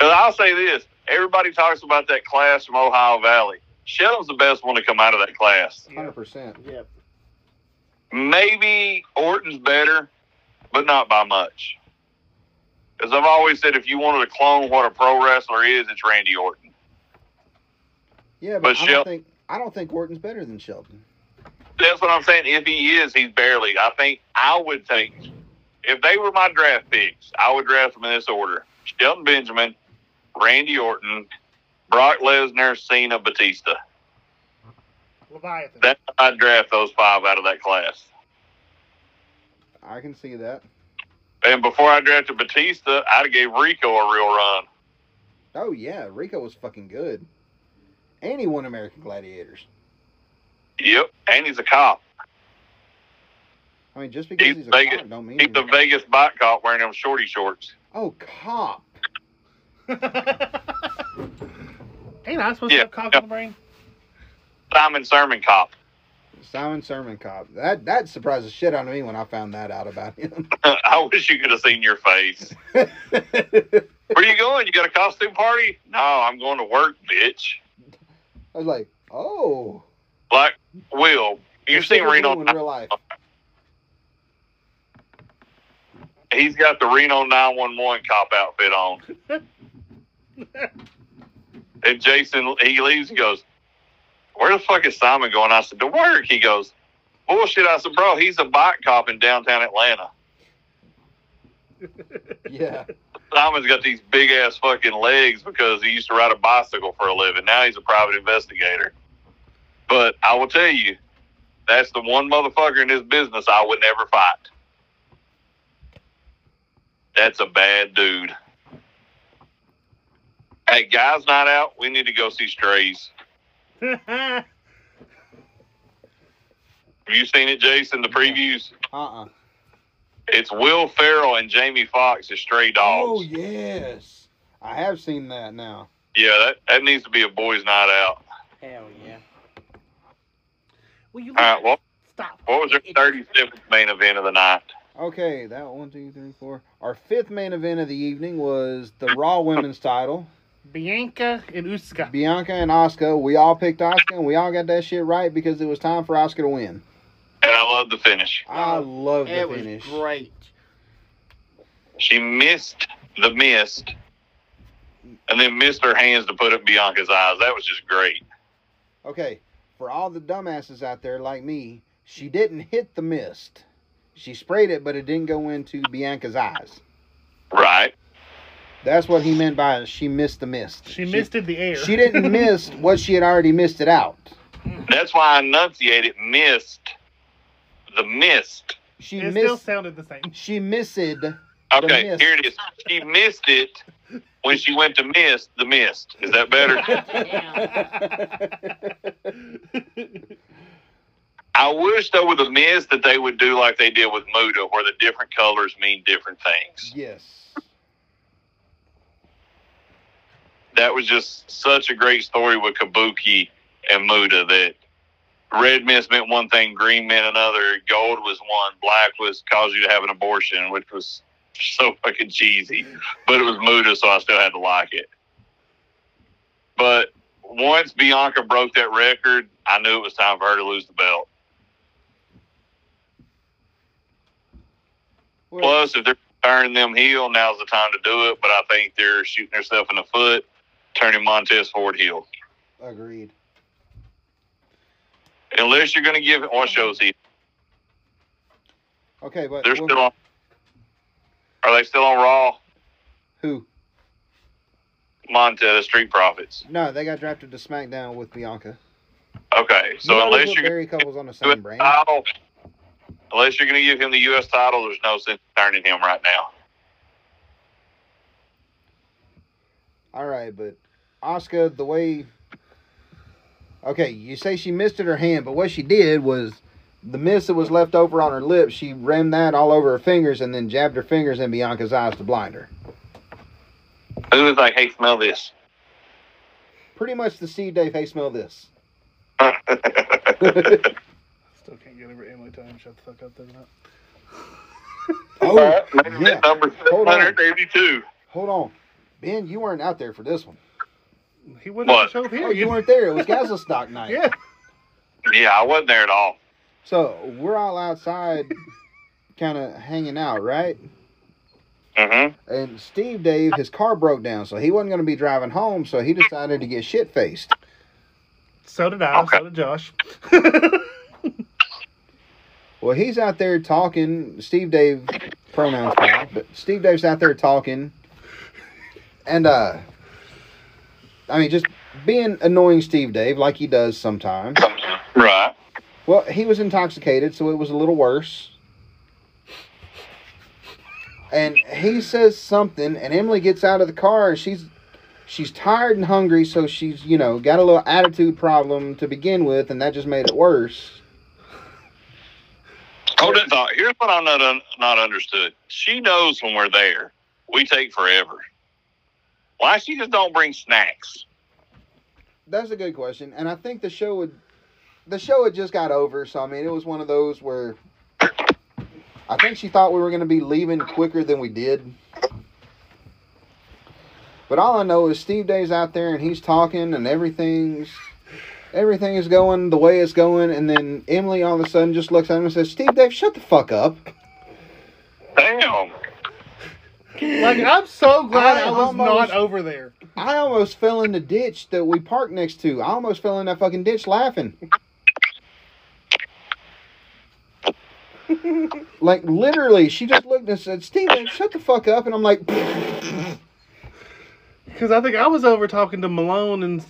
Speaker 3: I'll say this: everybody talks about that class from Ohio Valley. Shelton's the best one to come out of that class.
Speaker 1: Hundred percent.
Speaker 4: Yep.
Speaker 3: Maybe Orton's better, but not by much. Because I've always said, if you wanted to clone what a pro wrestler is, it's Randy Orton.
Speaker 1: Yeah, but,
Speaker 3: But
Speaker 1: I
Speaker 3: Shel-
Speaker 1: don't think I don't think Orton's better than Shelton.
Speaker 3: That's what I'm saying. If he is, he's barely. I think I would take if they were my draft picks, I would draft them in this order: Shelton Benjamin, Randy Orton, Brock Lesnar, Cena, Batista.
Speaker 2: Leviathan.
Speaker 3: That I'd draft those five out of that class.
Speaker 1: I can see that.
Speaker 3: And before I drafted Batista, I'd have gave Rico a real run.
Speaker 1: Oh yeah, Rico was fucking good. And he won American Gladiators.
Speaker 3: Yep, and he's a cop.
Speaker 1: I mean, just because
Speaker 3: He's
Speaker 1: he's, a
Speaker 3: Vegas-
Speaker 1: cop don't mean
Speaker 3: He's a
Speaker 1: anything.
Speaker 3: Vegas bike cop wearing them shorty shorts.
Speaker 1: oh cop.
Speaker 2: [LAUGHS] Ain't I supposed
Speaker 3: Yeah,
Speaker 2: to have cock
Speaker 3: yeah.
Speaker 2: in the brain?
Speaker 3: Simon Sermon cop. [LAUGHS]
Speaker 1: Simon Sermon cop. That that surprised the shit out of me when I found that out about him.
Speaker 3: I wish you could have seen your face.
Speaker 1: I
Speaker 3: Where you going? You got a costume party? No, I'm going to work, bitch.
Speaker 1: was like, oh.
Speaker 3: Like Will, you've
Speaker 1: This shit
Speaker 3: seen
Speaker 1: was
Speaker 3: Reno.
Speaker 1: new in real
Speaker 3: [LAUGHS]
Speaker 1: life.
Speaker 3: He's got the Reno 911 cop outfit on. and Jason, he leaves. He goes, "Where the fuck is Simon going?" I said, "To work." He goes, "Bullshit." I said, "Bro, he's a bike cop in downtown Atlanta."
Speaker 1: Yeah.
Speaker 3: Simon's got these big ass fucking legs because he used to ride a bicycle for a living. Now he's a private investigator. But I will tell you, that's the one motherfucker in this business I would never fight. That's a bad dude. Hey, guys, not out. We need to go see Strays. Have you seen it, Jason? The previews.
Speaker 1: Uh uh
Speaker 3: It's Will Ferrell and Jamie Foxx as stray dogs.
Speaker 1: Oh yes. I have seen that now.
Speaker 3: yeah, that, that needs to be a boys' night out.
Speaker 4: Hell yeah.
Speaker 2: [LAUGHS] Will you
Speaker 3: All right, well,
Speaker 2: stop?
Speaker 3: What was your 37th main event of the night?
Speaker 1: Okay, that one, two, three, four. Our fifth main event of the evening was the Raw Women's title.
Speaker 2: Bianca and Uska.
Speaker 1: Bianca and Oscar. We all picked Oscar and we all got that shit right because it was time for Oscar to win.
Speaker 3: And I love the finish.
Speaker 1: I
Speaker 4: Oh,
Speaker 1: love the
Speaker 4: It was
Speaker 1: finish.
Speaker 4: great.
Speaker 3: She missed the mist and then missed her hands to put up Bianca's eyes. That was just great.
Speaker 1: Okay, for all the dumbasses out there like me, she didn't hit the mist. She sprayed it, but it didn't go into Bianca's eyes.
Speaker 3: Right.
Speaker 1: That's what he meant by she missed the mist.
Speaker 2: She missed it the air.
Speaker 1: She didn't
Speaker 2: [LAUGHS]
Speaker 1: miss what she had already missed it out.
Speaker 3: That's why I enunciated missed the mist.
Speaker 1: She
Speaker 2: It still
Speaker 1: missed.
Speaker 2: sounded
Speaker 1: [LAUGHS]
Speaker 2: the same.
Speaker 1: She missed.
Speaker 3: Okay,
Speaker 1: mist.
Speaker 3: here it is. She missed it when she went to miss the mist. Is that better?
Speaker 2: [LAUGHS]
Speaker 3: I wish though with the mist that they would do like they did with Muda, where the different colors mean different things.
Speaker 1: yes.
Speaker 3: that was just such a great story with Kabuki and Muda that red mist meant one thing, green meant another, gold was one, black was caused you to have an abortion, which was so fucking cheesy. But it was Muda, so I still had to like it. But once Bianca broke that record, I knew it was time for her to lose the belt.
Speaker 1: Well,
Speaker 3: Plus, if they're turning them heel, now's the time to do it. But I think they're shooting themselves in the foot, turning Montez Ford heel.
Speaker 1: agreed.
Speaker 3: Unless you're going to give it, what shows he?
Speaker 1: Okay, but
Speaker 3: They're
Speaker 1: well,
Speaker 3: still on. Are they still on Raw?
Speaker 1: who?
Speaker 3: Montez Street Profits.
Speaker 1: No, they got drafted to SmackDown with Bianca.
Speaker 3: Okay, so
Speaker 1: You might as
Speaker 3: unless
Speaker 1: well
Speaker 3: you're
Speaker 1: bury couples on the
Speaker 3: going
Speaker 1: same
Speaker 3: to
Speaker 1: brand.
Speaker 3: title, unless you're going to give him the U.S. title, there's no sense in turning him right now.
Speaker 1: All right, but Oscar, the way. Okay, you say she missed it her hand, but what she did was the mist that was left over on her lips, she ran that all over her fingers and then jabbed her fingers in Bianca's eyes to blind her.
Speaker 3: Who is like, hey, smell this?
Speaker 1: [LAUGHS] Pretty much the Steve Dave, hey, smell this. Oh,
Speaker 3: Maybe
Speaker 2: Still can't get over Emily Time. Shut the fuck up, doesn't it?
Speaker 1: Oh, yeah.
Speaker 3: it's number
Speaker 1: Hold on.
Speaker 3: 682.
Speaker 1: Hold on. Ben, you weren't out there for this one.
Speaker 2: He wouldn't have
Speaker 3: What?
Speaker 2: showed here.
Speaker 1: Oh, you weren't there. It was Gaslastock night.
Speaker 2: Yeah.
Speaker 3: Yeah, I wasn't there at all.
Speaker 1: So we're all outside, kind of hanging out, right?
Speaker 3: Mm-hmm.
Speaker 1: And Steve Dave, his car broke down, so he wasn't going to be driving home, so he decided to get shit faced.
Speaker 2: So did I.
Speaker 3: Okay.
Speaker 2: So did Josh.
Speaker 1: Well, he's out there talking. Steve Dave pronouns, pal, but Steve Dave's out there talking, and uh, I mean, just being annoying, Steve Dave, like he does sometimes.
Speaker 3: Right.
Speaker 1: Well, he was intoxicated, so it was a little worse. And he says something, and Emily gets out of the car, and she's she's tired and hungry, so she's you know got a little attitude problem to begin with, and that just made it worse.
Speaker 3: Hold that thought. Here's what I'm not un- not understood. She knows when we're there, we take forever. Why she just don't bring snacks?
Speaker 1: That's a good question, and I think the show would the show had just got over, so I mean it was one of those where I think she thought we were going to be leaving quicker than we did. But all I know is Steve Day's out there and he's talking and everything's everything is going the way it's going, and then Emily all of a sudden just looks at him and says, "Steve Dave, shut the fuck up."
Speaker 3: Damn.
Speaker 2: [LAUGHS] like I'm so glad
Speaker 1: I
Speaker 2: I, was
Speaker 1: almost-
Speaker 2: not over there.
Speaker 1: I almost fell in the ditch that we parked next to. I almost fell in that fucking ditch laughing. like literally, she just looked and said, "Steven, shut the fuck up." And I'm like,
Speaker 2: Because I think I was over talking to Malone and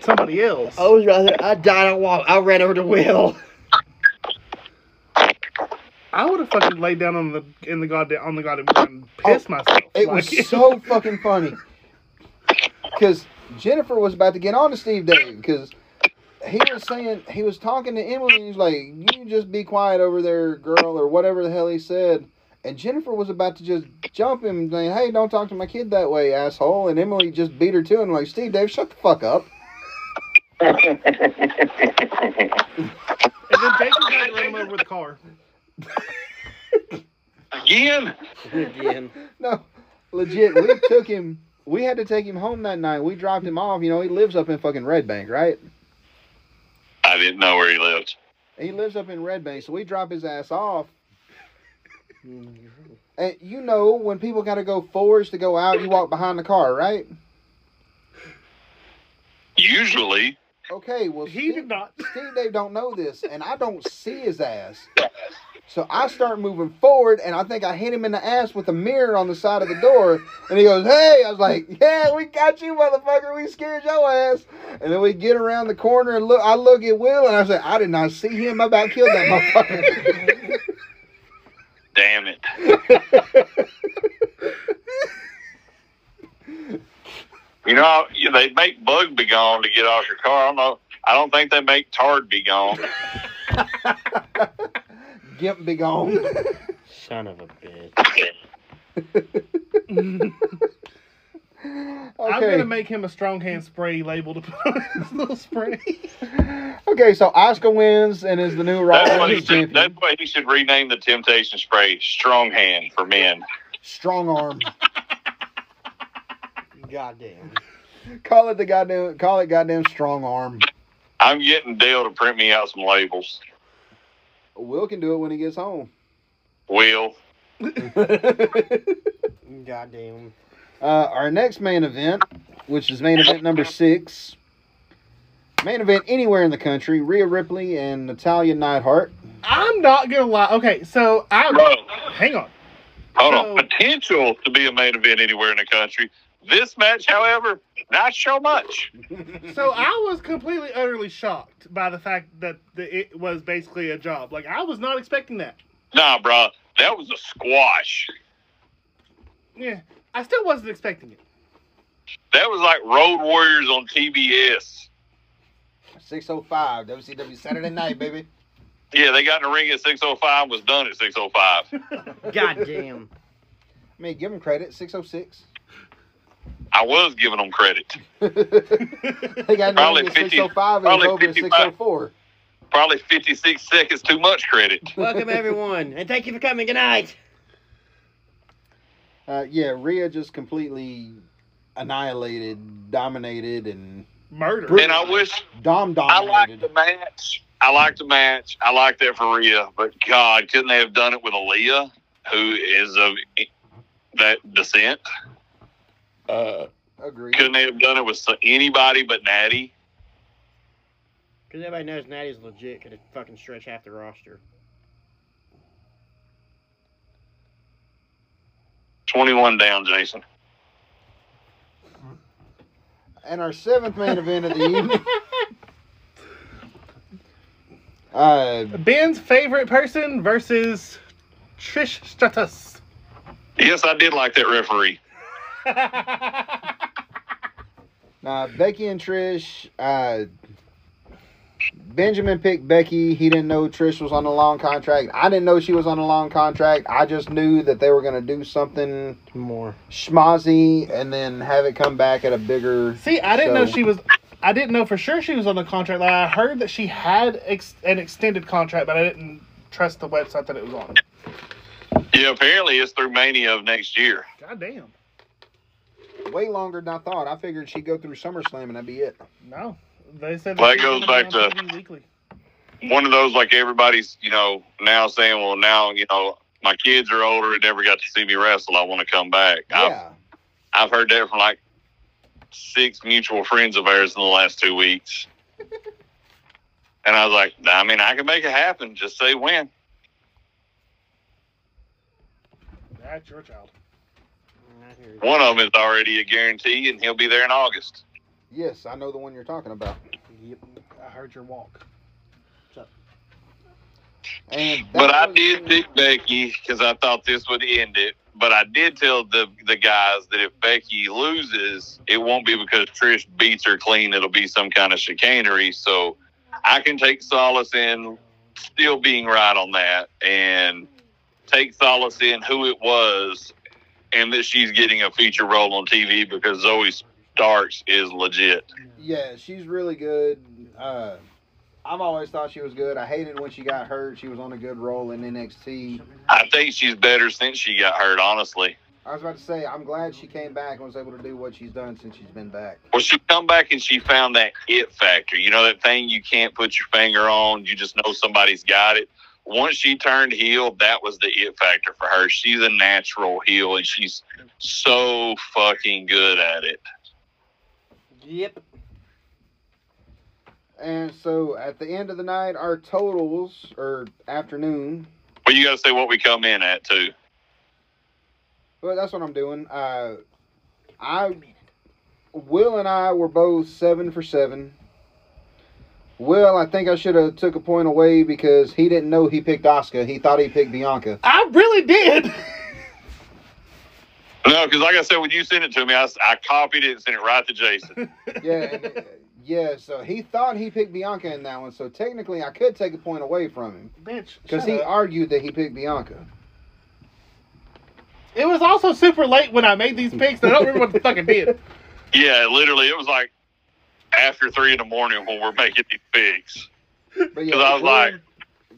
Speaker 2: somebody else.
Speaker 4: I was right there. I died on walk. I ran over to Will.
Speaker 2: I would have fucking laid down on the in the goddamn on the goddamn ground and pissed myself.
Speaker 1: "It
Speaker 2: Like- [LAUGHS]
Speaker 1: was so fucking funny." Because Jennifer was about to get on to Steve Dave because he was saying he was talking to Emily and he's like, "You just be quiet over there, girl," or whatever the hell he said. And Jennifer was about to just jump him, and say, "Hey, don't talk to my kid that way, asshole!" And Emily just beat her to him, like, "Steve, Dave, shut the fuck up." [LAUGHS]
Speaker 2: And then Jason tried to run him over with the car.
Speaker 3: Again?
Speaker 4: [LAUGHS] Again.
Speaker 1: No, legit, we took him. We had to take him home that night. We dropped him off. You know, he lives up in fucking Red Bank, right?
Speaker 3: I didn't know where he lived.
Speaker 1: He lives up in Red Bank, so we drop his ass off. And you know, when people got to go forwards to go out, you walk behind the car, right?
Speaker 3: Usually.
Speaker 1: Okay, well,
Speaker 2: He did [LAUGHS] not.
Speaker 1: Steve Dave don't know this, and I don't see his ass. So I start moving forward, and I think I hit him in the ass with a mirror on the side of the door. And he goes, "Hey!" I was like, "Yeah, we got you, motherfucker. We scared your ass." And then we get around the corner, and look. I look at Will, and I say, "I did not see him. I about killed that motherfucker."
Speaker 3: Damn it. You know, they make Bug Be Gone to get off your car. I don't know. I don't think they make Tard Be Gone.
Speaker 1: Gimp be gone.
Speaker 4: Son of a bitch.
Speaker 2: I'm gonna
Speaker 1: Okay.
Speaker 2: make him a strong hand spray label to [LAUGHS] put on his little spray.
Speaker 1: Okay. So Oscar wins and is the new Raw
Speaker 3: That's why, he
Speaker 1: Women's
Speaker 3: should, that's
Speaker 1: champion.
Speaker 3: why he should rename the Temptation Spray Strong Hand for men.
Speaker 1: Strong arm.
Speaker 4: Goddamn.
Speaker 1: Call it the goddamn. Call it goddamn strong arm.
Speaker 3: I'm getting Dale to print me out some labels.
Speaker 1: Will can do it when he gets home.
Speaker 3: Will.
Speaker 4: Goddamn.
Speaker 1: Uh, our next main event, which is main event number six, main event anywhere in the country: Rhea Ripley and Natalia Neidhart.
Speaker 2: I'm not gonna lie. Okay, so I
Speaker 3: Bro,
Speaker 2: hang on.
Speaker 3: hold on.
Speaker 2: So-
Speaker 3: Potential to be a main event anywhere in the country. This match, however, not so much.
Speaker 2: So I was completely utterly shocked by the fact that the, it was basically a job. Like I was not expecting that.
Speaker 3: Nah, bro, that was a squash.
Speaker 2: Yeah, I still wasn't expecting it.
Speaker 3: That was like Road Warriors on TBS.
Speaker 1: Six oh five WCW Saturday Night, baby.
Speaker 3: Yeah, they got in the ring at 6:05. Was done at 6:05.
Speaker 4: Goddamn.
Speaker 1: I mean, give them credit. Six oh six.
Speaker 3: I was giving them credit.
Speaker 1: [LAUGHS] They got
Speaker 3: Probably
Speaker 1: probably
Speaker 3: 50
Speaker 1: six oh five and it was
Speaker 3: probably
Speaker 1: over at six
Speaker 3: 55.
Speaker 1: oh four.
Speaker 3: Probably 56 seconds too much credit.
Speaker 4: Welcome everyone, and thank you for coming. Good night.
Speaker 1: Uh, yeah, Rhea just completely annihilated, dominated, and
Speaker 2: Murder.
Speaker 3: And I wish
Speaker 1: dom
Speaker 3: I liked
Speaker 1: dominated.
Speaker 3: the match. I liked the match. I liked that for Rhea, but God, couldn't they have done it with Aaliyah, who is of that descent? Uh,
Speaker 1: Agreed.
Speaker 3: couldn't they have done it with anybody but Natty?
Speaker 4: Because everybody knows Natty's legit. Could fucking stretch half the roster.
Speaker 3: 21 down, Jason.
Speaker 1: And our seventh main event
Speaker 3: [LAUGHS]
Speaker 1: of the evening. Uh,
Speaker 2: Ben's favorite person versus Trish Stratus. [LAUGHS]
Speaker 3: Yes, I did like that referee.
Speaker 1: uh, Becky and Trish. Uh, Benjamin picked Becky. He didn't know Trish was on a long contract. I didn't know she was on a long contract. I just knew that they were going to do something
Speaker 4: More.
Speaker 1: schmozzy and then have it come back at a bigger.
Speaker 2: See, I didn't know
Speaker 1: So-
Speaker 2: she was. I didn't know for sure she was on the contract. Like, I heard that she had ex- an extended contract, but I didn't trust the website that it was on.
Speaker 3: Yeah, apparently it's through Mania of next year.
Speaker 2: God damn.
Speaker 1: Way longer than I thought. I figured she'd go through SummerSlam and that'd be it.
Speaker 2: No, they said
Speaker 3: Well, that
Speaker 2: she was
Speaker 3: goes
Speaker 2: gonna be
Speaker 3: back
Speaker 2: on
Speaker 3: to-
Speaker 2: TV weekly.
Speaker 3: one of those like everybody's you know now saying well now you know my kids are older and never got to see me wrestle i want to come back
Speaker 1: Yeah.
Speaker 3: I've, I've heard that from like six mutual friends of ours in the last two weeks and i was like i mean i can make it happen just say when
Speaker 2: That's your child.
Speaker 4: Not here.
Speaker 3: one of them is already a guarantee and he'll be there in august
Speaker 1: Yes, I know the one you're talking about.
Speaker 4: Yep.
Speaker 2: I heard your walk.
Speaker 1: And that
Speaker 3: but i
Speaker 1: was-
Speaker 3: did pick becky because i thought this would end it but i did tell the the guys that if becky loses it won't be because trish beats her clean it'll be some kind of chicanery so I can take solace in still being right on that and take solace in who it was and that she's getting a feature role on TV because Zoe Starks is legit.
Speaker 1: Yeah, she's really good. Uh, I've always thought she was good. I hated when she got hurt. She was on a good roll in NXT.
Speaker 3: I think she's better since she got hurt, honestly.
Speaker 1: I was about to say, I'm glad she came back and was able to do what she's done since she's been back.
Speaker 3: Well, she come back and she found that it factor. You know that thing you can't put your finger on. You just know somebody's got it. Once she turned heel, that was the it factor for her. She's a natural heel, and she's so fucking good at it.
Speaker 4: Yep.
Speaker 1: And so at the end of the night, our totals or afternoon.
Speaker 3: Well, you got to say what we come in at too.
Speaker 1: Well, that's what I'm doing. Uh, I, Will and I were both seven for seven. Will, I think I should have took a point away because he didn't know he picked Oscar. He thought he picked Bianca.
Speaker 3: [LAUGHS]
Speaker 2: I really did.
Speaker 3: No, because like I said, when you sent it to me, I, s- I copied it and sent it right to Jason.
Speaker 1: yeah,
Speaker 2: [LAUGHS]
Speaker 1: and- yeah. So he thought he picked Bianca in that one. So technically, I could take a point away from him
Speaker 2: Bitch.
Speaker 1: because
Speaker 2: shut
Speaker 1: he
Speaker 2: up.
Speaker 1: argued that he picked Bianca.
Speaker 2: It was also super late when I made these picks. And I don't remember what the fuck
Speaker 1: [LAUGHS]
Speaker 2: I did.
Speaker 3: yeah, literally, it was like after three in the morning when we're making these picks.
Speaker 1: But yeah,
Speaker 3: Because I was
Speaker 1: Will-
Speaker 3: like,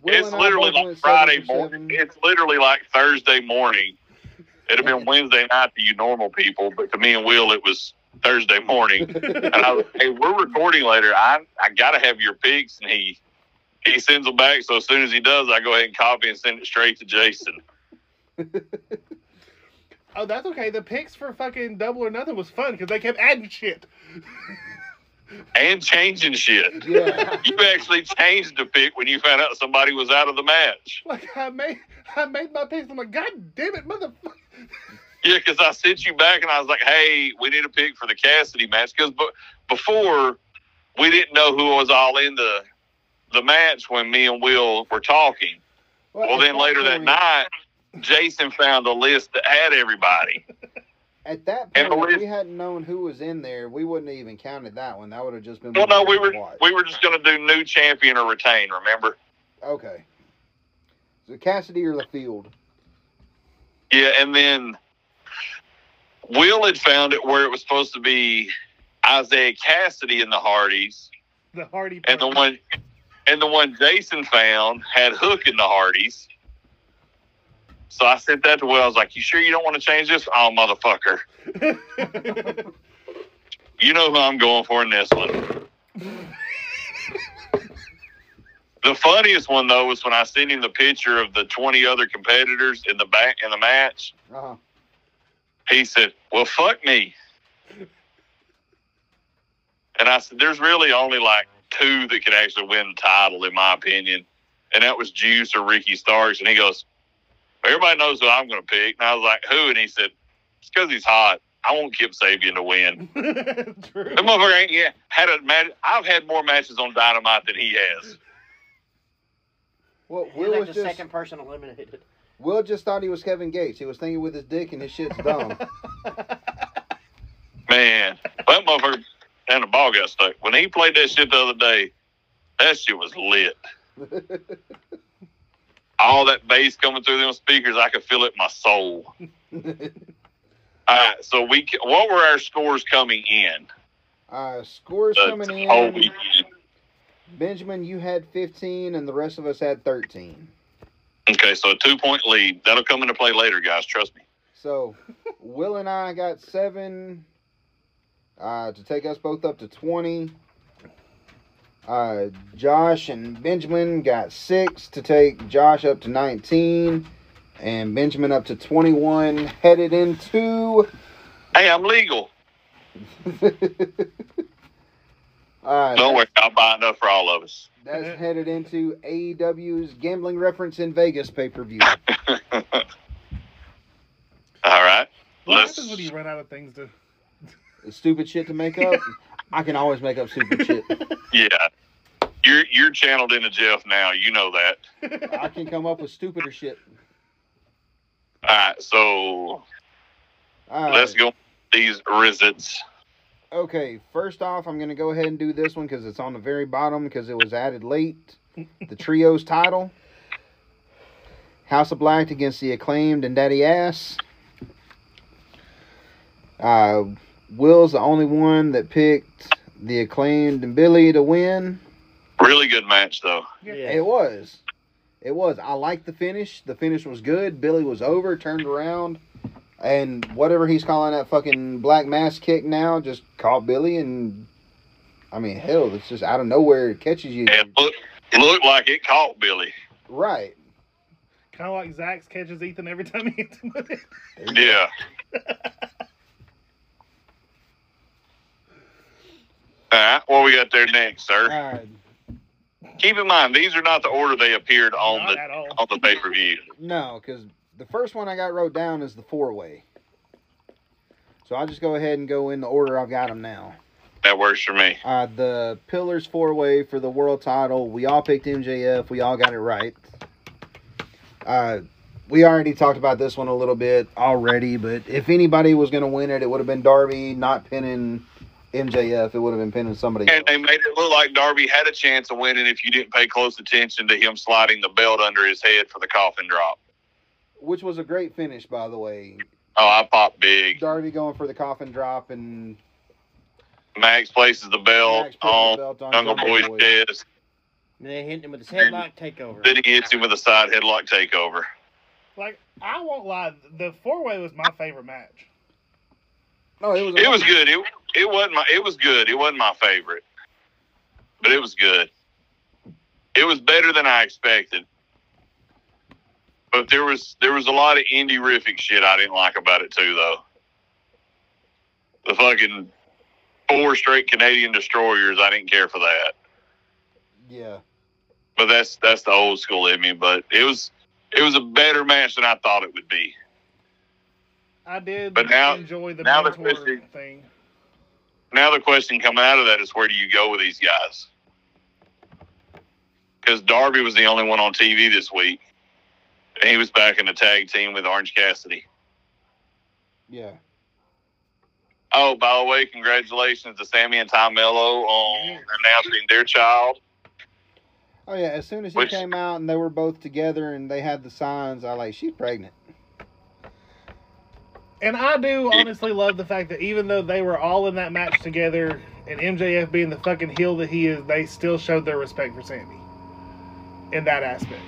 Speaker 1: Will
Speaker 3: it's
Speaker 1: and I
Speaker 3: literally
Speaker 1: both
Speaker 3: like
Speaker 1: went
Speaker 3: Friday
Speaker 1: seven for
Speaker 3: morning.
Speaker 1: seven.
Speaker 3: It's literally like Thursday morning. It'd have been Wednesday night to you normal people, but to me and Will, it was Thursday morning. And I was, hey, we're recording later. I I gotta have your picks, and he he sends them back. So as soon as he does, I go ahead and copy and send it straight to Jason.
Speaker 2: Oh, that's okay. The picks for fucking Double or Nothing was fun because they kept adding shit.
Speaker 3: and changing shit.
Speaker 1: yeah.
Speaker 3: You actually changed the pick when you found out somebody was out of the match.
Speaker 2: Like I made, I made my picks. I'm like, God damn it, motherfucker!
Speaker 3: Yeah, because I sent you back and I was like, hey, we need a pick for the Cassidy match. Because b- before, we didn't know who was all in the, the match when me and Will were talking. [LAUGHS] Well,
Speaker 1: at
Speaker 3: then later that
Speaker 1: point-
Speaker 3: night, Jason found a list that had everybody.
Speaker 1: At that
Speaker 3: And
Speaker 1: point, if
Speaker 3: Elise-
Speaker 1: we hadn't known who was in there, we wouldn't have even counted that one. That would have just been.
Speaker 3: Well,
Speaker 1: one
Speaker 3: no, we were
Speaker 1: watch.
Speaker 3: we were just going to do new champion or retain. Remember?
Speaker 1: Okay. So Cassidy or the field?
Speaker 3: Yeah, and then Will had found it where it was supposed to be Isaiah Cassidy and the Hardys,
Speaker 2: The Hardy.
Speaker 3: and the
Speaker 2: Boys.
Speaker 3: one and the one Jason found had Hook and the Hardys. So I sent that to Will. I was like, "You sure you don't want to change this? Oh, motherfucker!
Speaker 2: [LAUGHS]
Speaker 3: You know who I'm going for in this one." the funniest one though was when I sent him the picture of the 20 other competitors in the back in the match,
Speaker 1: Uh huh.
Speaker 3: he said, Well, fuck me. And I said, There's really only like two that could actually win the title, in my opinion. And that was Juice or Ricky Starks. And he goes, Everybody knows who I'm going to pick. And I was like, Who? And he said, It's because he's hot. I want Kip Sabian to win.
Speaker 2: [LAUGHS] True.
Speaker 3: That motherfucker ain't yeah, had a match. I've had more matches on Dynamite than he has.
Speaker 1: Well,
Speaker 4: He's
Speaker 1: Will
Speaker 4: like
Speaker 1: was
Speaker 4: the
Speaker 1: just
Speaker 4: second person eliminated.
Speaker 1: Will just thought he was Kevin Gates. He was thinking with his dick, and his shit's
Speaker 4: [LAUGHS]
Speaker 1: dumb.
Speaker 3: Man, that motherfucker and the ball got stuck. When he played that shit the other day, that shit was lit. all that bass coming through them speakers, I could feel it in my soul. All right, so we ca- what were our scores coming in?
Speaker 1: [LAUGHS] uh, scores
Speaker 3: The
Speaker 1: coming in.
Speaker 3: whole weekend.
Speaker 1: Benjamin, you had 15, and the rest of us had 13.
Speaker 3: Okay, so a two point lead that'll come into play later, guys. Trust me.
Speaker 1: So, Will and I got seven uh, to take us both up to 20. Uh, Josh and Benjamin got six to take Josh up to 19, and Benjamin up to 21, headed into. [LAUGHS]
Speaker 3: Hey, I'm legal.
Speaker 1: uh,
Speaker 3: Don't worry, I'll buy enough for all of us.
Speaker 1: That's headed into AEW's gambling reference in Vegas pay per view.
Speaker 3: all right,
Speaker 2: What
Speaker 3: let's.
Speaker 2: happens when you run out of things to? [LAUGHS]
Speaker 1: Stupid shit to make
Speaker 3: [LAUGHS]
Speaker 1: up. I can always make up stupid shit.
Speaker 3: Yeah, you're you're channeled into Jeff now. You know that.
Speaker 1: I can come up with stupider shit.
Speaker 3: All right, so
Speaker 1: All right.
Speaker 3: let's go with these rizzits.
Speaker 1: Okay, first off, I'm going to go ahead and do this one because it's on the very bottom because it was added late. The trio's title House of Black against the acclaimed and Daddy Ass. Uh, Will's the only one that picked the acclaimed and Billy to win.
Speaker 3: Really good match though.
Speaker 2: Yeah.
Speaker 1: It was. It was. I liked the finish. The finish was good. Billy was over, turned around, and whatever he's calling that fucking black mass kick now just caught Billy and I mean, hell, it's just out of nowhere it catches you.
Speaker 3: And look, looked like it caught Billy.
Speaker 1: Right.
Speaker 2: Kind of like Zax catches Ethan every time he [LAUGHS] hits him with it.
Speaker 3: Yeah. All right, what we got there next, sir?
Speaker 1: Uh,
Speaker 3: Keep in mind, these are not the order they appeared on
Speaker 2: Not
Speaker 3: the
Speaker 2: at all.
Speaker 3: on the pay per view.
Speaker 1: no, because the first one I got wrote down is the four way. So I'll just go ahead and go in the order I've got them now.
Speaker 3: That works for me.
Speaker 1: Uh, the Pillars four way for the world title. We all picked MJF. We all got it right. Uh, we already talked about this one a little bit already, but if anybody was going to win it, it would have been Darby, not pinning MJF. It would have been pinning somebody
Speaker 3: And they
Speaker 1: else.
Speaker 3: made it look like Darby had a chance of winning if you didn't pay close attention to him sliding the belt under his head for the coffin drop.
Speaker 1: Which was a great finish, by the way.
Speaker 3: Oh, I popped big.
Speaker 1: Darby going for the coffin drop and
Speaker 3: Max places the belt
Speaker 1: Max putting the
Speaker 3: on
Speaker 1: belt on
Speaker 3: Jungle
Speaker 1: Jungle
Speaker 3: Boy's
Speaker 1: Boy.
Speaker 3: chest.
Speaker 4: And they hit him with his headlock takeover.
Speaker 3: Then he hits him with a side headlock takeover.
Speaker 2: Like I won't lie, the four way was my favorite match.
Speaker 1: No, it was.
Speaker 3: It was good. It it wasn't my it was good. It wasn't my favorite. But it was good. It was better than I expected. But there was there was a lot of indie rific shit I didn't like about it too though. The fucking four straight Canadian destroyers, I didn't care for that.
Speaker 1: Yeah.
Speaker 3: But that's that's the old school in me. But it was it was a better match than I thought it would be.
Speaker 2: I did
Speaker 3: But now-
Speaker 2: enjoy the
Speaker 3: now they're
Speaker 2: mentor
Speaker 3: twisting.
Speaker 2: thing.
Speaker 3: Now the question coming out of that is where do you go with these guys? Because Darby was the only one on TV this week, and he was back in the tag team with Orange Cassidy.
Speaker 1: Yeah.
Speaker 3: Oh, by the way, congratulations to Sammy and Tom Mello on announcing their child.
Speaker 1: Oh yeah. As soon as he
Speaker 3: Which-
Speaker 1: came out and they were both together and they had the signs, I like she's pregnant.
Speaker 2: And I do
Speaker 3: Yeah.
Speaker 2: honestly love the fact that even though they were all in that match together and MJF being the fucking heel that he is, they still showed their respect for Sandy in that aspect.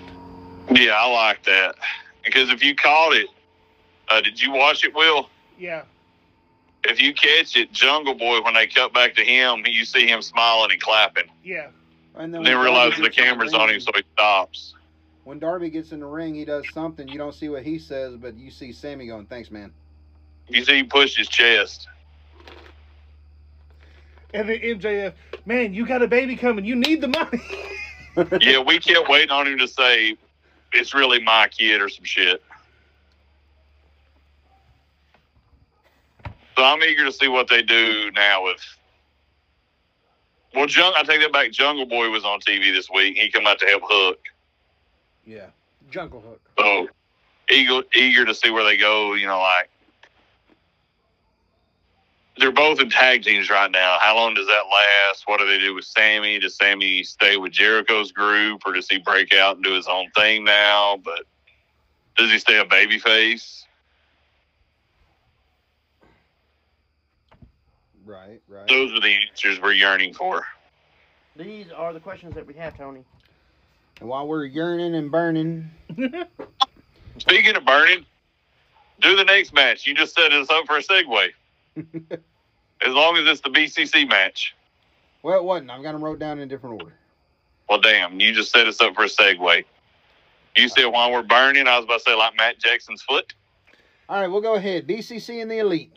Speaker 3: Yeah, I like that. Because if you caught it, uh, did you watch it, Will?
Speaker 2: Yeah.
Speaker 3: If you catch it, Jungle Boy, when they cut back to him, you see him smiling and clapping.
Speaker 2: Yeah.
Speaker 1: And then
Speaker 3: They
Speaker 1: when
Speaker 3: realize
Speaker 1: Darby
Speaker 3: the
Speaker 1: gets in
Speaker 3: camera's on
Speaker 1: ring-
Speaker 3: him, so he stops.
Speaker 1: When Darby gets in the ring, he does something. You don't see what he says, but you see Sammy going, "Thanks, man."
Speaker 3: You see him push his chest.
Speaker 2: And then MJF, man, you got a baby coming. You need the money.
Speaker 3: yeah, we kept waiting on him to say, it's really my kid or some shit. So I'm eager to see what they do now with. Well, Jung, I take that back. Jungle Boy was on TV this week. He come out to help Hook.
Speaker 1: [LAUGHS] Yeah.
Speaker 4: Jungle Hook.
Speaker 3: So eager, eager to see where they go. You know, like they're both in tag teams right now. How long does that last? What do they do with Sammy? Does Sammy stay with Jericho's group, or does he break out and do his own thing now? But does he stay a babyface?
Speaker 1: Right. Right.
Speaker 3: Those are the answers we're yearning for.
Speaker 4: These are the questions that we have, Tony.
Speaker 1: And while we're yearning and burning,
Speaker 3: Speaking of burning, do the next match. You just set us up for a segue. as long as it's the BCC match.
Speaker 1: well, it wasn't. I've got them wrote down in different order.
Speaker 3: Well, damn, you just set us up for a segue. You said while we're burning, I was about to say like Matt Jackson's foot. [LAUGHS]
Speaker 1: All right, we'll go ahead. BCC and the Elite.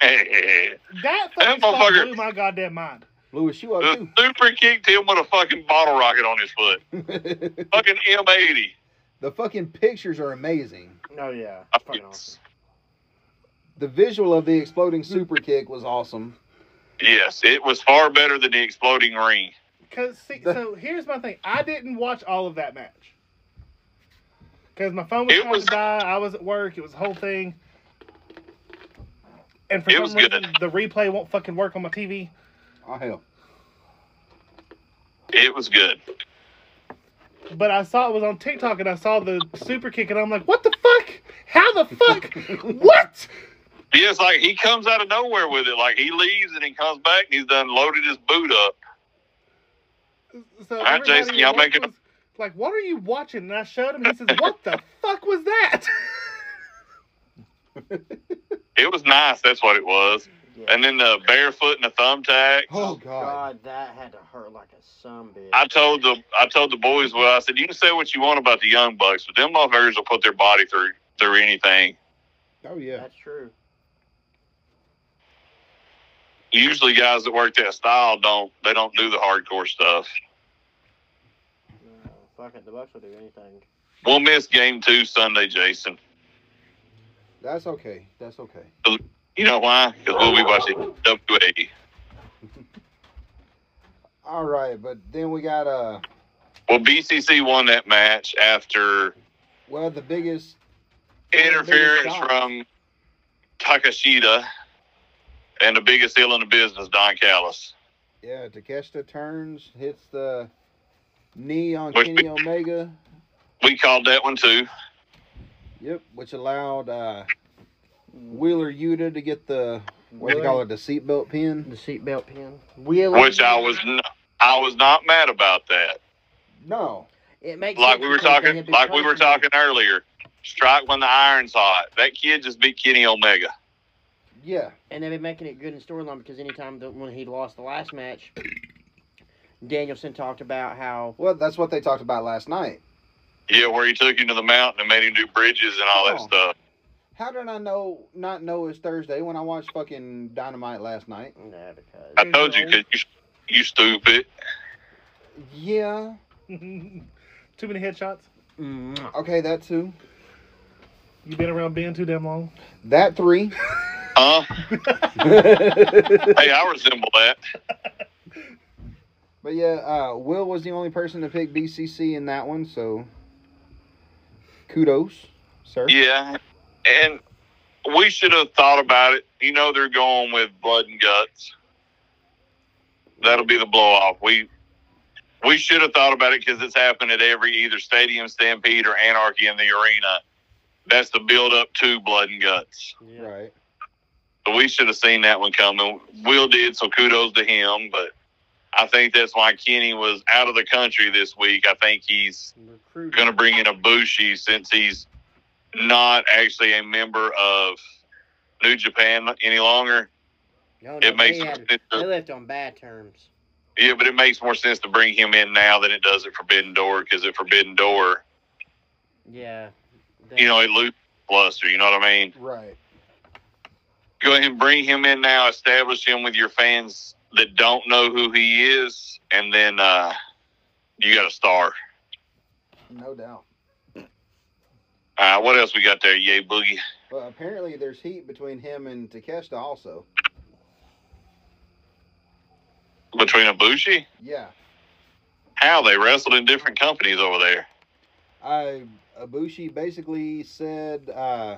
Speaker 3: the
Speaker 2: That
Speaker 3: That
Speaker 2: fucking spot
Speaker 3: motherfucker-
Speaker 2: blew my goddamn mind.
Speaker 1: Lewis, you up
Speaker 3: super kicked him with a fucking bottle rocket on his foot.
Speaker 1: too. [LAUGHS]
Speaker 3: Fucking M80.
Speaker 1: the fucking pictures are amazing.
Speaker 4: Oh yeah.
Speaker 1: The visual of the exploding super kick was awesome.
Speaker 3: Yes, it was far better than the exploding ring.
Speaker 2: Cause see,
Speaker 1: The-
Speaker 2: so here's my thing. I didn't watch all of that match because my phone was
Speaker 3: It
Speaker 2: trying
Speaker 3: was-
Speaker 2: to die. I was at work. It was a whole thing. And for
Speaker 3: It
Speaker 2: some
Speaker 3: was
Speaker 2: reason,
Speaker 3: good.
Speaker 2: the replay won't fucking work on my TV.
Speaker 1: Oh hell.
Speaker 3: It was good.
Speaker 2: But I saw it was on TikTok, and I saw the super kick, and I'm like, "What the fuck? How the fuck? what?"
Speaker 3: Yeah, it's like he comes out of nowhere with it. Like he leaves and he comes back and he's done loaded his boot up.
Speaker 2: So
Speaker 3: right,
Speaker 2: everybody
Speaker 3: Jason, y'all
Speaker 2: at work
Speaker 3: make it-
Speaker 2: was Like, what are you watching? And I showed him. He says,
Speaker 3: [LAUGHS]
Speaker 2: "What the fuck was that?" [LAUGHS]
Speaker 3: It was nice. That's what it was. And then the barefoot and the thumbtack.
Speaker 1: Oh god.
Speaker 4: God, that had to hurt like a some bitch.
Speaker 3: I told the I told the boys well, I said, You can say what you want about the young bucks, but them motherfuckers will put their body through through anything.
Speaker 1: Oh yeah.
Speaker 4: That's true.
Speaker 3: Usually guys that work that style don't they don't do the hardcore stuff.
Speaker 4: No, fuck it, Uh, the Bucks will do anything.
Speaker 3: We'll miss game two Sunday, Jason.
Speaker 1: That's okay. That's okay.
Speaker 3: You know why? Because we'll be watching E. WA.
Speaker 1: All right, but then we got uh
Speaker 3: Well BCC won that match after
Speaker 1: well the biggest
Speaker 3: interference
Speaker 1: shot.
Speaker 3: from Takashita and the biggest heel in the business, Don Callis.
Speaker 1: yeah, Takeshita turns, hits the knee on
Speaker 3: Which-
Speaker 1: Kenny Omega.
Speaker 3: We called that one too.
Speaker 1: Yep, which allowed uh Wheeler Yuta to get the what do you call it, the seatbelt pin.
Speaker 4: The seatbelt pin. Wheeling.
Speaker 3: Which I was n- I was not mad about that.
Speaker 1: No.
Speaker 4: It makes
Speaker 3: like
Speaker 4: sense
Speaker 3: we were
Speaker 4: because they
Speaker 3: talking
Speaker 4: had been
Speaker 3: like we were
Speaker 4: punishing-
Speaker 3: talking earlier strike when the iron's hot that kid just beat kenny omega
Speaker 1: Yeah.
Speaker 4: And they've been making it good in storyline because anytime that when he lost the last match, [COUGHS] Danielson talked about how
Speaker 1: Well, that's what they talked about last night.
Speaker 3: Yeah, where he took him to the mountain and made him do bridges and all that
Speaker 1: Oh.
Speaker 3: stuff.
Speaker 1: How did I know not know it's Thursday when I watched fucking Dynamite last night?
Speaker 4: No, because
Speaker 3: I told you, 'cause you, you stupid.
Speaker 1: Yeah.
Speaker 2: too many headshots.
Speaker 4: Mwah.
Speaker 1: Okay, that too.
Speaker 2: You've been around Ben too damn long.
Speaker 1: That three. [LAUGHS]
Speaker 3: Huh?
Speaker 1: but
Speaker 3: hey, I resemble that.
Speaker 1: yeah, uh, Will was the only person to pick BCC in that one, so kudos, sir.
Speaker 3: Yeah, and we should have thought about it. You know, they're going with blood and guts. That'll be the blow off. We we should have thought about it because it's happened at every either stadium stampede or anarchy in the arena. That's the build up to blood and guts.
Speaker 4: Yeah.
Speaker 1: Right.
Speaker 3: So we should have seen that one coming. Will did, so kudos to him. But I think that's why Kenny was out of the country this week. I think he's
Speaker 4: Recruit.
Speaker 3: going to bring in Ibushi since he's not actually a member of New Japan any longer.
Speaker 4: No, no,
Speaker 3: It makes
Speaker 4: they,
Speaker 3: more
Speaker 4: had,
Speaker 3: sense
Speaker 4: they
Speaker 3: to,
Speaker 4: left on bad terms.
Speaker 3: yeah, but it makes more sense to bring him in now than it does at Forbidden Door because at Forbidden Door,
Speaker 4: Yeah. They-
Speaker 3: you know, it loses luster. You know what I mean?
Speaker 1: Right.
Speaker 3: Go ahead and bring him in now. Establish him with your fans that don't know who he is, and then uh, you got a star.
Speaker 1: No doubt.
Speaker 3: Uh, what else we got there? Yay, Boogie.
Speaker 1: Well, apparently there's heat between him and Takeshita also.
Speaker 3: Between Ibushi?
Speaker 1: Yeah.
Speaker 3: How? They wrestled in different companies over there.
Speaker 1: I Ibushi basically said uh,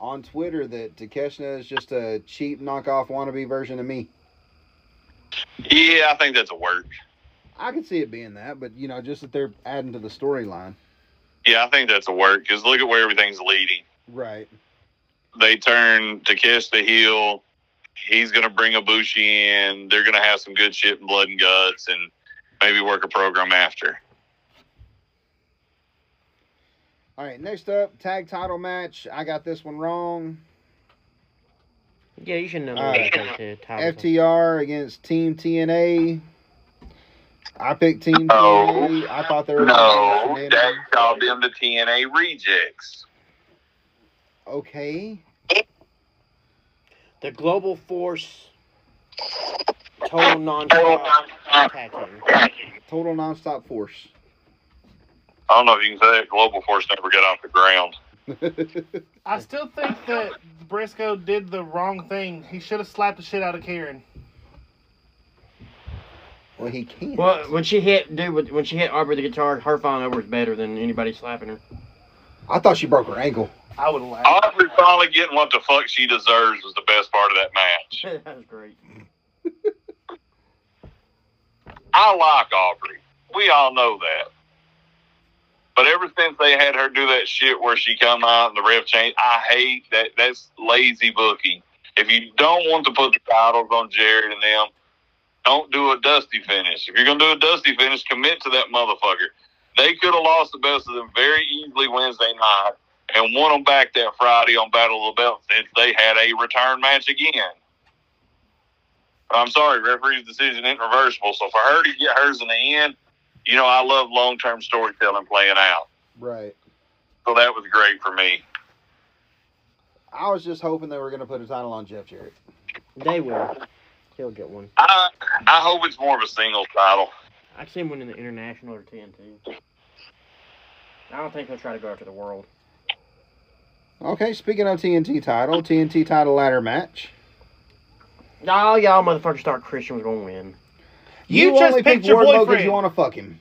Speaker 1: on Twitter that Takeshna is just a cheap knockoff wannabe version of me.
Speaker 3: Yeah, I think that's a work.
Speaker 1: I could see it being that, but you know, just that they're adding to the storyline.
Speaker 3: Yeah, I think that's a work because look at where everything's leading.
Speaker 1: Right.
Speaker 3: They turn to kiss the heel. He's going to bring Ibushi in. They're going to have some good shit and blood and guts and maybe work a program after.
Speaker 1: All right. Next up, tag title match. I got this one wrong.
Speaker 4: yeah, you should know.
Speaker 1: Uh,
Speaker 4: that thing too, Tom.
Speaker 1: FTR against Team TNA. I picked Team
Speaker 3: No.
Speaker 1: TNA. I thought they were
Speaker 3: No, that called them the TNA rejects.
Speaker 1: okay.
Speaker 4: The Global Force. Total non-stop tag team.
Speaker 1: Total nonstop force. [LAUGHS]
Speaker 3: I don't know if you can say that. Global Force never got off the ground.
Speaker 2: I still think that Briscoe did the wrong thing. He should have slapped the shit out of Karen.
Speaker 1: well, he can't.
Speaker 4: Well, when she hit, dude, when- when she hit Aubrey the guitar, her falling over is better than anybody slapping her. [LAUGHS]
Speaker 1: I thought she broke her ankle.
Speaker 2: I would have laughed.
Speaker 3: Audrey finally getting what the fuck she deserves was the best part of that match.
Speaker 4: that was great.
Speaker 3: I like Aubrey. We all know that. But ever since they had her do that shit where she come out and the ref change, I hate that. That's lazy booking. If you don't want to put the titles on Jared and them, don't do a dusty finish. If you're gonna do a dusty finish, commit to that motherfucker. They could have lost the best of them very easily Wednesday night and won them back that Friday on Battle of the Belt since they had a return match again. I'm sorry, referee's decision isn't reversible. So for her to get hers in the end, you know, I love long term storytelling playing out.
Speaker 1: Right.
Speaker 3: So that was great for me.
Speaker 1: I was just hoping they were going to put a title on Jeff Jarrett.
Speaker 4: They will. He'll get one.
Speaker 3: I I hope it's more of a single title.
Speaker 4: I've seen one in the international or TNT. I don't think he'll try to go after the world.
Speaker 1: Okay, speaking of TNT title, TNT title ladder match.
Speaker 4: No, y'all motherfuckers thought Christian was gonna win.
Speaker 2: You just
Speaker 1: only
Speaker 2: picked
Speaker 1: pick
Speaker 2: your
Speaker 1: Wardlow 'cause
Speaker 2: boyfriend.
Speaker 1: You want to fuck him?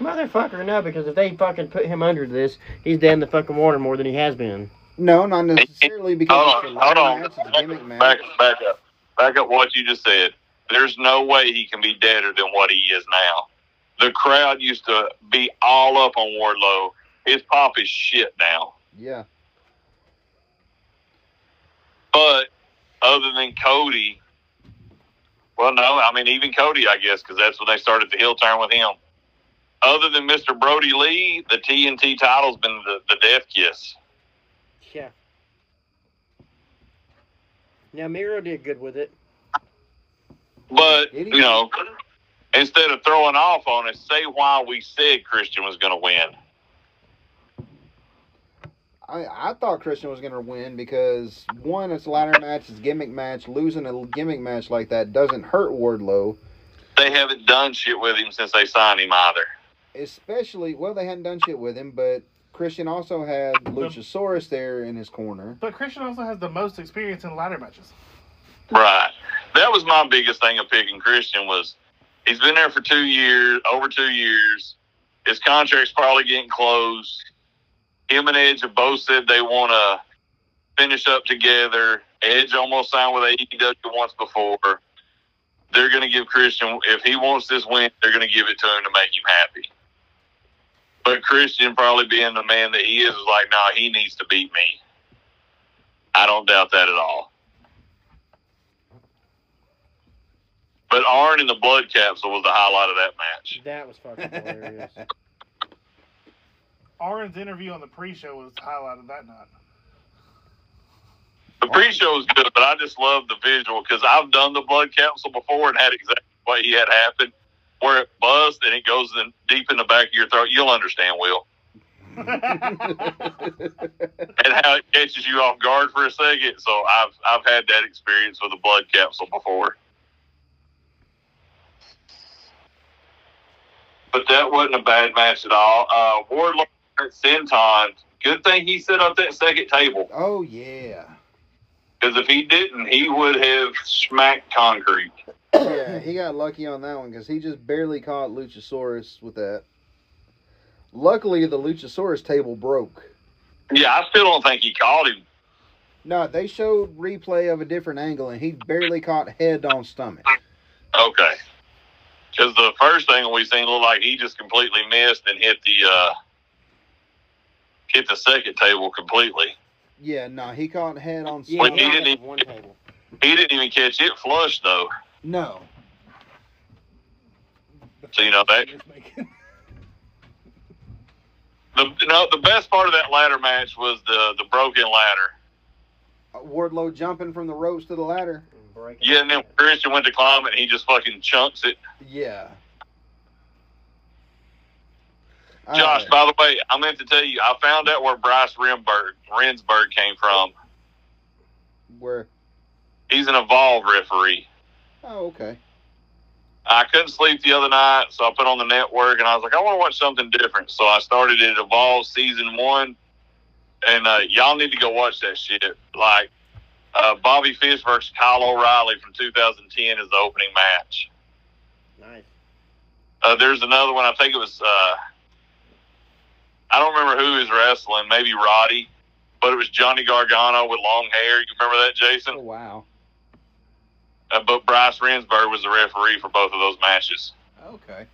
Speaker 4: Motherfucker, no, because if they fucking put him under this, he's dead in the fucking water more than he has been.
Speaker 1: No, not necessarily because it's
Speaker 3: Hold on,
Speaker 1: a ladder
Speaker 3: hold on.
Speaker 1: match. It's a gimmick
Speaker 3: Back
Speaker 1: match.
Speaker 3: back up, back up. What you just said. There's no way he can be deader than what he is now. The crowd used to be all up on Wardlow. His pop is shit now.
Speaker 1: Yeah,
Speaker 3: But other than Cody, well, no, I mean even Cody, I guess, because that's when they started the hill turn with him. Other than Mr. Brody Lee, the TNT title's been the, the death kiss.
Speaker 4: Yeah. Now Miro did good with it.
Speaker 3: But
Speaker 1: Did he?
Speaker 3: you know, instead of throwing off on us, say why we said Christian was going to win.
Speaker 1: I, I thought Christian was going to win because one, it's a ladder match, it's a gimmick match. Losing a gimmick match like that doesn't hurt Wardlow,
Speaker 3: They haven't done shit with him since they signed him either.
Speaker 1: especially well they hadn't done shit with him, but Christian also had Luchasaurus there in his
Speaker 3: [LAUGHS]
Speaker 1: corner.
Speaker 2: But Christian also has the most experience in ladder matches.
Speaker 3: Right. That was my biggest thing of picking Christian was he's been there for two years, over two years. His contract's probably getting closed. Him and Edge have both said they want to finish up together. Edge almost signed with AEW once before. They're going to give Christian, if he wants this win, they're going to give it to him to make him happy. But Christian, probably being the man that he is, is like, nah, he needs to beat me. I don't doubt that at all. But Arn and the blood capsule was the highlight of that match.
Speaker 4: That was [LAUGHS] fucking hilarious.
Speaker 2: Arn's interview on the pre-show was the highlight of that night.
Speaker 3: The pre-show was good, but I just love the visual because I've done the blood capsule before and had exactly what he had happen, where it buzzed and it goes in, deep in the back of your throat. You'll understand, Will, and how it catches you off guard for a second. So I've I've had that experience with the blood capsule before. But that wasn't a bad match at all. Uh, Wardlow and Senton. Good thing he set up that second table.
Speaker 1: oh yeah.
Speaker 3: Because if he didn't, he would have smacked concrete.
Speaker 1: yeah, he got lucky on that one because he just barely caught Luchasaurus with that. Luckily, the Luchasaurus table broke.
Speaker 3: Yeah, I still don't think he caught him.
Speaker 1: No, they showed replay of a different angle, and he barely caught head on stomach.
Speaker 3: Okay. Because the first thing we seen looked like he just completely missed and hit the uh, hit the second table completely.
Speaker 1: Yeah, no, he caught head on
Speaker 4: Yeah,
Speaker 3: When
Speaker 1: stomach.
Speaker 3: he
Speaker 4: you
Speaker 3: didn't
Speaker 4: have
Speaker 3: even-
Speaker 4: one table.
Speaker 3: He didn't even catch it flush though.
Speaker 1: No,
Speaker 3: So, you know, that- The no, the best part of that ladder match was the the broken ladder.
Speaker 1: Wardlow jumping from the ropes to the ladder.
Speaker 4: Break it
Speaker 3: Yeah, and then
Speaker 4: up.
Speaker 3: Christian went to climb it and he just fucking chunks it.
Speaker 1: Yeah.
Speaker 3: Josh,
Speaker 1: Uh,
Speaker 3: by the way, I meant to tell you, I found out where Bryce Renberg Rensburg came from.
Speaker 1: where?
Speaker 3: He's an evolve referee.
Speaker 1: Oh, okay.
Speaker 3: I couldn't sleep the other night, so I put on the network and I was like, I want to watch something different. So I started it Evolve season one, and uh, y'all need to go watch that shit. Like uh, Bobby Fish versus Kyle O'Reilly from 2010 is the opening match.
Speaker 4: Nice.
Speaker 3: Uh, there's another one. I think it was uh, I don't remember who is wrestling. Maybe Roddy, but it was Johnny Gargano with long hair. You remember that,
Speaker 1: Oh
Speaker 3: Jason?
Speaker 1: wow.
Speaker 3: Uh, but Bryce Rensburg was the referee for both of those matches.
Speaker 1: Okay.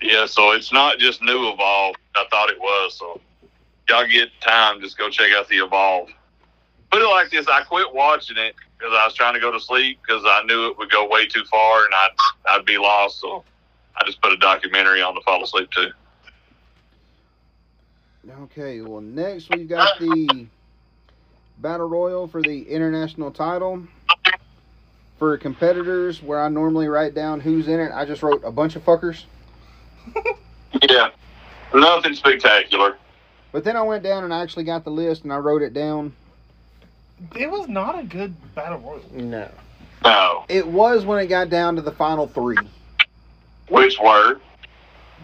Speaker 3: Yeah, so it's not just new Evolve. I thought it was. So y'all get time, just go check out the Evolve. Put it like this: I quit watching it because I was trying to go to sleep because I knew it would go way too far and I'd I'd be lost. So I just put a documentary on to fall asleep to.
Speaker 1: Okay, well, next we've got the Battle Royal for the international title. For competitors, where I normally write down who's in it, I just wrote a bunch of fuckers.
Speaker 3: Yeah, nothing spectacular.
Speaker 1: But then I went down and I actually got the list and I wrote it down.
Speaker 2: It was not a good battle royal.
Speaker 4: No.
Speaker 3: No,
Speaker 1: It was when it got down to the final three.
Speaker 3: which were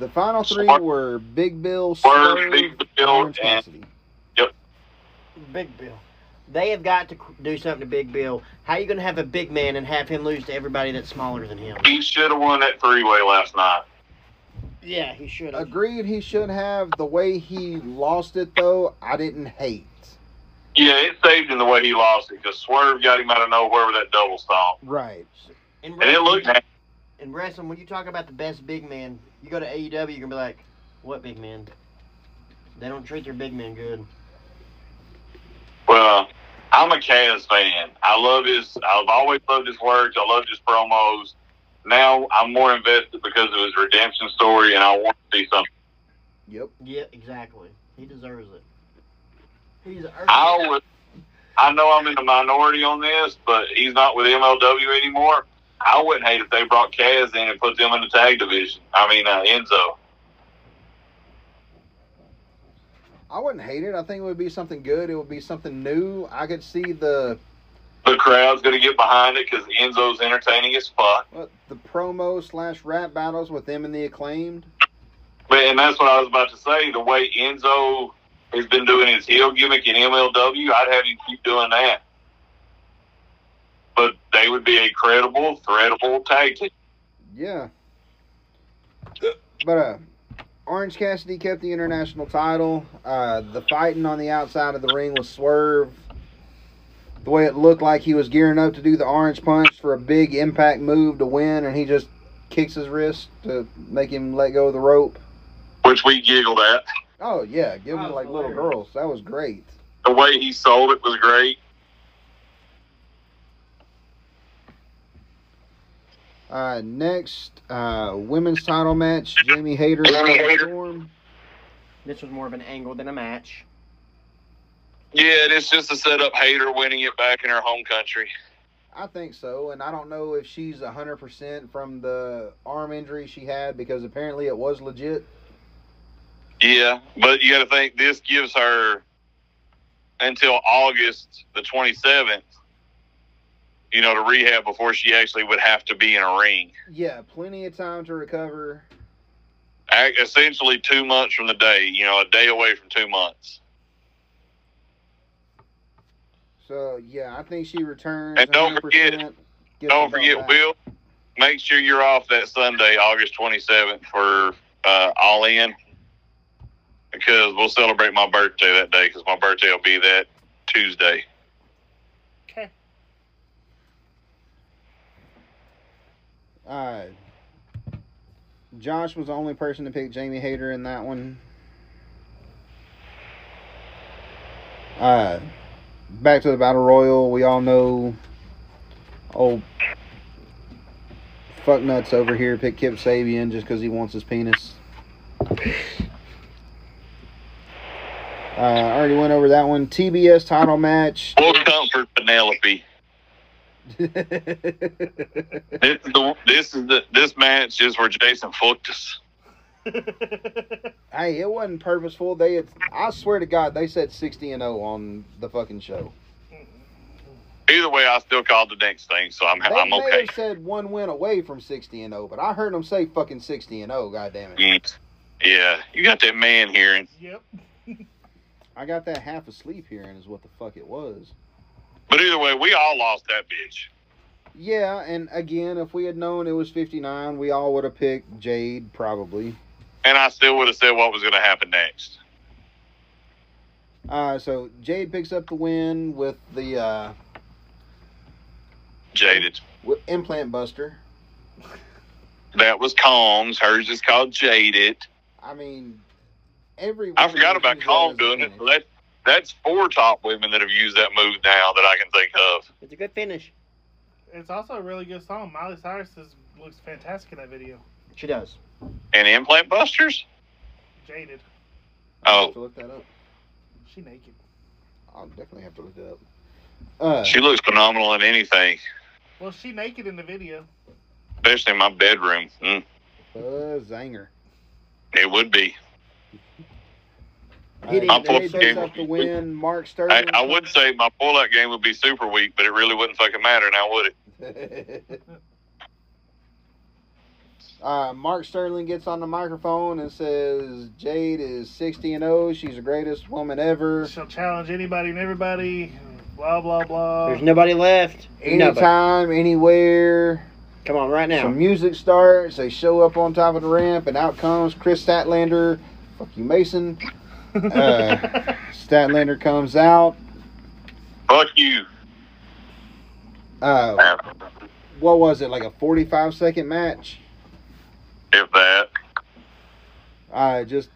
Speaker 1: The final three were Big Bill,
Speaker 3: Swerve,
Speaker 1: Swerve,
Speaker 3: Big Bill,
Speaker 1: and Orange
Speaker 3: and-
Speaker 1: Cassidy.
Speaker 4: Big Bill. They have got to c- do something to Big Bill. How you going to have a big man and have him lose to everybody that's smaller than him?
Speaker 3: he should have won that three way last night.
Speaker 4: Yeah, he should have.
Speaker 1: Agreed, he should have. The way he lost it, though, I didn't hate.
Speaker 3: Yeah, it saved him the way he lost it because Swerve got him out of nowhere with that double stomp,
Speaker 1: Right.
Speaker 4: In
Speaker 3: and it
Speaker 4: wrestling,
Speaker 3: looked.
Speaker 4: in wrestling, when you talk about the best big man, you go to AEW, you're going to be like, what big man? They don't treat their big men good.
Speaker 3: Well, I'm a Kaz fan. I love his. I've always loved his words. I loved his promos. Now I'm more invested because of his redemption story, and I want to see something.
Speaker 1: Yep.
Speaker 4: Yeah, exactly. He deserves it. He's earned
Speaker 3: I
Speaker 4: it.
Speaker 3: always, I know I'm in the minority on this, but he's not with MLW anymore. I wouldn't hate if they brought Kaz in and put them in the tag division. I mean, uh, Enzo.
Speaker 1: I wouldn't hate it. I think it would be something good. It would be something new. I could see the
Speaker 3: The crowd's going to get behind it because Enzo's entertaining as fuck.
Speaker 1: what, the promo slash rap battles with them and the acclaimed.
Speaker 3: But, and that's what I was about to say. The way Enzo has been doing his heel gimmick in MLW, I'd have him keep doing that. But they would be a credible, threadable tag team.
Speaker 1: Yeah. But uh, Orange Cassidy kept the international title. Uh, the fighting on the outside of the ring was swerve. The way it looked like he was gearing up to do the orange punch for a big impact move to win, and he just kicks his wrist to make him let go of the rope.
Speaker 3: Which we giggled at.
Speaker 1: Oh yeah, give him
Speaker 4: That was
Speaker 1: like little
Speaker 4: hilarious.
Speaker 1: girls. That was great.
Speaker 3: The way he sold it was great.
Speaker 1: Uh, next, uh, women's title match: Jamie Hayter
Speaker 3: Jamie
Speaker 1: and
Speaker 3: Hayter.
Speaker 1: Storm.
Speaker 4: This was more of an angle than a match.
Speaker 3: Yeah, it's just to set up Hater winning it back in her home country.
Speaker 1: I think so, and I don't know if she's hundred percent from the arm injury she had because apparently it was legit.
Speaker 3: Yeah, but you got to think this gives her until August the 27th, you know, to rehab before she actually would have to be in a ring.
Speaker 1: Yeah, plenty of time to recover.
Speaker 3: Ac- Essentially, two months from the day, you know, a day away from two months.
Speaker 1: So yeah, I think she returns.
Speaker 3: And don't forget-
Speaker 1: 100%, gets
Speaker 3: Don't
Speaker 1: the belt
Speaker 3: forget,
Speaker 1: back.
Speaker 3: Will, make sure you're off that Sunday, August 27th, for uh, All In because we'll celebrate my birthday that day because my birthday will be that Tuesday.
Speaker 2: [LAUGHS] Okay.
Speaker 1: Uh, Josh was the only person to pick Jamie Hayter in that one. Uh, back to the battle royal. We all know old fuck nuts over here picked Kip Sabian just because he wants his penis. Uh, I already went over that one. TBS title match. [LAUGHS]
Speaker 3: We'll comfort Penelope. This is the this is the this match is where Jason fucked us.
Speaker 1: Hey, it wasn't purposeful. They, had, I swear to God, they said sixty and zero on the fucking show.
Speaker 3: Either way, I still called the next thing, so I'm
Speaker 1: They
Speaker 3: I'm
Speaker 1: may
Speaker 3: okay.
Speaker 1: have said one win away from sixty and zero, but I heard them say fucking sixty and oh, zero. God damn it!
Speaker 3: Mm. Yeah, you got that man hearing,
Speaker 2: yep.
Speaker 1: I got that half asleep hearing is what the fuck it was.
Speaker 3: but either way, we all lost that bitch.
Speaker 1: Yeah, and again, if we had known it was fifty nine, we all would have picked Jade probably.
Speaker 3: And I still would have said what was going to happen next.
Speaker 1: Uh, so Jade picks up the win with the uh,
Speaker 3: Jaded.
Speaker 1: with implant buster.
Speaker 3: That was Combs. Hers is called Jaded.
Speaker 1: I mean, every
Speaker 3: I
Speaker 1: woman
Speaker 3: forgot about
Speaker 1: uses that
Speaker 3: Combs
Speaker 1: as a
Speaker 3: doing it.
Speaker 1: finish.
Speaker 3: So that that's four top women that have used that move now that I can think of.
Speaker 4: It's a good finish.
Speaker 2: It's also a really good song. Miley Cyrus is, looks fantastic in that video.
Speaker 4: She does.
Speaker 3: And implant busters.
Speaker 2: Jaded.
Speaker 1: I'll have
Speaker 3: Oh,
Speaker 1: to look that up.
Speaker 2: She naked.
Speaker 1: I'll definitely have to look it up. Uh,
Speaker 3: she looks phenomenal in anything,
Speaker 2: Well, she naked in the video.
Speaker 3: especially in my bedroom. Mm,
Speaker 1: uh, Zanger.
Speaker 3: it would be.
Speaker 1: He
Speaker 3: I'll pull up
Speaker 1: didn't
Speaker 3: the
Speaker 1: face
Speaker 3: game.
Speaker 1: up the win. Mark
Speaker 3: [LAUGHS] I,
Speaker 1: Sterling.
Speaker 3: I would say my pullout game would be super weak, but it really wouldn't fucking matter now, would it?
Speaker 1: [LAUGHS] uh, Mark Sterling gets on the microphone and says Jade is 60 and 0. She's the greatest woman ever.
Speaker 2: She'll challenge anybody and everybody. Blah blah blah.
Speaker 4: There's nobody left. Nobody.
Speaker 1: Uh, Anytime, anywhere.
Speaker 4: Come on, right now.
Speaker 1: Some music starts. They show up on top of the ramp, and out comes Chris Statlander. Fuck you, Mason.
Speaker 2: [LAUGHS]
Speaker 1: Uh, Statlander comes out.
Speaker 3: Fuck you.
Speaker 1: Uh,
Speaker 3: If
Speaker 1: what was it, like a 45 second match?
Speaker 3: that.
Speaker 1: uh, just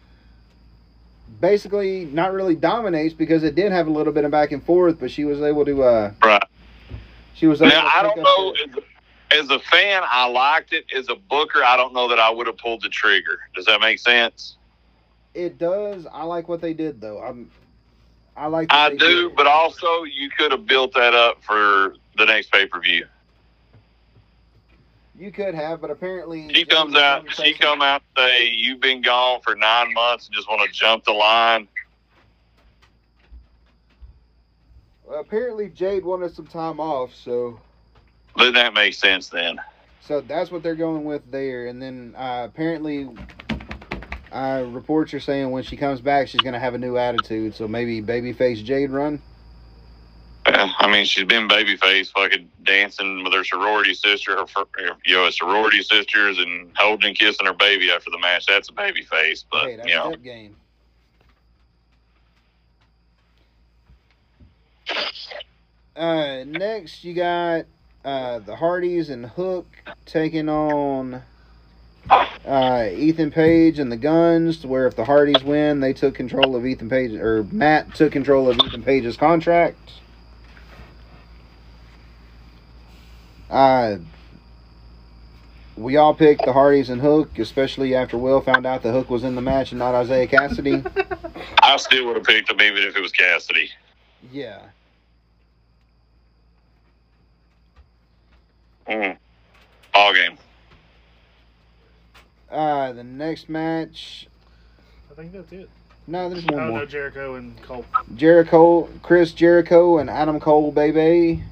Speaker 1: basically not really dominates because it did have a little bit of back and forth, but she was able to. Uh,
Speaker 3: Right.
Speaker 1: She was. Able
Speaker 3: Now,
Speaker 1: to
Speaker 3: I
Speaker 1: pick
Speaker 3: don't
Speaker 1: up
Speaker 3: know.
Speaker 1: the-
Speaker 3: As a fan, I liked it. As a booker, I don't know that I would have pulled the trigger. Does that make sense?
Speaker 1: It does. I like what they did though. I'm. I like.
Speaker 3: I
Speaker 1: what they
Speaker 3: do,
Speaker 1: did.
Speaker 3: but also you could have built that up for the next pay per view.
Speaker 1: You could have, but apparently
Speaker 3: She comes out. She come out. Say you've been gone for nine months and just want to jump the line.
Speaker 1: Apparently Jade wanted some time off, so
Speaker 3: Then that makes sense. Then
Speaker 1: so that's what they're going with there. And then uh, apparently, uh, reports are saying when she comes back, she's gonna have a new attitude. So maybe babyface Jade run.
Speaker 3: Yeah, I mean she's been babyface, fucking dancing with her sorority sister, her, fir- her you know, sorority sisters, and holding and kissing her baby after the match. That's a babyface, but
Speaker 1: hey, that's
Speaker 3: you know.
Speaker 1: step game. Uh, next you got uh the Hardys and Hook taking on uh Ethan Page and the Guns. Where if the Hardys win, they took control of Ethan Page or Matt took control of Ethan Page's contract. Uh, we all picked the Hardys and Hook, especially after Will found out the Hook was in the match and not Isaiah Cassidy.
Speaker 3: I still would have picked him even if it was Cassidy.
Speaker 1: yeah.
Speaker 3: Mm. Ball game.
Speaker 1: Uh, the next match.
Speaker 2: I think that's it.
Speaker 1: Oh, No, there's
Speaker 2: I
Speaker 1: one
Speaker 2: don't
Speaker 1: more.
Speaker 2: know Jericho and Cole.
Speaker 1: Jericho, Chris Jericho, and Adam Cole, baby.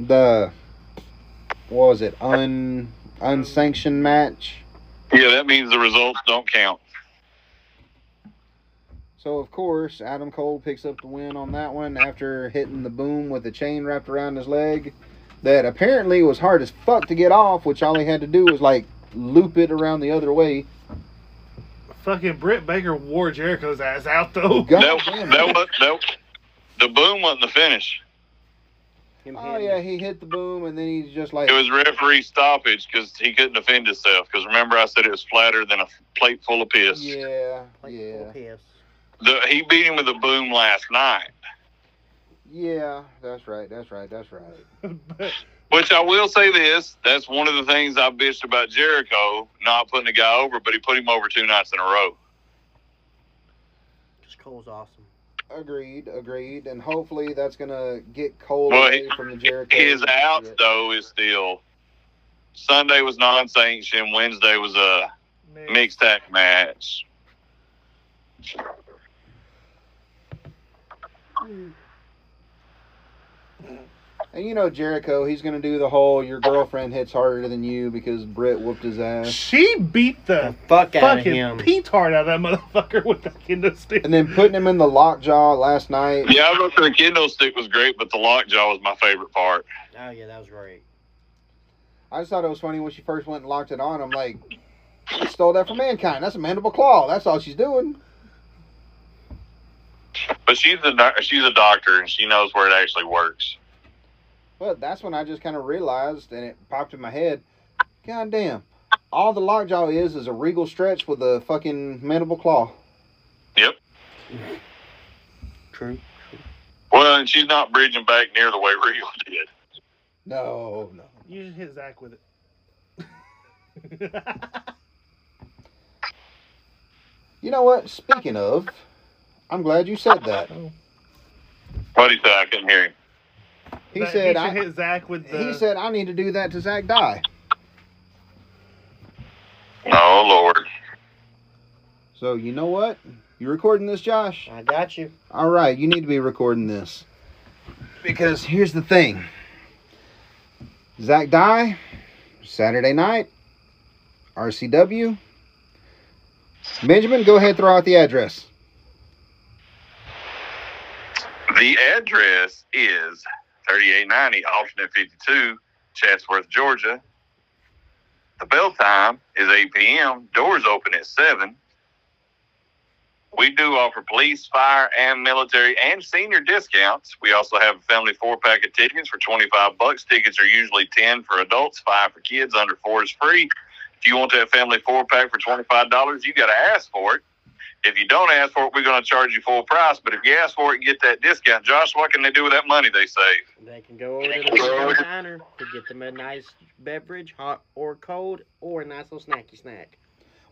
Speaker 1: The what was it? Un unsanctioned match.
Speaker 3: Yeah, that means the results don't count.
Speaker 1: So of course, Adam Cole picks up the win on that one after hitting the boom with the chain wrapped around his leg, that apparently was hard as fuck to get off. Which all he had to do was like loop it around the other way.
Speaker 2: Fucking Britt Baker wore Jericho's ass out though.
Speaker 1: God
Speaker 3: that,
Speaker 1: damn it.
Speaker 3: that was that, the boom wasn't the finish.
Speaker 4: Him
Speaker 1: Oh
Speaker 4: hitting
Speaker 1: yeah,
Speaker 4: it.
Speaker 1: he hit the boom and then he's just like
Speaker 3: It was referee stoppage because he couldn't defend himself. Because remember, I said it was flatter than a plate full of piss.
Speaker 1: yeah,
Speaker 4: Like a
Speaker 1: yeah.
Speaker 4: little piss.
Speaker 3: The, he beat him with a boom last night,
Speaker 1: Yeah, that's right. That's right. That's right.
Speaker 2: but
Speaker 3: which I will say this: that's one of the things I bitched about Jericho not putting the guy over, but he put him over two nights in a row.
Speaker 4: Because Cole's awesome.
Speaker 1: Agreed. Agreed. And hopefully that's gonna get cold
Speaker 3: Well,
Speaker 1: away
Speaker 3: he-
Speaker 1: from the Jericho.
Speaker 3: His outs
Speaker 1: shit.
Speaker 3: though is still Sunday was non-sanctioned, Wednesday was a
Speaker 2: man,
Speaker 3: mixed tag match.
Speaker 1: And you know Jericho, he's gonna do the whole "your girlfriend hits harder than you" because Britt whooped his ass,
Speaker 2: she beat the
Speaker 4: The fuck out of
Speaker 2: fucking
Speaker 4: him.
Speaker 2: petard out of that motherfucker with that kendo stick.
Speaker 1: and then putting him in the lockjaw last night.
Speaker 3: Yeah, I wrote the Kindle stick was great, but the lockjaw was my favorite part.
Speaker 4: Oh yeah, that was great.
Speaker 1: I just thought it was funny when she first went and locked it on. I'm like, she stole that from mankind. That's a mandible claw. That's all she's doing.
Speaker 3: But she's a doc- she's a doctor and she knows where it actually works.
Speaker 1: But that's when I just kind of realized, and it popped in my head. God damn. All the lockjaw is is a regal stretch with a fucking mandible claw.
Speaker 4: True.
Speaker 3: Well, and she's not bridging back near the way [LAUGHS] Regal did.
Speaker 1: No, no.
Speaker 2: You should hit Zach with it.
Speaker 1: You know what? Speaking of, I'm glad you said that.
Speaker 3: What he said, I couldn't hear him.
Speaker 1: He
Speaker 2: Zach-
Speaker 1: said,
Speaker 2: should
Speaker 1: I,
Speaker 2: hit Zach with the.
Speaker 1: he said, I need to do that to Zach Die.
Speaker 3: Oh Lord,
Speaker 1: So you know what? You recording this, Josh?
Speaker 4: I got you.
Speaker 1: All right, you need to be recording this because here's the thing. Zach Die, Saturday night, RCW. Benjamin, go ahead, throw out the address.
Speaker 3: the address is thirty-eight ninety alternate fifty-two, Chatsworth, Georgia. The bell time is eight p.m. Doors open at seven. We do offer police, fire, and military and senior discounts. We also have a family four-pack of tickets for twenty-five bucks. Tickets are usually ten for adults, five for kids. Under four is free. If you want that family four-pack for twenty-five dollars, you got to ask for it. If you don't ask for it, we're going to charge you full price. But if you ask for it and get that discount, Josh, what can they do with that money they save?
Speaker 4: They can go over to the Midnight diner to get them a nice beverage, hot or cold, or a nice little snacky snack.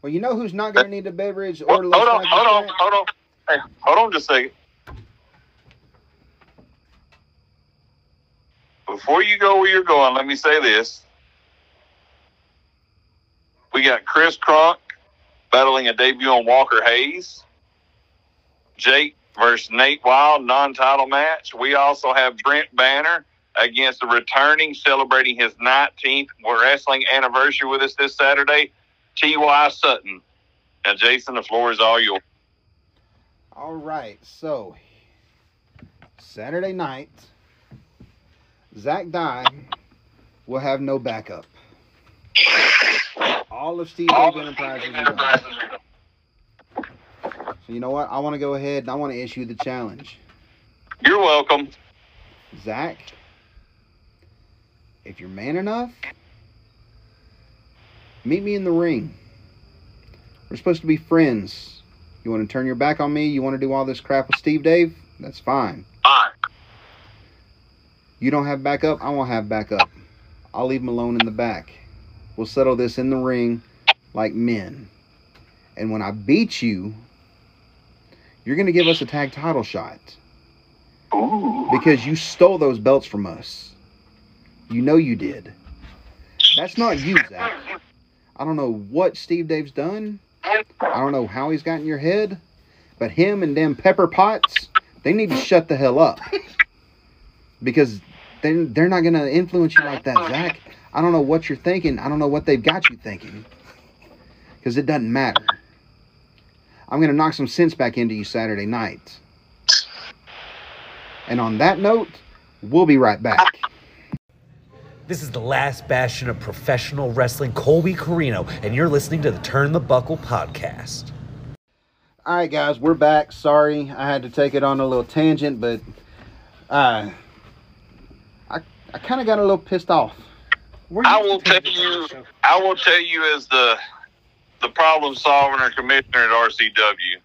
Speaker 1: Well, you know who's not going to need a beverage
Speaker 3: Oh,
Speaker 1: or
Speaker 3: hold on, hold on, hold on. Hey, hold on just a second. before you go where you're going, let me say this. We got Chris Kronk battling a debut on Walker Hayes. Jake versus Nate Wild, non title match. We also have Brent Banner against the returning, celebrating his 19th wrestling anniversary with us this Saturday, T.Y. Sutton. Now, Jason, the floor is all yours.
Speaker 1: All right, so Saturday night, Zach Dye will have no backup. All of Steve Abe Enterprises is gone. So you know what? I want to go ahead and I want to issue the challenge.
Speaker 3: You're welcome.
Speaker 1: Zach, if you're man enough, meet me in the ring. We're supposed to be friends. You want to turn your back on me? You want to do all this crap with Steve Dave? That's fine.
Speaker 3: Bye.
Speaker 1: You don't have backup? I won't have backup. I'll leave him alone in the back. We'll settle this in the ring like men. And when I beat you, you're going to give us a tag title shot
Speaker 3: Ooh.
Speaker 1: because you stole those belts from us. You know you did. That's not you, Zach. I don't know what Steve Dave's done. I don't know how he's got in your head, but him and damn Pepper Potts, they need to shut the hell up because they they're not gonna influence you like that, Zach. I don't know what you're thinking. I don't know what they've got you thinking because it doesn't matter. I'm gonna knock some sense back into you Saturday night. And on that note, we'll be right back.
Speaker 6: This is the last bastion of professional wrestling, Colby Carino, and you're listening to the Turn the Buckle podcast.
Speaker 1: All right, guys, we're back. Sorry, I had to take it on a little tangent, but uh, I I kind of got a little pissed off.
Speaker 2: Where
Speaker 3: I
Speaker 2: you
Speaker 3: will
Speaker 2: take
Speaker 3: tell
Speaker 2: it
Speaker 3: you-
Speaker 2: from?
Speaker 3: I will tell you as the the problem solving or commissioner at RCW.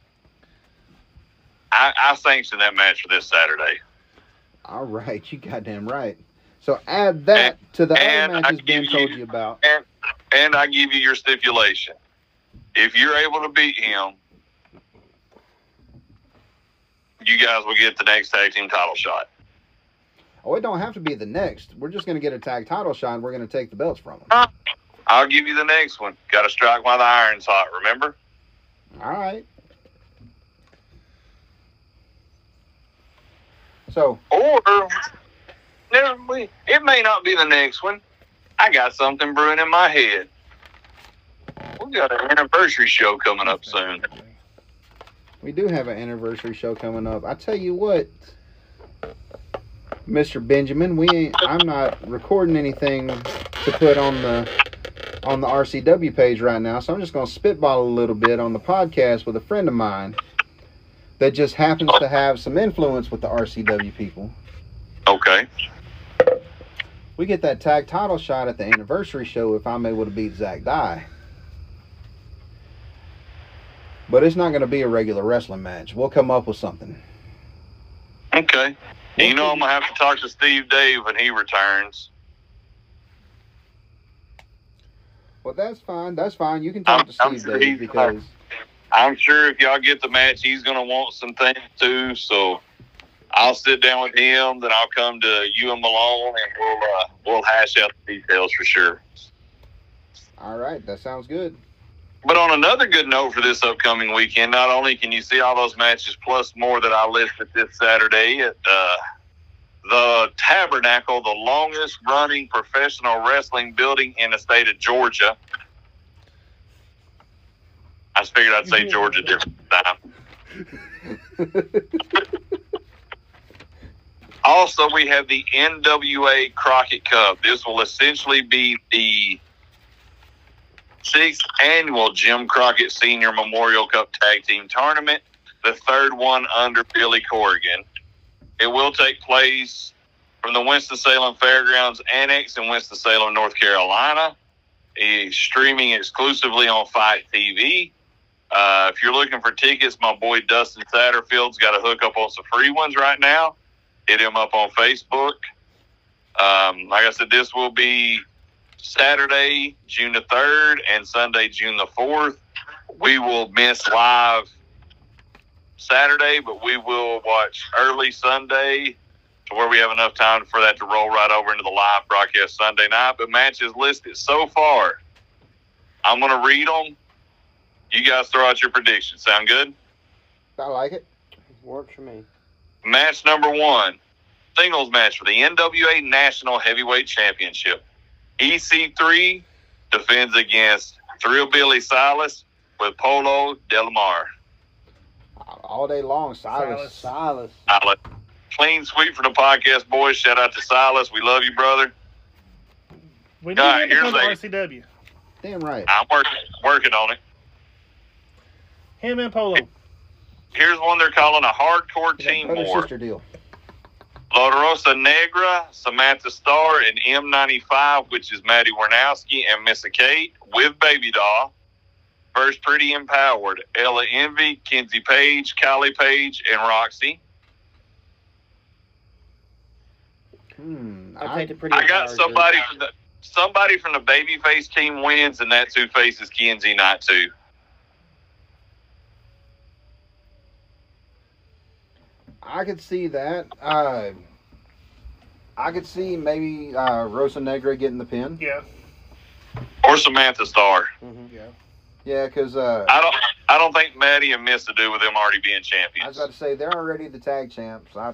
Speaker 3: I, I sanction that match for this Saturday.
Speaker 1: All right, you goddamn right. So add that to the
Speaker 3: And
Speaker 1: other matches
Speaker 3: I
Speaker 1: Ben
Speaker 3: give
Speaker 1: told
Speaker 3: you-
Speaker 1: you about.
Speaker 3: And I give you your stipulation. If you're able to beat him, you guys will get the next tag team title shot.
Speaker 1: Oh, it don't have to be the next. We're just gonna get a tag title shot. And we're gonna take the belts from them.
Speaker 3: I'll give you the next one. Got to strike while the iron's hot, remember?
Speaker 1: All right. So
Speaker 3: Or no, we- it may not be the next one. I got something brewing in my head. We got an anniversary show coming up soon.
Speaker 1: we do have an anniversary show coming up. I tell you what, Mister Benjamin, we ain't. I'm not recording anything to put on the on the RCW page right now, so I'm just gonna spitball a little bit on the podcast with a friend of mine that just happens to have some influence with the RCW people.
Speaker 3: Okay.
Speaker 1: We get that tag title shot at the anniversary show if I'm able to beat Zach Dye. But it's not going to be a regular wrestling match. We'll come up with something.
Speaker 3: Okay. you know, I'm going to have to talk to Steve Dave when he returns.
Speaker 1: Well, that's fine. That's fine. You can talk
Speaker 3: I'm-
Speaker 1: to
Speaker 3: I'm
Speaker 1: Steve
Speaker 3: sure
Speaker 1: Dave
Speaker 3: he's
Speaker 1: because
Speaker 3: I'm sure if y'all get the match, he's going to want some things too. So I'll sit down with him, then I'll come to you and Malone, and we'll, uh, we'll hash out the details for sure.
Speaker 1: all right, that sounds good. [LAUGHS]
Speaker 3: But on another good note for this upcoming weekend, not only can you see all those matches plus more that I listed this Saturday at uh, the Tabernacle, the longest running professional wrestling building in the state of Georgia. I just figured I'd say Georgia different time. Also, we have the NWA Crockett Cup. This will essentially be the sixth annual Jim Crockett Senior Memorial Cup Tag Team Tournament, the third one under Billy Corrigan. It will take place from the Winston-Salem Fairgrounds Annex in Winston-Salem, North Carolina. It's streaming exclusively on Fight TV. Uh, if you're looking for tickets, my boy Dustin Satterfield's got a hookup on some free ones right now. Hit him up on Facebook. Um, like I said, this will be Saturday, June the 3rd, and Sunday, June the 4th. We will miss live Saturday, but we will watch early Sunday to where we have enough time for that to roll right over into the live broadcast Sunday night. But matches listed so far, I'm going to read them. You guys throw out your predictions. Sound good?
Speaker 1: I like it.
Speaker 4: Works for me.
Speaker 3: Match number one singles match for the NWA National Heavyweight Championship. EC3 defends against Thrill Billy Silas with Polo Del Mar.
Speaker 1: All day long, Silas.
Speaker 2: Silas.
Speaker 1: Silas.
Speaker 3: Silas. Clean sweep for the podcast, boys. Shout out to Silas. We love you, brother.
Speaker 2: We need
Speaker 3: God,
Speaker 2: him to come to
Speaker 3: here's
Speaker 2: RCW.
Speaker 1: Damn right.
Speaker 3: I'm working, working on it.
Speaker 2: Him and Polo.
Speaker 3: Here's one they're calling a hardcore team
Speaker 1: Brother
Speaker 3: war.
Speaker 1: sister deal.
Speaker 3: La Rosa Negra, Samantha Starr, and M95, which is Maddie Warnowski and Missa Kate with Baby Doll. First Pretty Empowered, Ella Envy, Kenzie Page, Kylie Page, and Roxy.
Speaker 1: Hmm.
Speaker 4: I'll
Speaker 1: I-
Speaker 4: take the pretty.
Speaker 3: I got
Speaker 4: Empowered
Speaker 3: somebody
Speaker 4: group.
Speaker 3: from the somebody from the babyface team wins, and that's who faces Kenzie Night Two.
Speaker 1: I could see that. Uh, I could see maybe uh, Rosa Negra getting the pin.
Speaker 2: [LAUGHS]
Speaker 1: [LAUGHS]
Speaker 2: Yeah.
Speaker 3: Or Samantha Starr.
Speaker 4: Mhm.
Speaker 2: Yeah.
Speaker 1: Yeah, because uh,
Speaker 3: I don't I don't think Maddie and Missa do with them already being
Speaker 1: I was
Speaker 3: champions.
Speaker 1: about to say they're already the tag champs. I,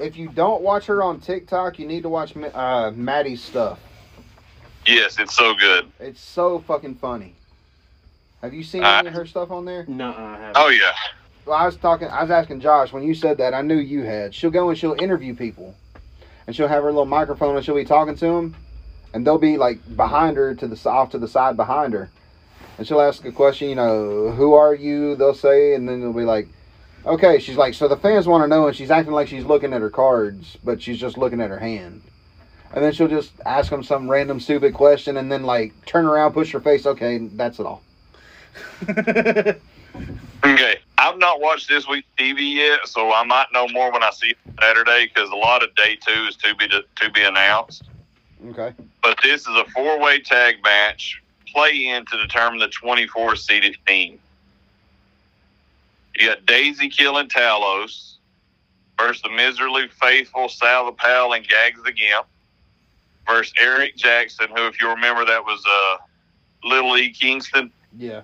Speaker 1: if you don't watch her on TikTok, you need to watch Ma- uh, Maddie's stuff.
Speaker 3: Yes, it's so good.
Speaker 1: It's so fucking funny. Have you seen
Speaker 3: Uh,
Speaker 1: any of her stuff on there?
Speaker 4: Nuh-uh, I haven't.
Speaker 3: Oh yeah.
Speaker 1: Well, I was talking. I was asking Josh when you said that. I knew you had. She'll go and she'll interview people, and she'll have her little microphone and she'll be talking to them, and they'll be like behind her to the s- off to the side behind her, and she'll ask a question. You know, who are you? They'll say, and then they'll be like, okay. She's like, so the fans want to know, and she's acting like she's looking at her cards, but she's just looking at her hand. And then she'll just ask them some random stupid question, and then like turn around, push her face. Okay, that's it all.
Speaker 3: Okay, I've not watched this week's TV yet, so I might know more when I see it Saturday because a lot of day two is to be to, be announced.
Speaker 1: Okay.
Speaker 3: But this is a four way tag match play in to determine the 24 seeded team. You got Daisy killing Talos versus the miserably faithful Sal the Pal and Gags the Gimp versus Eric Jackson, who, if you remember, that was uh, Little E Kingston
Speaker 1: Yeah.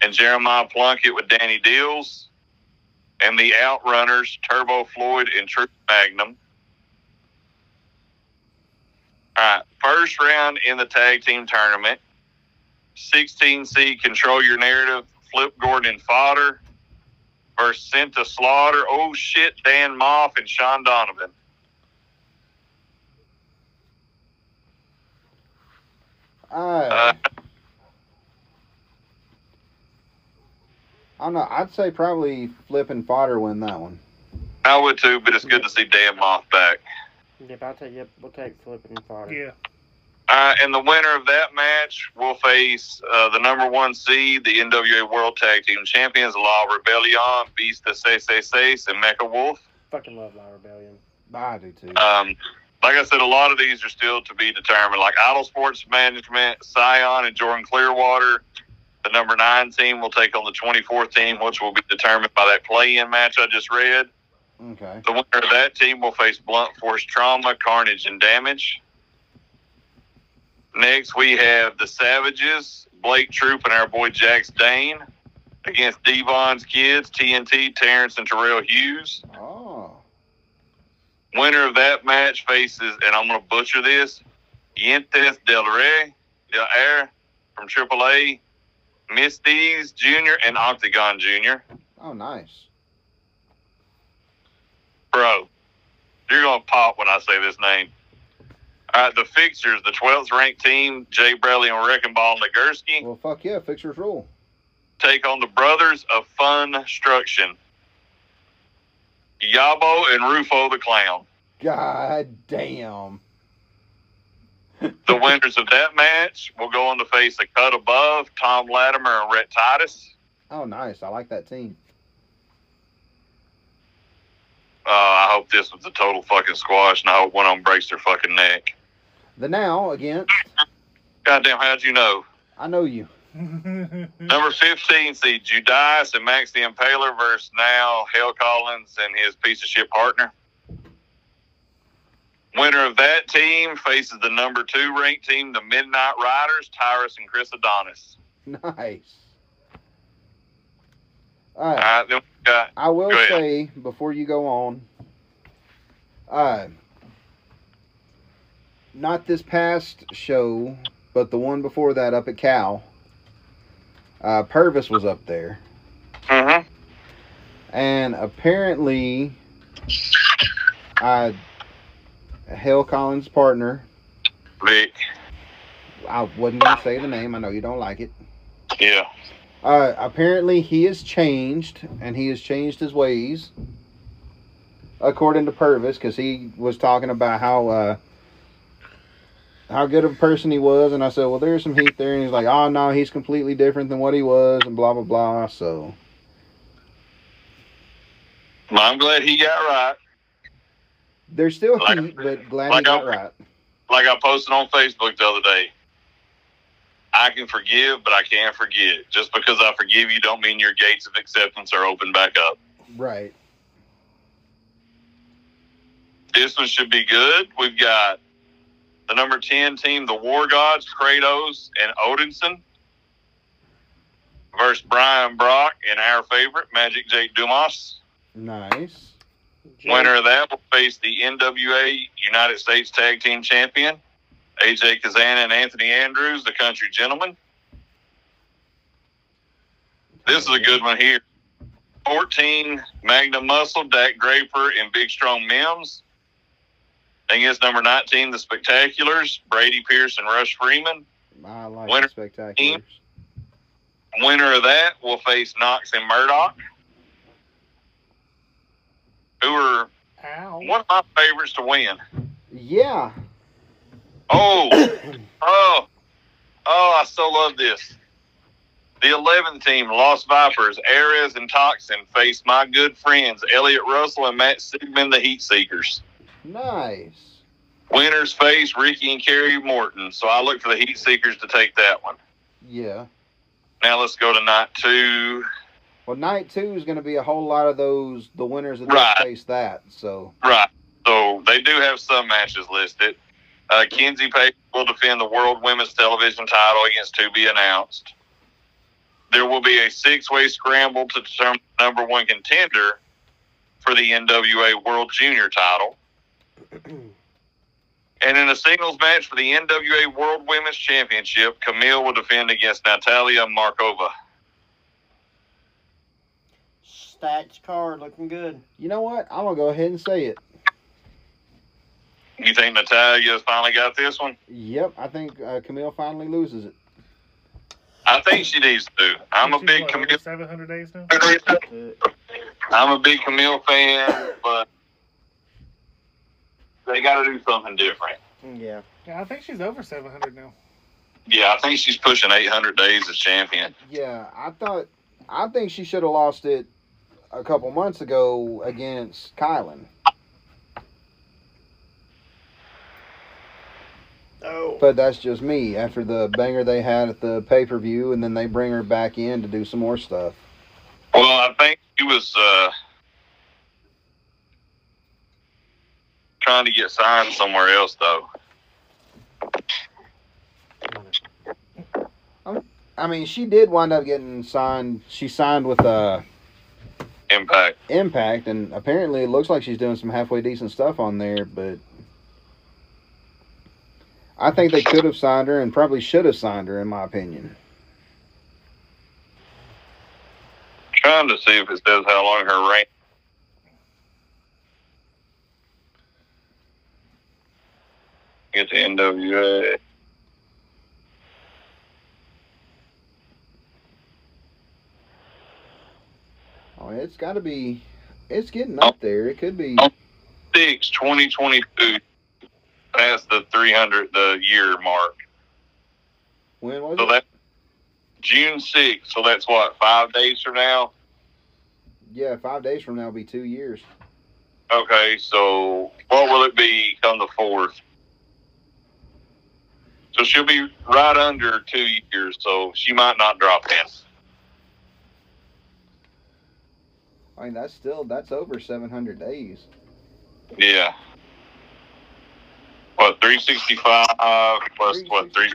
Speaker 3: and Jeremiah Plunkett with Danny Deals, and the Outrunners, Turbo Floyd and True Magnum. All right, first round in the tag team tournament. 16 seed Control Your Narrative, Flip Gordon and Fodder versus Senta Slaughter. Oh shit, Dan Moff and Sean Donovan.
Speaker 1: Uh,
Speaker 3: Uh,
Speaker 1: I don't know. I'd say probably Flip and Fodder win that one.
Speaker 3: I would too, but it's good to see Dan Moff back.
Speaker 4: Yep, I'll take. Yep, we'll take flipping fire.
Speaker 3: [LAUGHS]
Speaker 2: yeah.
Speaker 3: Uh, and the winner of that match will face uh, the number one seed, the NWA World Tag Team Champions, La Rebellion, Beast of Seis Seis Seis, and Mecha Wolf.
Speaker 4: Fucking love La Rebellion.
Speaker 1: I do too.
Speaker 3: Um, like I said, a lot of these are still to be determined. Like Idle Sports Management, Scion, and Jordan Clearwater. The number nine team will take on the 24th team, which will be determined by that play-in match I just read.
Speaker 1: Okay.
Speaker 3: The winner of that team will face blunt force trauma, carnage, and damage. Next, we have the Savages, Blake Troop, and our boy Jax Dane against Devon's Kids, TNT, Terrence, and Terrell Hughes.
Speaker 1: Oh.
Speaker 3: Winner of that match faces, and I'm going to butcher this, Yentes Del Rey, Del Air from AAA, Misty's Jr., and Octagon Jr.
Speaker 1: Oh, nice.
Speaker 3: Bro, you're going to pop when I say this name. All right, the fixtures, the 12th ranked team, Jay Bradley and Wrecking Ball Nagurski,
Speaker 1: Well, fuck yeah. Fixers rule.
Speaker 3: take on the Brothers of Fun Struction. Yabo and Rufo the Clown.
Speaker 1: God damn.
Speaker 3: The winners of that match will go on to face the cut above, Tom Latimer and Rhett Titus.
Speaker 1: Oh, nice. I like that team.
Speaker 3: Uh, I hope this was a total fucking squash, and I hope one of them breaks their fucking neck.
Speaker 1: The now against.
Speaker 3: Goddamn, how'd you know?
Speaker 1: I know you. [LAUGHS]
Speaker 3: Number 15 seed Judias and Max the Impaler versus now Hell Collins and his piece of shit partner. Winner of that team faces the number two ranked team, the Midnight Riders, Tyrus and Chris Adonis.
Speaker 1: Nice. All
Speaker 3: All
Speaker 1: right.
Speaker 3: right, then we got
Speaker 1: I will
Speaker 3: Go ahead.
Speaker 1: say before you go on, uh, not this past show, but the one before that up at Cal. Uh, Purvis was up there,
Speaker 3: mhm.
Speaker 1: and apparently, uh, Hale Collins' partner.
Speaker 3: Vic.
Speaker 1: I wasn't gonna say the name. I know you don't like it.
Speaker 3: Yeah.
Speaker 1: Uh, apparently, he has changed, and he has changed his ways, according to Purvis, because he was talking about how uh, how good of a person he was, and I said, "Well, there's some heat there," and he's like, "Oh no, he's completely different than what he was," and blah blah blah. So
Speaker 3: Well, I'm glad he got right.
Speaker 1: there's still
Speaker 3: Like-
Speaker 1: heat, but glad he
Speaker 3: like
Speaker 1: got
Speaker 3: I'm-
Speaker 1: right.
Speaker 3: Like I posted on Facebook the other day. I can forgive, but I can't forget. Just because I forgive you don't mean your gates of acceptance are open back up.
Speaker 1: Right.
Speaker 3: This one should be good. We've got the number 10 team, the War Gods, Kratos, and Odinson versus Brian Brock and our favorite, Magic Jake Dumas.
Speaker 1: Nice.
Speaker 3: Winner of that will face the NWA United States Tag Team Champion, AJ Kazan and Anthony Andrews, the country gentleman. This is a good one here. 14, Magnum Muscle, Dak Draper, and Big Strong Mims. Thing is, number 19, The Spectaculars, Brady Pierce and Rush Freeman.
Speaker 1: I like
Speaker 3: Winner.
Speaker 1: the spectaculars.
Speaker 3: Winner of that will face Knox and Murdoch, who are
Speaker 2: Ow.
Speaker 3: one of my favorites to win.
Speaker 1: Yeah.
Speaker 3: Oh, oh, oh, I so love this. The 11th team, Lost Vipers, Ares, and Toxin face my good friends, Elliot Russell and Matt Sigmund, the Heat Seekers.
Speaker 1: Nice.
Speaker 3: Winners face Ricky and Kerry Morton, so I look for the Heat Seekers to take that one.
Speaker 1: Yeah.
Speaker 3: Now let's go to night two.
Speaker 1: Well, night two is going to be a whole lot of those the winners that
Speaker 3: Right.
Speaker 1: don't face that. So
Speaker 3: Right. So they do have some matches listed. Uh, Kenzie Page will defend the World Women's Television title against to be announced. There will be a six way scramble to determine the number one contender for the NWA World Junior title. [CLEARS THROAT] And in a singles match for the NWA World Women's Championship, Camille will defend against Natalia Markova.
Speaker 4: Stats card looking good.
Speaker 1: you know what? I'm gonna go ahead and say it.
Speaker 3: You think Natalia's finally got this one?
Speaker 1: Yep, I think uh, Camille finally loses it.
Speaker 3: I think she needs to. I'm a
Speaker 2: She's
Speaker 3: big
Speaker 2: what,
Speaker 3: Camille
Speaker 2: over 700 days now?
Speaker 3: Uh, I'm a big Camille fan, but they got to do something different.
Speaker 4: Yeah.
Speaker 2: Yeah, I think she's over 700 now. [LAUGHS]
Speaker 3: Yeah, I think she's pushing 800 days as champion.
Speaker 1: Yeah, I thought, I think she should have lost it a couple months ago against Kylan,
Speaker 4: Oh.
Speaker 1: but that's just me. After the banger they had at the pay per view, and then they bring her back in to do some more stuff.
Speaker 3: Well, I think she was uh, trying to get signed somewhere else, though.
Speaker 1: I mean, she did wind up getting signed. She signed with uh,
Speaker 3: Impact.
Speaker 1: Impact, and apparently it looks like she's doing some halfway decent stuff on there, but I think they could have signed her and probably should have signed her, in my opinion.
Speaker 3: Trying to see if it says how long her reign. Get the NWA.
Speaker 1: Oh, it's got to be, it's getting up there. It could be.
Speaker 3: Oh. six, 2022, past the 300, the year mark.
Speaker 1: When was
Speaker 3: So
Speaker 1: it?
Speaker 3: that June 6th. So that's what, five days from now?
Speaker 1: Yeah, five days from now will be two years.
Speaker 3: Okay. So what will it be come the 4th? So she'll be right under two years. So she might not drop in.
Speaker 1: I mean, that's still that's over seven hundred days.
Speaker 3: Yeah. What, 365 plus what, three?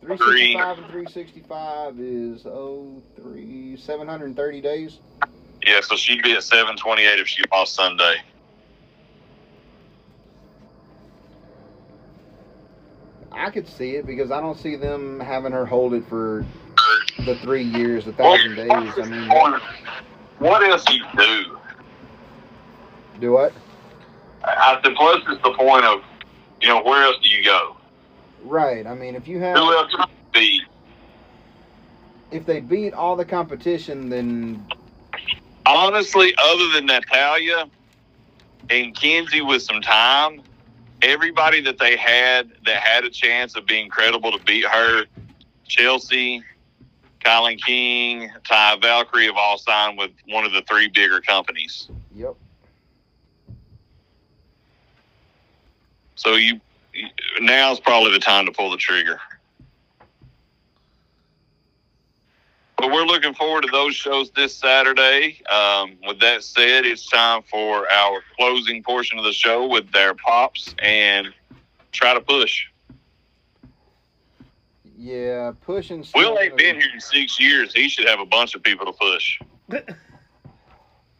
Speaker 1: 365 and 365 is oh three seven hundred and thirty days.
Speaker 3: Yeah, so she'd be at 728 if she lost Sunday.
Speaker 1: I could see it because I don't see them having her hold it for the three years, the thousand days. I mean,
Speaker 3: what else you do?
Speaker 1: do what?
Speaker 3: I, the plus is the point of, you know, where else do you go?
Speaker 1: Right. I mean, if you
Speaker 3: Who
Speaker 1: have,
Speaker 3: else can be?
Speaker 1: if they beat all the competition, then
Speaker 3: Honestly, other than Natalia and Kenzie with some time, everybody that they had that had a chance of being credible to beat her, Chelsea, Colin King, Ty Valkyrie have all signed with one of the three bigger companies.
Speaker 1: yep.
Speaker 3: So you now's probably the time to pull the trigger. But we're looking forward to those shows this Saturday. Um, with that said, it's time for our closing portion of the show with their pops and try to push.
Speaker 1: Yeah, pushing.
Speaker 3: Will ain't been here in six years. He should have a bunch of people to push.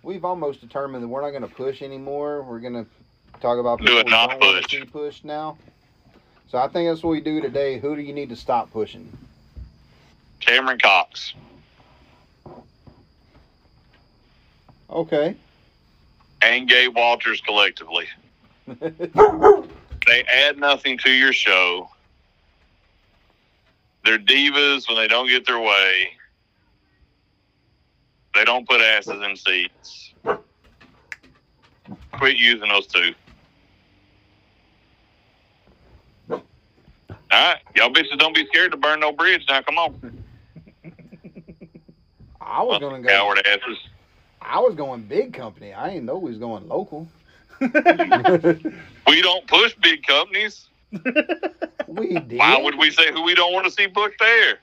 Speaker 1: We've almost determined that we're not going to push anymore. We're going to talk about
Speaker 3: Do
Speaker 1: people
Speaker 3: it,
Speaker 1: we
Speaker 3: not
Speaker 1: don't wanna
Speaker 3: push.
Speaker 1: see pushed now. So I think that's what we do today. Who do you need to stop pushing?
Speaker 3: Cameron Cox.
Speaker 1: Okay. [LAUGHS]
Speaker 3: and Gay Walters collectively. they add nothing to your show. They're divas when they don't get their way. They don't put asses in seats. Quit using those two. All right, y'all bitches don't be scared to burn no bridge. Now, come on,
Speaker 1: I was going to go.
Speaker 3: coward asses.
Speaker 1: I was going big company. I didn't know we was going local.
Speaker 3: We don't push big companies.
Speaker 1: we did.
Speaker 3: Why would we say who we don't want to see booked there?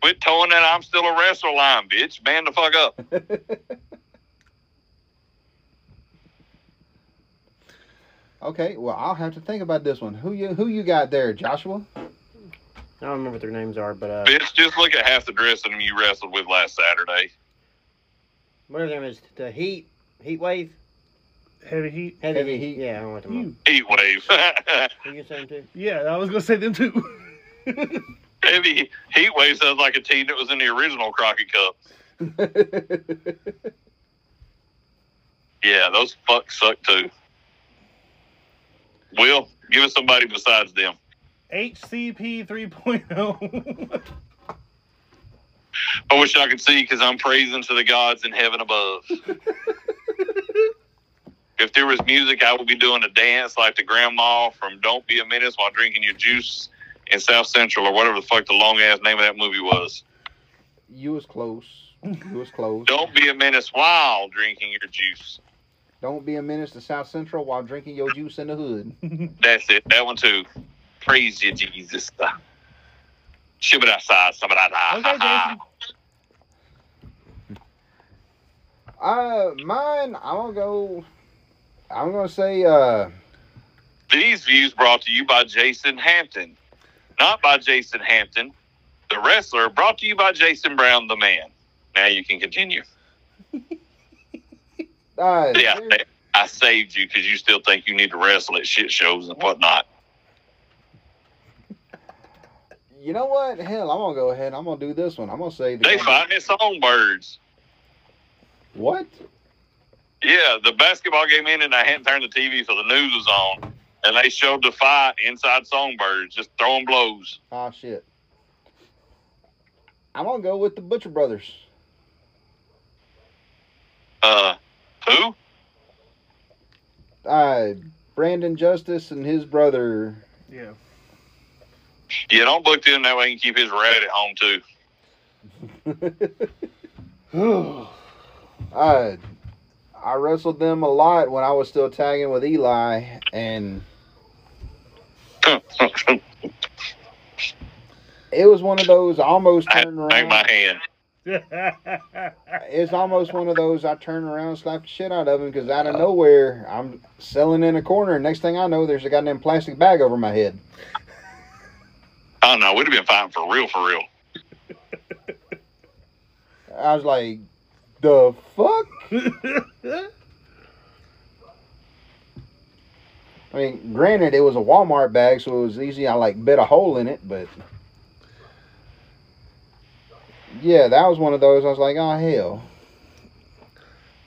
Speaker 3: Quit towing that I'm still a wrestler line, bitch. Man the fuck up.
Speaker 1: [LAUGHS] okay. Well, I'll have to think about this one. Who you who you got there, Joshua? [LAUGHS]
Speaker 4: I don't remember what their names are, but uh,
Speaker 3: bitch, just look at half the dressing room you wrestled with last Saturday.
Speaker 4: what are their names? The Heat, Heat Wave,
Speaker 2: Heavy heat.
Speaker 4: Heavy,
Speaker 1: Heavy
Speaker 4: Heat.
Speaker 1: Heat.
Speaker 4: Yeah, I don't want them.
Speaker 2: You.
Speaker 4: on.
Speaker 3: Heat wave. [LAUGHS]
Speaker 4: Who you saying to?
Speaker 2: Yeah, I was gonna say them too. [LAUGHS]
Speaker 3: Heavy heat wave sounds like a team that was in the original Crockett Cup. Yeah, those fucks suck too. Will, give us somebody besides them.
Speaker 2: HCP oh. 3.0.
Speaker 3: I wish I could see because I'm praising to the gods in heaven above. if there was music, I would be doing a dance like the grandma from Don't Be a Menace while drinking your juice in South Central or whatever the fuck the long ass name of that movie was.
Speaker 1: you was close. You was close.
Speaker 3: Don't Be a Menace while drinking your juice.
Speaker 1: Don't be a menace to South Central while drinking your juice in the hood. [LAUGHS]
Speaker 3: That's it. That one too. Praise you, Jesus. Shibadasa, sabadada.
Speaker 2: Okay, Jason.
Speaker 1: Uh, mine. I'm gonna go. I'm gonna say. Uh,
Speaker 3: These views brought to you by Jason Hampton, not by Jason Hampton, the wrestler, brought to you by Jason Brown, the man. Now you can continue.
Speaker 1: uh
Speaker 3: Yeah,
Speaker 1: there-
Speaker 3: I- I saved you because you still think you need to wrestle at shit shows and whatnot.
Speaker 1: You know what? Hell, I'm gonna go ahead. I'm gonna do this one. I'm gonna say. The
Speaker 3: They find their songbirds.
Speaker 1: What?
Speaker 3: Yeah, the basketball game ended and I hadn't turned the TV, so the news was on. And they showed the fight inside Songbirds, just throwing blows.
Speaker 1: Ah, shit. I'm gonna go with the Butcher Brothers.
Speaker 3: Uh, who?
Speaker 1: Uh, Brandon Justice and his brother.
Speaker 2: [LAUGHS] yeah. [SIGHS]
Speaker 3: Yeah, don't book them that way. He can keep his rat at home too. [LAUGHS]
Speaker 1: Uh, I wrestled them a lot when I was still tagging with Eli, and it was one of those almost
Speaker 3: I had
Speaker 1: turned
Speaker 3: to bang my
Speaker 1: around.
Speaker 3: hand.
Speaker 1: It's almost one of those I turn around and slap the shit out of him because out of nowhere I'm selling in a corner. And next thing I know, there's a goddamn plastic bag over my head.
Speaker 3: I don't know. Oh, We'd have been fighting for real, for real.
Speaker 1: I was like, the fuck? I mean, granted, it was a Walmart bag, so it was easy. I like bit a hole in it, but yeah, that was one of those. I was like, oh hell,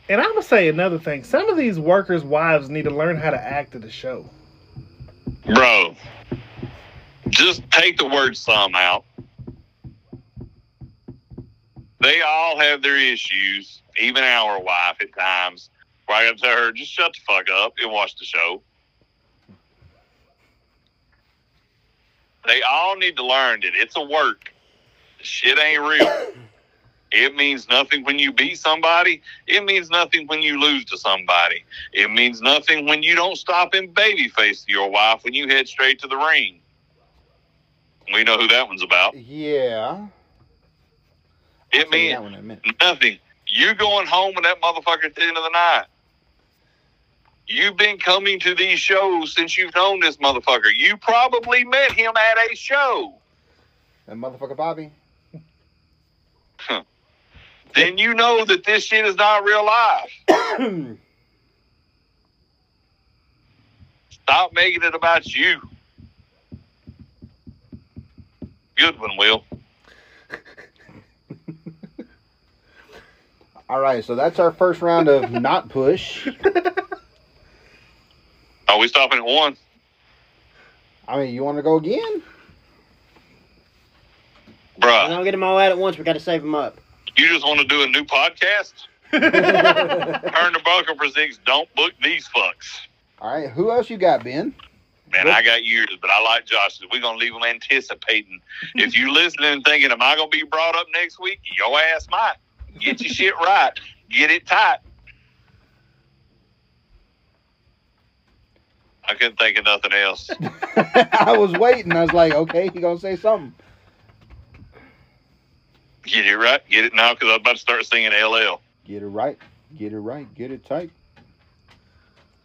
Speaker 2: and I'm gonna say another thing. Some of these workers' wives need to learn how to act at the show.
Speaker 3: Bro, just take the word some out. They all have their issues, even our wife at times. Where I got to tell her, just shut the fuck up and watch the show. They all need to learn that it's a work. Shit ain't real. It means nothing when you beat somebody. It means nothing when you lose to somebody. It means nothing when you don't stop and babyface your wife when you head straight to the ring. We know who that one's about.
Speaker 1: yeah.
Speaker 3: It
Speaker 1: Tell you
Speaker 3: means
Speaker 1: that one in a minute.
Speaker 3: Nothing. You going home with that motherfucker at the end of the night. You've been coming to these shows since you've known this motherfucker. You probably met him at a show.
Speaker 1: That motherfucker Bobby.
Speaker 3: Then you know that this shit is not real life. Stop making it about you. Good one, Will.
Speaker 1: All right, so that's our first round of
Speaker 3: [LAUGHS]
Speaker 1: not push.
Speaker 3: Are we stopping at one?
Speaker 1: I mean, you want to go again?
Speaker 4: I
Speaker 3: Bruh,
Speaker 4: don't get them all out at once. We got to save them up.
Speaker 3: you just want to do a new podcast? Turn the Buckle presents Don't Book These Fucks.
Speaker 1: All right, who else you got, Ben? [LAUGHS]
Speaker 3: Man, I got yours, but I like Josh's. We're gonna leave them anticipating. If you listening and thinking, am I gonna be brought up next week? Your ass might. Get your shit right. Get it tight. I couldn't think of nothing else.
Speaker 1: I was waiting. I was like, okay, he gonna say something.
Speaker 3: Get it right. Get it now, because I'm about to start singing LL.
Speaker 1: Get it right. Get it right. Get it tight.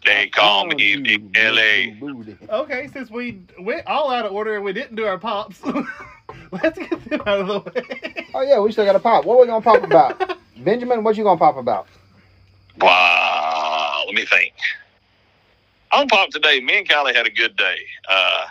Speaker 3: They call
Speaker 1: Oh,
Speaker 3: me
Speaker 1: you
Speaker 3: Big
Speaker 1: big
Speaker 3: LA.
Speaker 1: booty.
Speaker 2: okay, since we went all out of order and we didn't do our pops, [LAUGHS] let's get them out of the way.
Speaker 1: Oh yeah, we still got to pop. What we gonna pop
Speaker 3: [LAUGHS]
Speaker 1: about? Benjamin, what you gonna pop about?
Speaker 3: Wow. Let me think. On pop today, me and Kylie had a good day. Uh,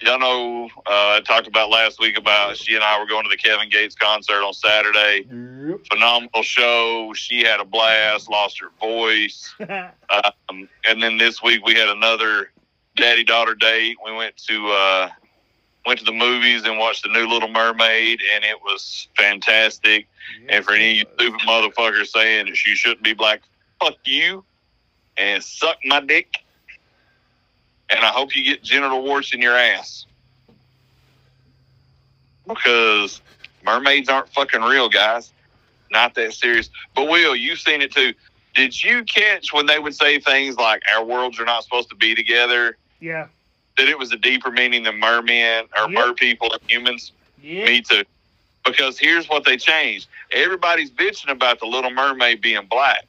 Speaker 3: y'all know uh, I talked about last week about she and I were going to the Kevin Gates concert on Saturday.
Speaker 1: Yep.
Speaker 3: Phenomenal show. She had a blast. Lost her voice. Um, and then this week we had another daddy daughter date. We went to uh, went to the movies and watched the new Little Mermaid, and it was fantastic. [LAUGHS] And for any of you stupid motherfuckers saying that you shouldn't be black, fuck you and suck my dick. And I hope you get genital warts in your ass. Because mermaids aren't fucking real, guys. Not that serious. But Will, you've seen it too. Did you catch when they would say things like our worlds are not supposed to be together?
Speaker 2: yeah,
Speaker 3: That it was a deeper meaning than mermen or
Speaker 2: Yep.
Speaker 3: mer people and humans?
Speaker 2: yeah,
Speaker 3: Me too. Because here's what they changed. Everybody's bitching about the Little Mermaid being black,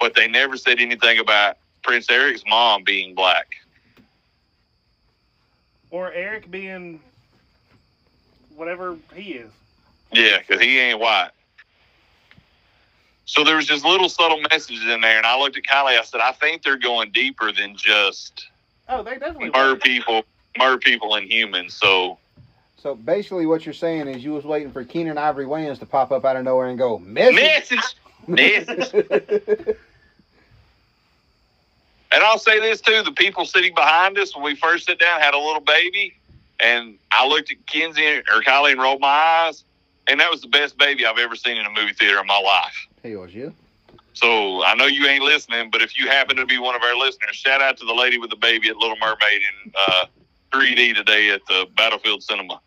Speaker 3: but they never said anything about Prince Eric's mom being black.
Speaker 2: or Eric being whatever he is.
Speaker 3: Yeah, because he ain't white. So there was just little subtle messages in there, and I looked at Kylie. I said, I think they're going deeper than just
Speaker 2: Oh, they definitely.
Speaker 3: mer people, mer people, and humans. So
Speaker 1: So basically, what you're saying is you was waiting for Keenan Ivory Wayans to pop up out of nowhere and go message.
Speaker 3: message, message.
Speaker 1: [LAUGHS]
Speaker 3: And I'll say this too: the people sitting behind us when we first sit down had a little baby, and I looked at Kenzie or Kylie and rolled my eyes, and that was the best baby I've ever seen in a movie theater in my life.
Speaker 1: Hell yeah.
Speaker 3: So I know you ain't listening, but if you happen to be one of our listeners, shout out to the lady with the baby at Little Mermaid in uh, 3D today at the Battlefield Cinema.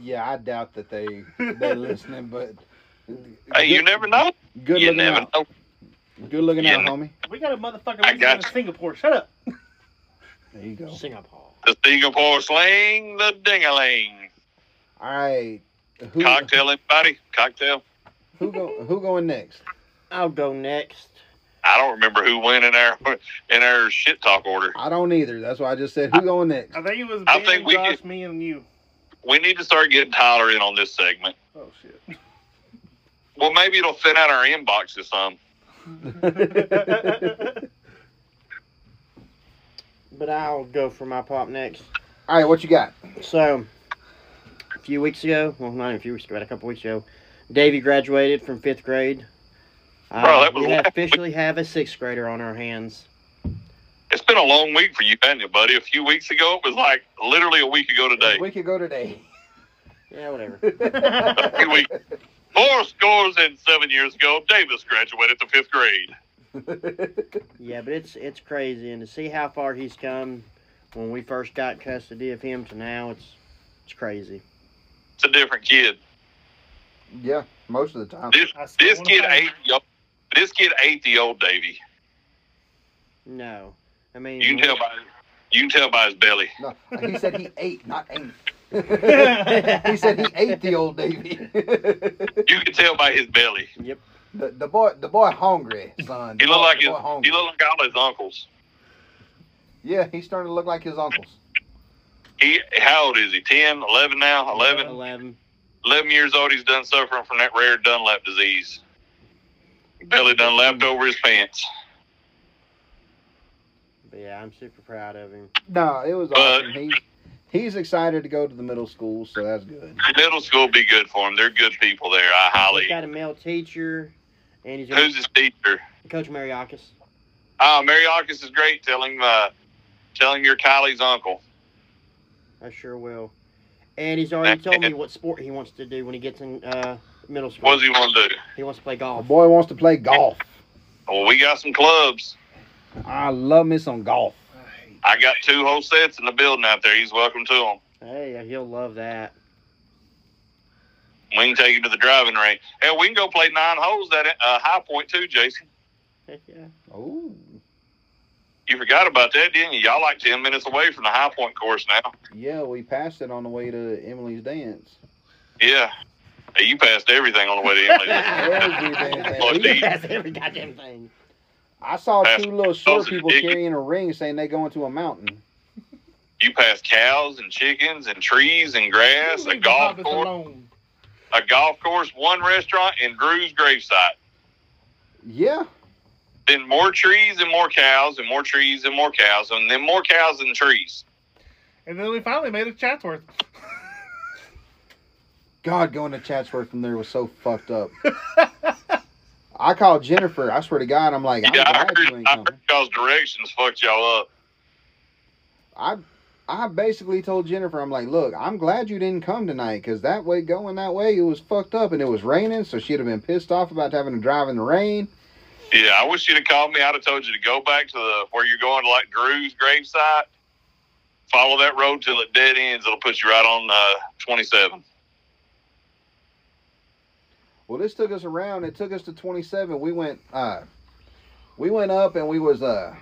Speaker 1: Yeah, I doubt that they they're
Speaker 2: [LAUGHS]
Speaker 1: listening, but
Speaker 3: Hey, you never know.
Speaker 1: Good
Speaker 3: you
Speaker 1: looking
Speaker 3: never
Speaker 1: out.
Speaker 3: know.
Speaker 1: Good looking
Speaker 3: you
Speaker 1: out,
Speaker 3: ne-
Speaker 1: homie.
Speaker 2: We got a motherfucker
Speaker 3: I
Speaker 2: listening
Speaker 3: got
Speaker 2: to
Speaker 3: you.
Speaker 2: Singapore. Shut up.
Speaker 1: There you go.
Speaker 4: Singapore.
Speaker 3: The Singapore slang, the dingaling.
Speaker 1: All right, Who,
Speaker 3: Cocktail, anybody? Cocktail?
Speaker 1: Who, go, who going next?
Speaker 4: I'll go next.
Speaker 3: I don't remember who went in our in our shit talk order.
Speaker 1: I don't either. That's why I just said who going
Speaker 3: [LAUGHS]
Speaker 1: next. [LAUGHS]
Speaker 2: I think it was
Speaker 3: I
Speaker 2: Ben,
Speaker 3: think we
Speaker 2: Josh, me, and you.
Speaker 3: We need to start getting Tyler in on this segment.
Speaker 2: Oh shit.
Speaker 3: Well, maybe it'll thin out our inboxes some.
Speaker 4: But I'll go for my pop next.
Speaker 1: All right, what you got?
Speaker 4: So, a few weeks ago, well, not even a few weeks ago, but a couple weeks ago, Davey graduated from fifth grade. Uh,
Speaker 3: Bro, that was
Speaker 4: we
Speaker 3: last
Speaker 4: officially have a sixth grader on our hands.
Speaker 3: It's been a long week for you, hasn't it, buddy? A few weeks ago, it was like literally a week ago today.
Speaker 1: We could go today.
Speaker 4: Yeah,
Speaker 3: [LAUGHS]
Speaker 4: whatever.
Speaker 3: Two weeks. Four scores and seven years ago, Davis graduated the fifth grade.
Speaker 4: yeah, but it's it's crazy, and to see how far he's come when we first got custody of him to now, it's it's crazy.
Speaker 3: It's a different kid.
Speaker 1: [LAUGHS] yeah, most of the time.
Speaker 3: This
Speaker 2: I still
Speaker 3: this
Speaker 2: wanna
Speaker 3: kid
Speaker 2: play.
Speaker 3: ate the old, this kid ate the old Davy.
Speaker 4: No, I mean
Speaker 3: You can tell by you can tell by his belly.
Speaker 1: No, he said he ate, not [LAUGHS] ate. he said he ate the old Davy. the,
Speaker 3: You can tell by his belly.
Speaker 1: [LAUGHS] the boy, the boy, hungry son.
Speaker 3: He
Speaker 1: The boy-
Speaker 3: looked like
Speaker 1: the
Speaker 3: his
Speaker 1: boy hungry.
Speaker 3: he looked like all his uncles.
Speaker 1: yeah, he's starting to look like his uncles.
Speaker 3: He how old is he? 10, 11 now? 11?
Speaker 4: 11.
Speaker 3: 11 years old. He's done suffering from that rare Dunlap disease. Belly done lapped over his pants.
Speaker 4: But yeah, I'm super proud of him.
Speaker 1: No, it was
Speaker 3: But-
Speaker 1: awesome. He's he's excited to go to the middle school, so that's good.
Speaker 3: Middle school be good for him. They're good people there. I
Speaker 4: He's
Speaker 3: highly.
Speaker 4: got a male teacher, and he's
Speaker 3: Who's his teacher?
Speaker 4: Coach Mariakis.
Speaker 3: Oh, Mariakis is great. Tell him, uh, tell him you're Kylie's uncle.
Speaker 4: I sure will. And he's already told me what sport he wants to do when he gets in uh, middle school.
Speaker 3: What does he want to do?
Speaker 4: He wants to play
Speaker 1: The
Speaker 4: golf.
Speaker 1: Oh, boy wants to play golf.
Speaker 3: Well, we got some clubs.
Speaker 1: I love me some golf.
Speaker 3: I got two whole sets in the building out there. He's welcome to them.
Speaker 4: Hey, he'll love that. [LAUGHS]
Speaker 3: We can take you to the driving range. Hell, we can go play nine holes at uh, High Point too, Jason.
Speaker 4: Heck yeah.
Speaker 1: Oh,
Speaker 3: You forgot about that, didn't you? Y'all like ten minutes away from the High Point course now.
Speaker 1: yeah, we passed it on the way to Emily's dance.
Speaker 3: Yeah. Hey, you passed everything on the way to Emily's.
Speaker 1: [LAUGHS]
Speaker 4: [LAUGHS]
Speaker 1: Everything.
Speaker 3: Indeed.
Speaker 4: That's every goddamn thing.
Speaker 1: I saw
Speaker 3: That's-
Speaker 1: two little short
Speaker 3: those are
Speaker 1: people
Speaker 3: ridiculous.
Speaker 1: carrying a ring saying they going to a mountain.
Speaker 3: you passed cows and chickens and trees and grass,
Speaker 2: You
Speaker 3: a
Speaker 2: leave the
Speaker 3: golf
Speaker 2: hobbits
Speaker 3: course,
Speaker 2: alone.
Speaker 3: a golf course, one restaurant, and Drew's gravesite.
Speaker 1: Yeah,
Speaker 3: Then more trees and more cows and more trees and more cows and then more cows and trees.
Speaker 2: And then we finally made it Chatsworth.
Speaker 1: God, going to Chatsworth from there was so fucked
Speaker 3: [LAUGHS]
Speaker 1: up. I called Jennifer. I swear to God, I'm like, I'm
Speaker 3: Yeah, I
Speaker 1: glad you
Speaker 3: heard,
Speaker 1: ain't
Speaker 3: I
Speaker 1: coming.
Speaker 3: heard y'all's directions fucked y'all up.
Speaker 1: I I basically told Jennifer, I'm like, look, I'm glad you didn't come tonight because that way going that way, it was fucked up and it was raining, so she'd have been pissed off about having to drive in the rain.
Speaker 3: Yeah, I wish you'd have called me. I'd have told you to go back to the where you're going to like Drew's gravesite. Follow that road till it dead ends. It'll put you right on uh, 27.
Speaker 1: Well, this took us around. It took us to 27. We went uh, we went up and we was uh,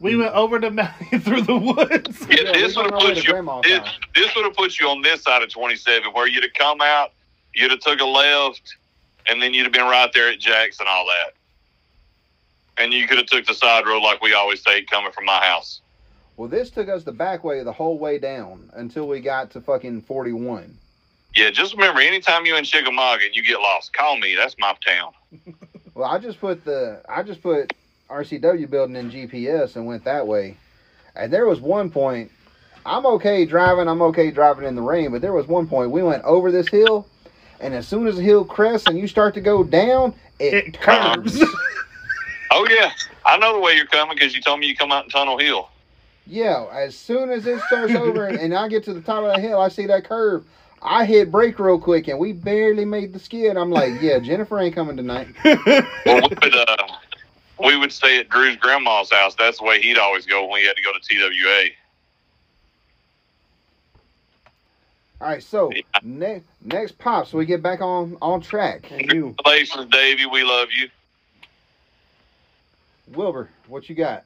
Speaker 2: We went over the mountain [LAUGHS] through the [LAUGHS] woods.
Speaker 3: Yeah,
Speaker 1: Yeah,
Speaker 3: this
Speaker 1: we
Speaker 3: would
Speaker 1: went
Speaker 3: have
Speaker 1: all the way
Speaker 3: put
Speaker 1: to
Speaker 3: you.
Speaker 1: Grandma's
Speaker 3: This,
Speaker 1: house.
Speaker 3: this would have put you on this side of 27, where you'd have come out, you'd have took a left, and then you'd have been right there at Jack's and all that. And you could have took the side road like we always take, coming from my house.
Speaker 1: well, this took us the back way the whole way down until we got to fucking 41.
Speaker 3: Yeah, just remember, anytime you're in Chickamauga and you get lost, call me. That's my town.
Speaker 1: Well, I just put the I just put RCW building in GPS and went that way. And there was one point I'm okay driving, I'm okay driving in the rain, but there was one point we went over this hill and as soon as the hill crests and you start to go down, it,
Speaker 2: It
Speaker 1: curves.
Speaker 2: curves. [LAUGHS]
Speaker 3: Oh yeah, I know the way you're coming because you told me you come out in Tunnel Hill.
Speaker 1: yeah, as soon as it starts over and, and I get to the top of the hill, I see that curve. I hit brake real quick and we barely made the skid. I'm like, yeah, Jennifer ain't coming tonight.
Speaker 3: Well, we would, uh, we would stay at Drew's grandma's house. That's the way he'd always go when we had to go to TWA.
Speaker 1: All right, so
Speaker 3: Yeah.
Speaker 1: next next pop, so we get back on on track.
Speaker 4: And you.
Speaker 3: Congratulations, Davey. We love you.
Speaker 1: Wilbur, what you got?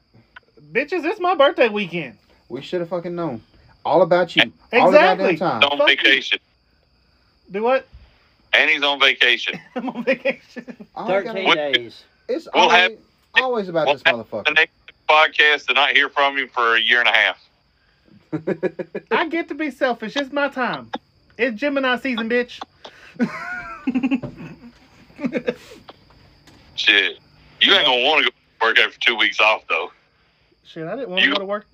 Speaker 2: Bitches, it's my birthday weekend.
Speaker 1: We should have fucking known. All about you. All the
Speaker 2: Exactly.
Speaker 1: goddamn time.
Speaker 3: on
Speaker 2: Fuck you.
Speaker 3: vacation.
Speaker 2: Do what? [LAUGHS]
Speaker 3: and he's on vacation.
Speaker 2: I'm on vacation.
Speaker 1: All I gotta-
Speaker 4: 13 days.
Speaker 1: it's
Speaker 3: We'll
Speaker 1: always,
Speaker 3: have-
Speaker 1: always about
Speaker 3: we'll
Speaker 1: this
Speaker 3: have The
Speaker 1: motherfucker.
Speaker 3: next podcast, and not hear from him for a year and a half.
Speaker 2: I get to be selfish. It's my time. It's Gemini season, bitch. [LAUGHS]
Speaker 3: Shit, you ain't gonna want to go to work after two weeks off though.
Speaker 2: Shit, I didn't want to
Speaker 3: You-
Speaker 2: go to work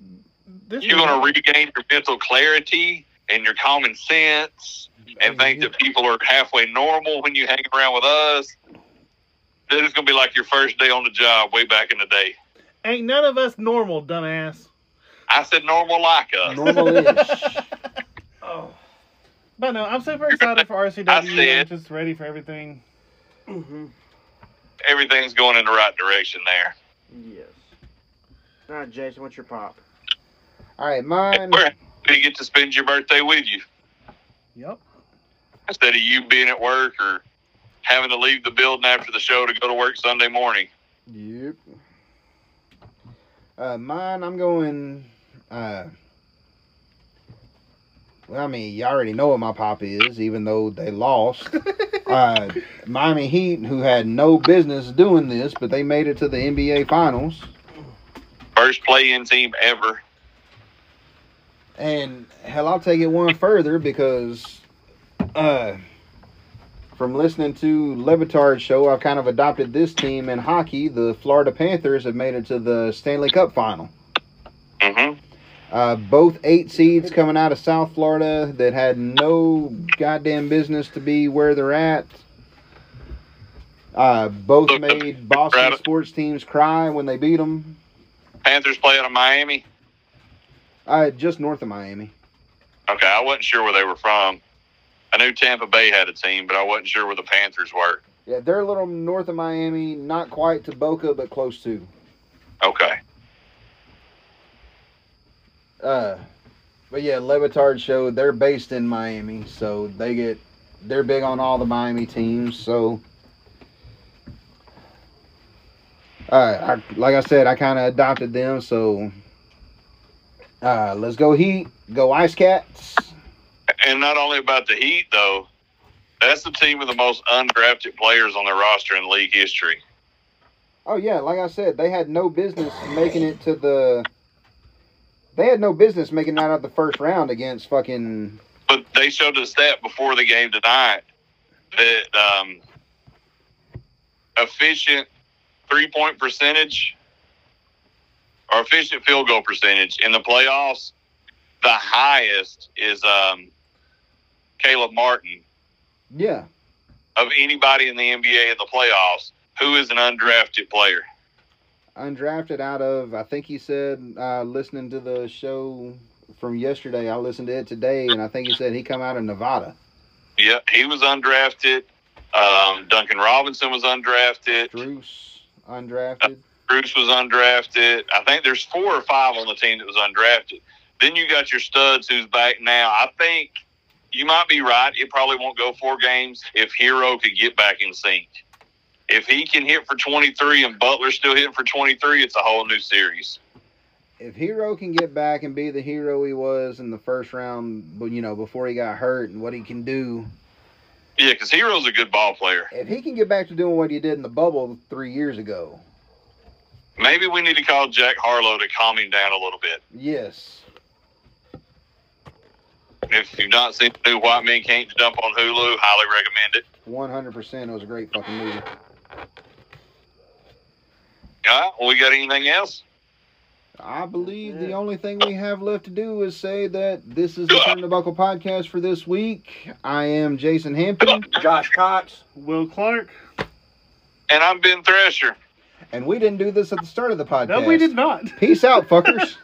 Speaker 2: this
Speaker 3: You're
Speaker 2: week.
Speaker 3: gonna regain your mental clarity and your common sense, and think that people are halfway normal when you hang around with us. This is gonna be like your first day on the job way back in the day.
Speaker 2: Ain't none of us normal, dumbass.
Speaker 3: I said normal like
Speaker 1: [LAUGHS]
Speaker 3: us.
Speaker 1: Normal-ish.
Speaker 2: Oh. But no, I'm super excited for RCW.
Speaker 3: I see
Speaker 2: I'm
Speaker 3: it.
Speaker 2: just ready for everything.
Speaker 4: Mm-hmm.
Speaker 3: Everything's going in the right direction there.
Speaker 4: Yes. All right, Jason, what's your pop?
Speaker 1: All right, mine.
Speaker 3: We're happy to get to spend your birthday with you.
Speaker 2: Yep.
Speaker 3: instead of you being at work or having to leave the building after the show to go to work Sunday morning.
Speaker 1: Yep. Uh, mine, I'm going. Uh, well, I mean, you already know what my pop is, even though they lost. uh, Miami Heat, who had no business doing this, but they made it to the NBA Finals.
Speaker 3: First play-in team ever.
Speaker 1: And hell, I'll take it one further because uh, from listening to Levitard's show, I've kind of adopted this team in hockey. The Florida Panthers have made it to the Stanley Cup Final.
Speaker 3: Mm-hmm.
Speaker 1: Uh, both eight seeds coming out of South Florida that had no goddamn business to be where they're at. Uh, both made Boston sports teams cry when they beat them.
Speaker 3: Panthers play out of Miami.
Speaker 1: Uh, just north of Miami.
Speaker 3: Okay, I wasn't sure where they were from. I knew Tampa Bay had a team, but I wasn't sure where the Panthers were.
Speaker 1: Yeah, they're a little north of Miami, not quite to Boca, but close to.
Speaker 3: Okay.
Speaker 1: Uh, but yeah, Levitard show they're based in Miami, so they get they're big on all the Miami teams. So, uh, I, like I said, I kind of adopted them. So, uh, let's go Heat, go Ice Cats.
Speaker 3: And not only about the Heat, though, that's the team with the most undrafted players on their roster in league history.
Speaker 1: Oh yeah, like I said, they had no business making it to the. They had no business making that out of the first round against fucking.
Speaker 3: But they showed us that before the game tonight that um, efficient three point percentage or efficient field goal percentage in the playoffs, the highest is um, Caleb Martin
Speaker 1: Yeah,
Speaker 3: of anybody in the NBA in the playoffs who is an undrafted player.
Speaker 1: undrafted out of I think he said uh, listening to the show from yesterday. I listened to it today, and I think he said he come out of Nevada.
Speaker 3: Yeah, he was undrafted. Um, Duncan Robinson was undrafted.
Speaker 1: Bruce undrafted.
Speaker 3: Bruce was undrafted. I think there's four or five on the team that was undrafted. Then you got your studs who's back now. I think you might be right. It probably won't go four games if Hero could get back in sync. If he can hit for 23 and Butler's still hitting for 23, it's a whole new series.
Speaker 1: If Hero can get back and be the hero he was in the first round, but you know before he got hurt and what he can do,
Speaker 3: Yeah, because Hero's a good ball player.
Speaker 1: if he can get back to doing what he did in the bubble three years ago,
Speaker 3: Maybe we need to call Jack Harlow to calm him down a little bit.
Speaker 1: yes,
Speaker 3: If you've not seen the new White Men Can't Jump on Hulu, highly recommend it.
Speaker 1: one hundred percent, it was a great fucking movie.
Speaker 3: Yeah, we got anything else?
Speaker 1: I believe the
Speaker 4: it.
Speaker 1: only thing we have left to do is say that this is the Turn the Buckle podcast for this week. I am Jason Hampton,
Speaker 4: Josh Cox.
Speaker 2: Will Clark.
Speaker 3: And I'm Ben Thresher.
Speaker 1: and we didn't do this at the start of the podcast. [LAUGHS]
Speaker 2: No, we did not.
Speaker 1: Peace out, fuckers.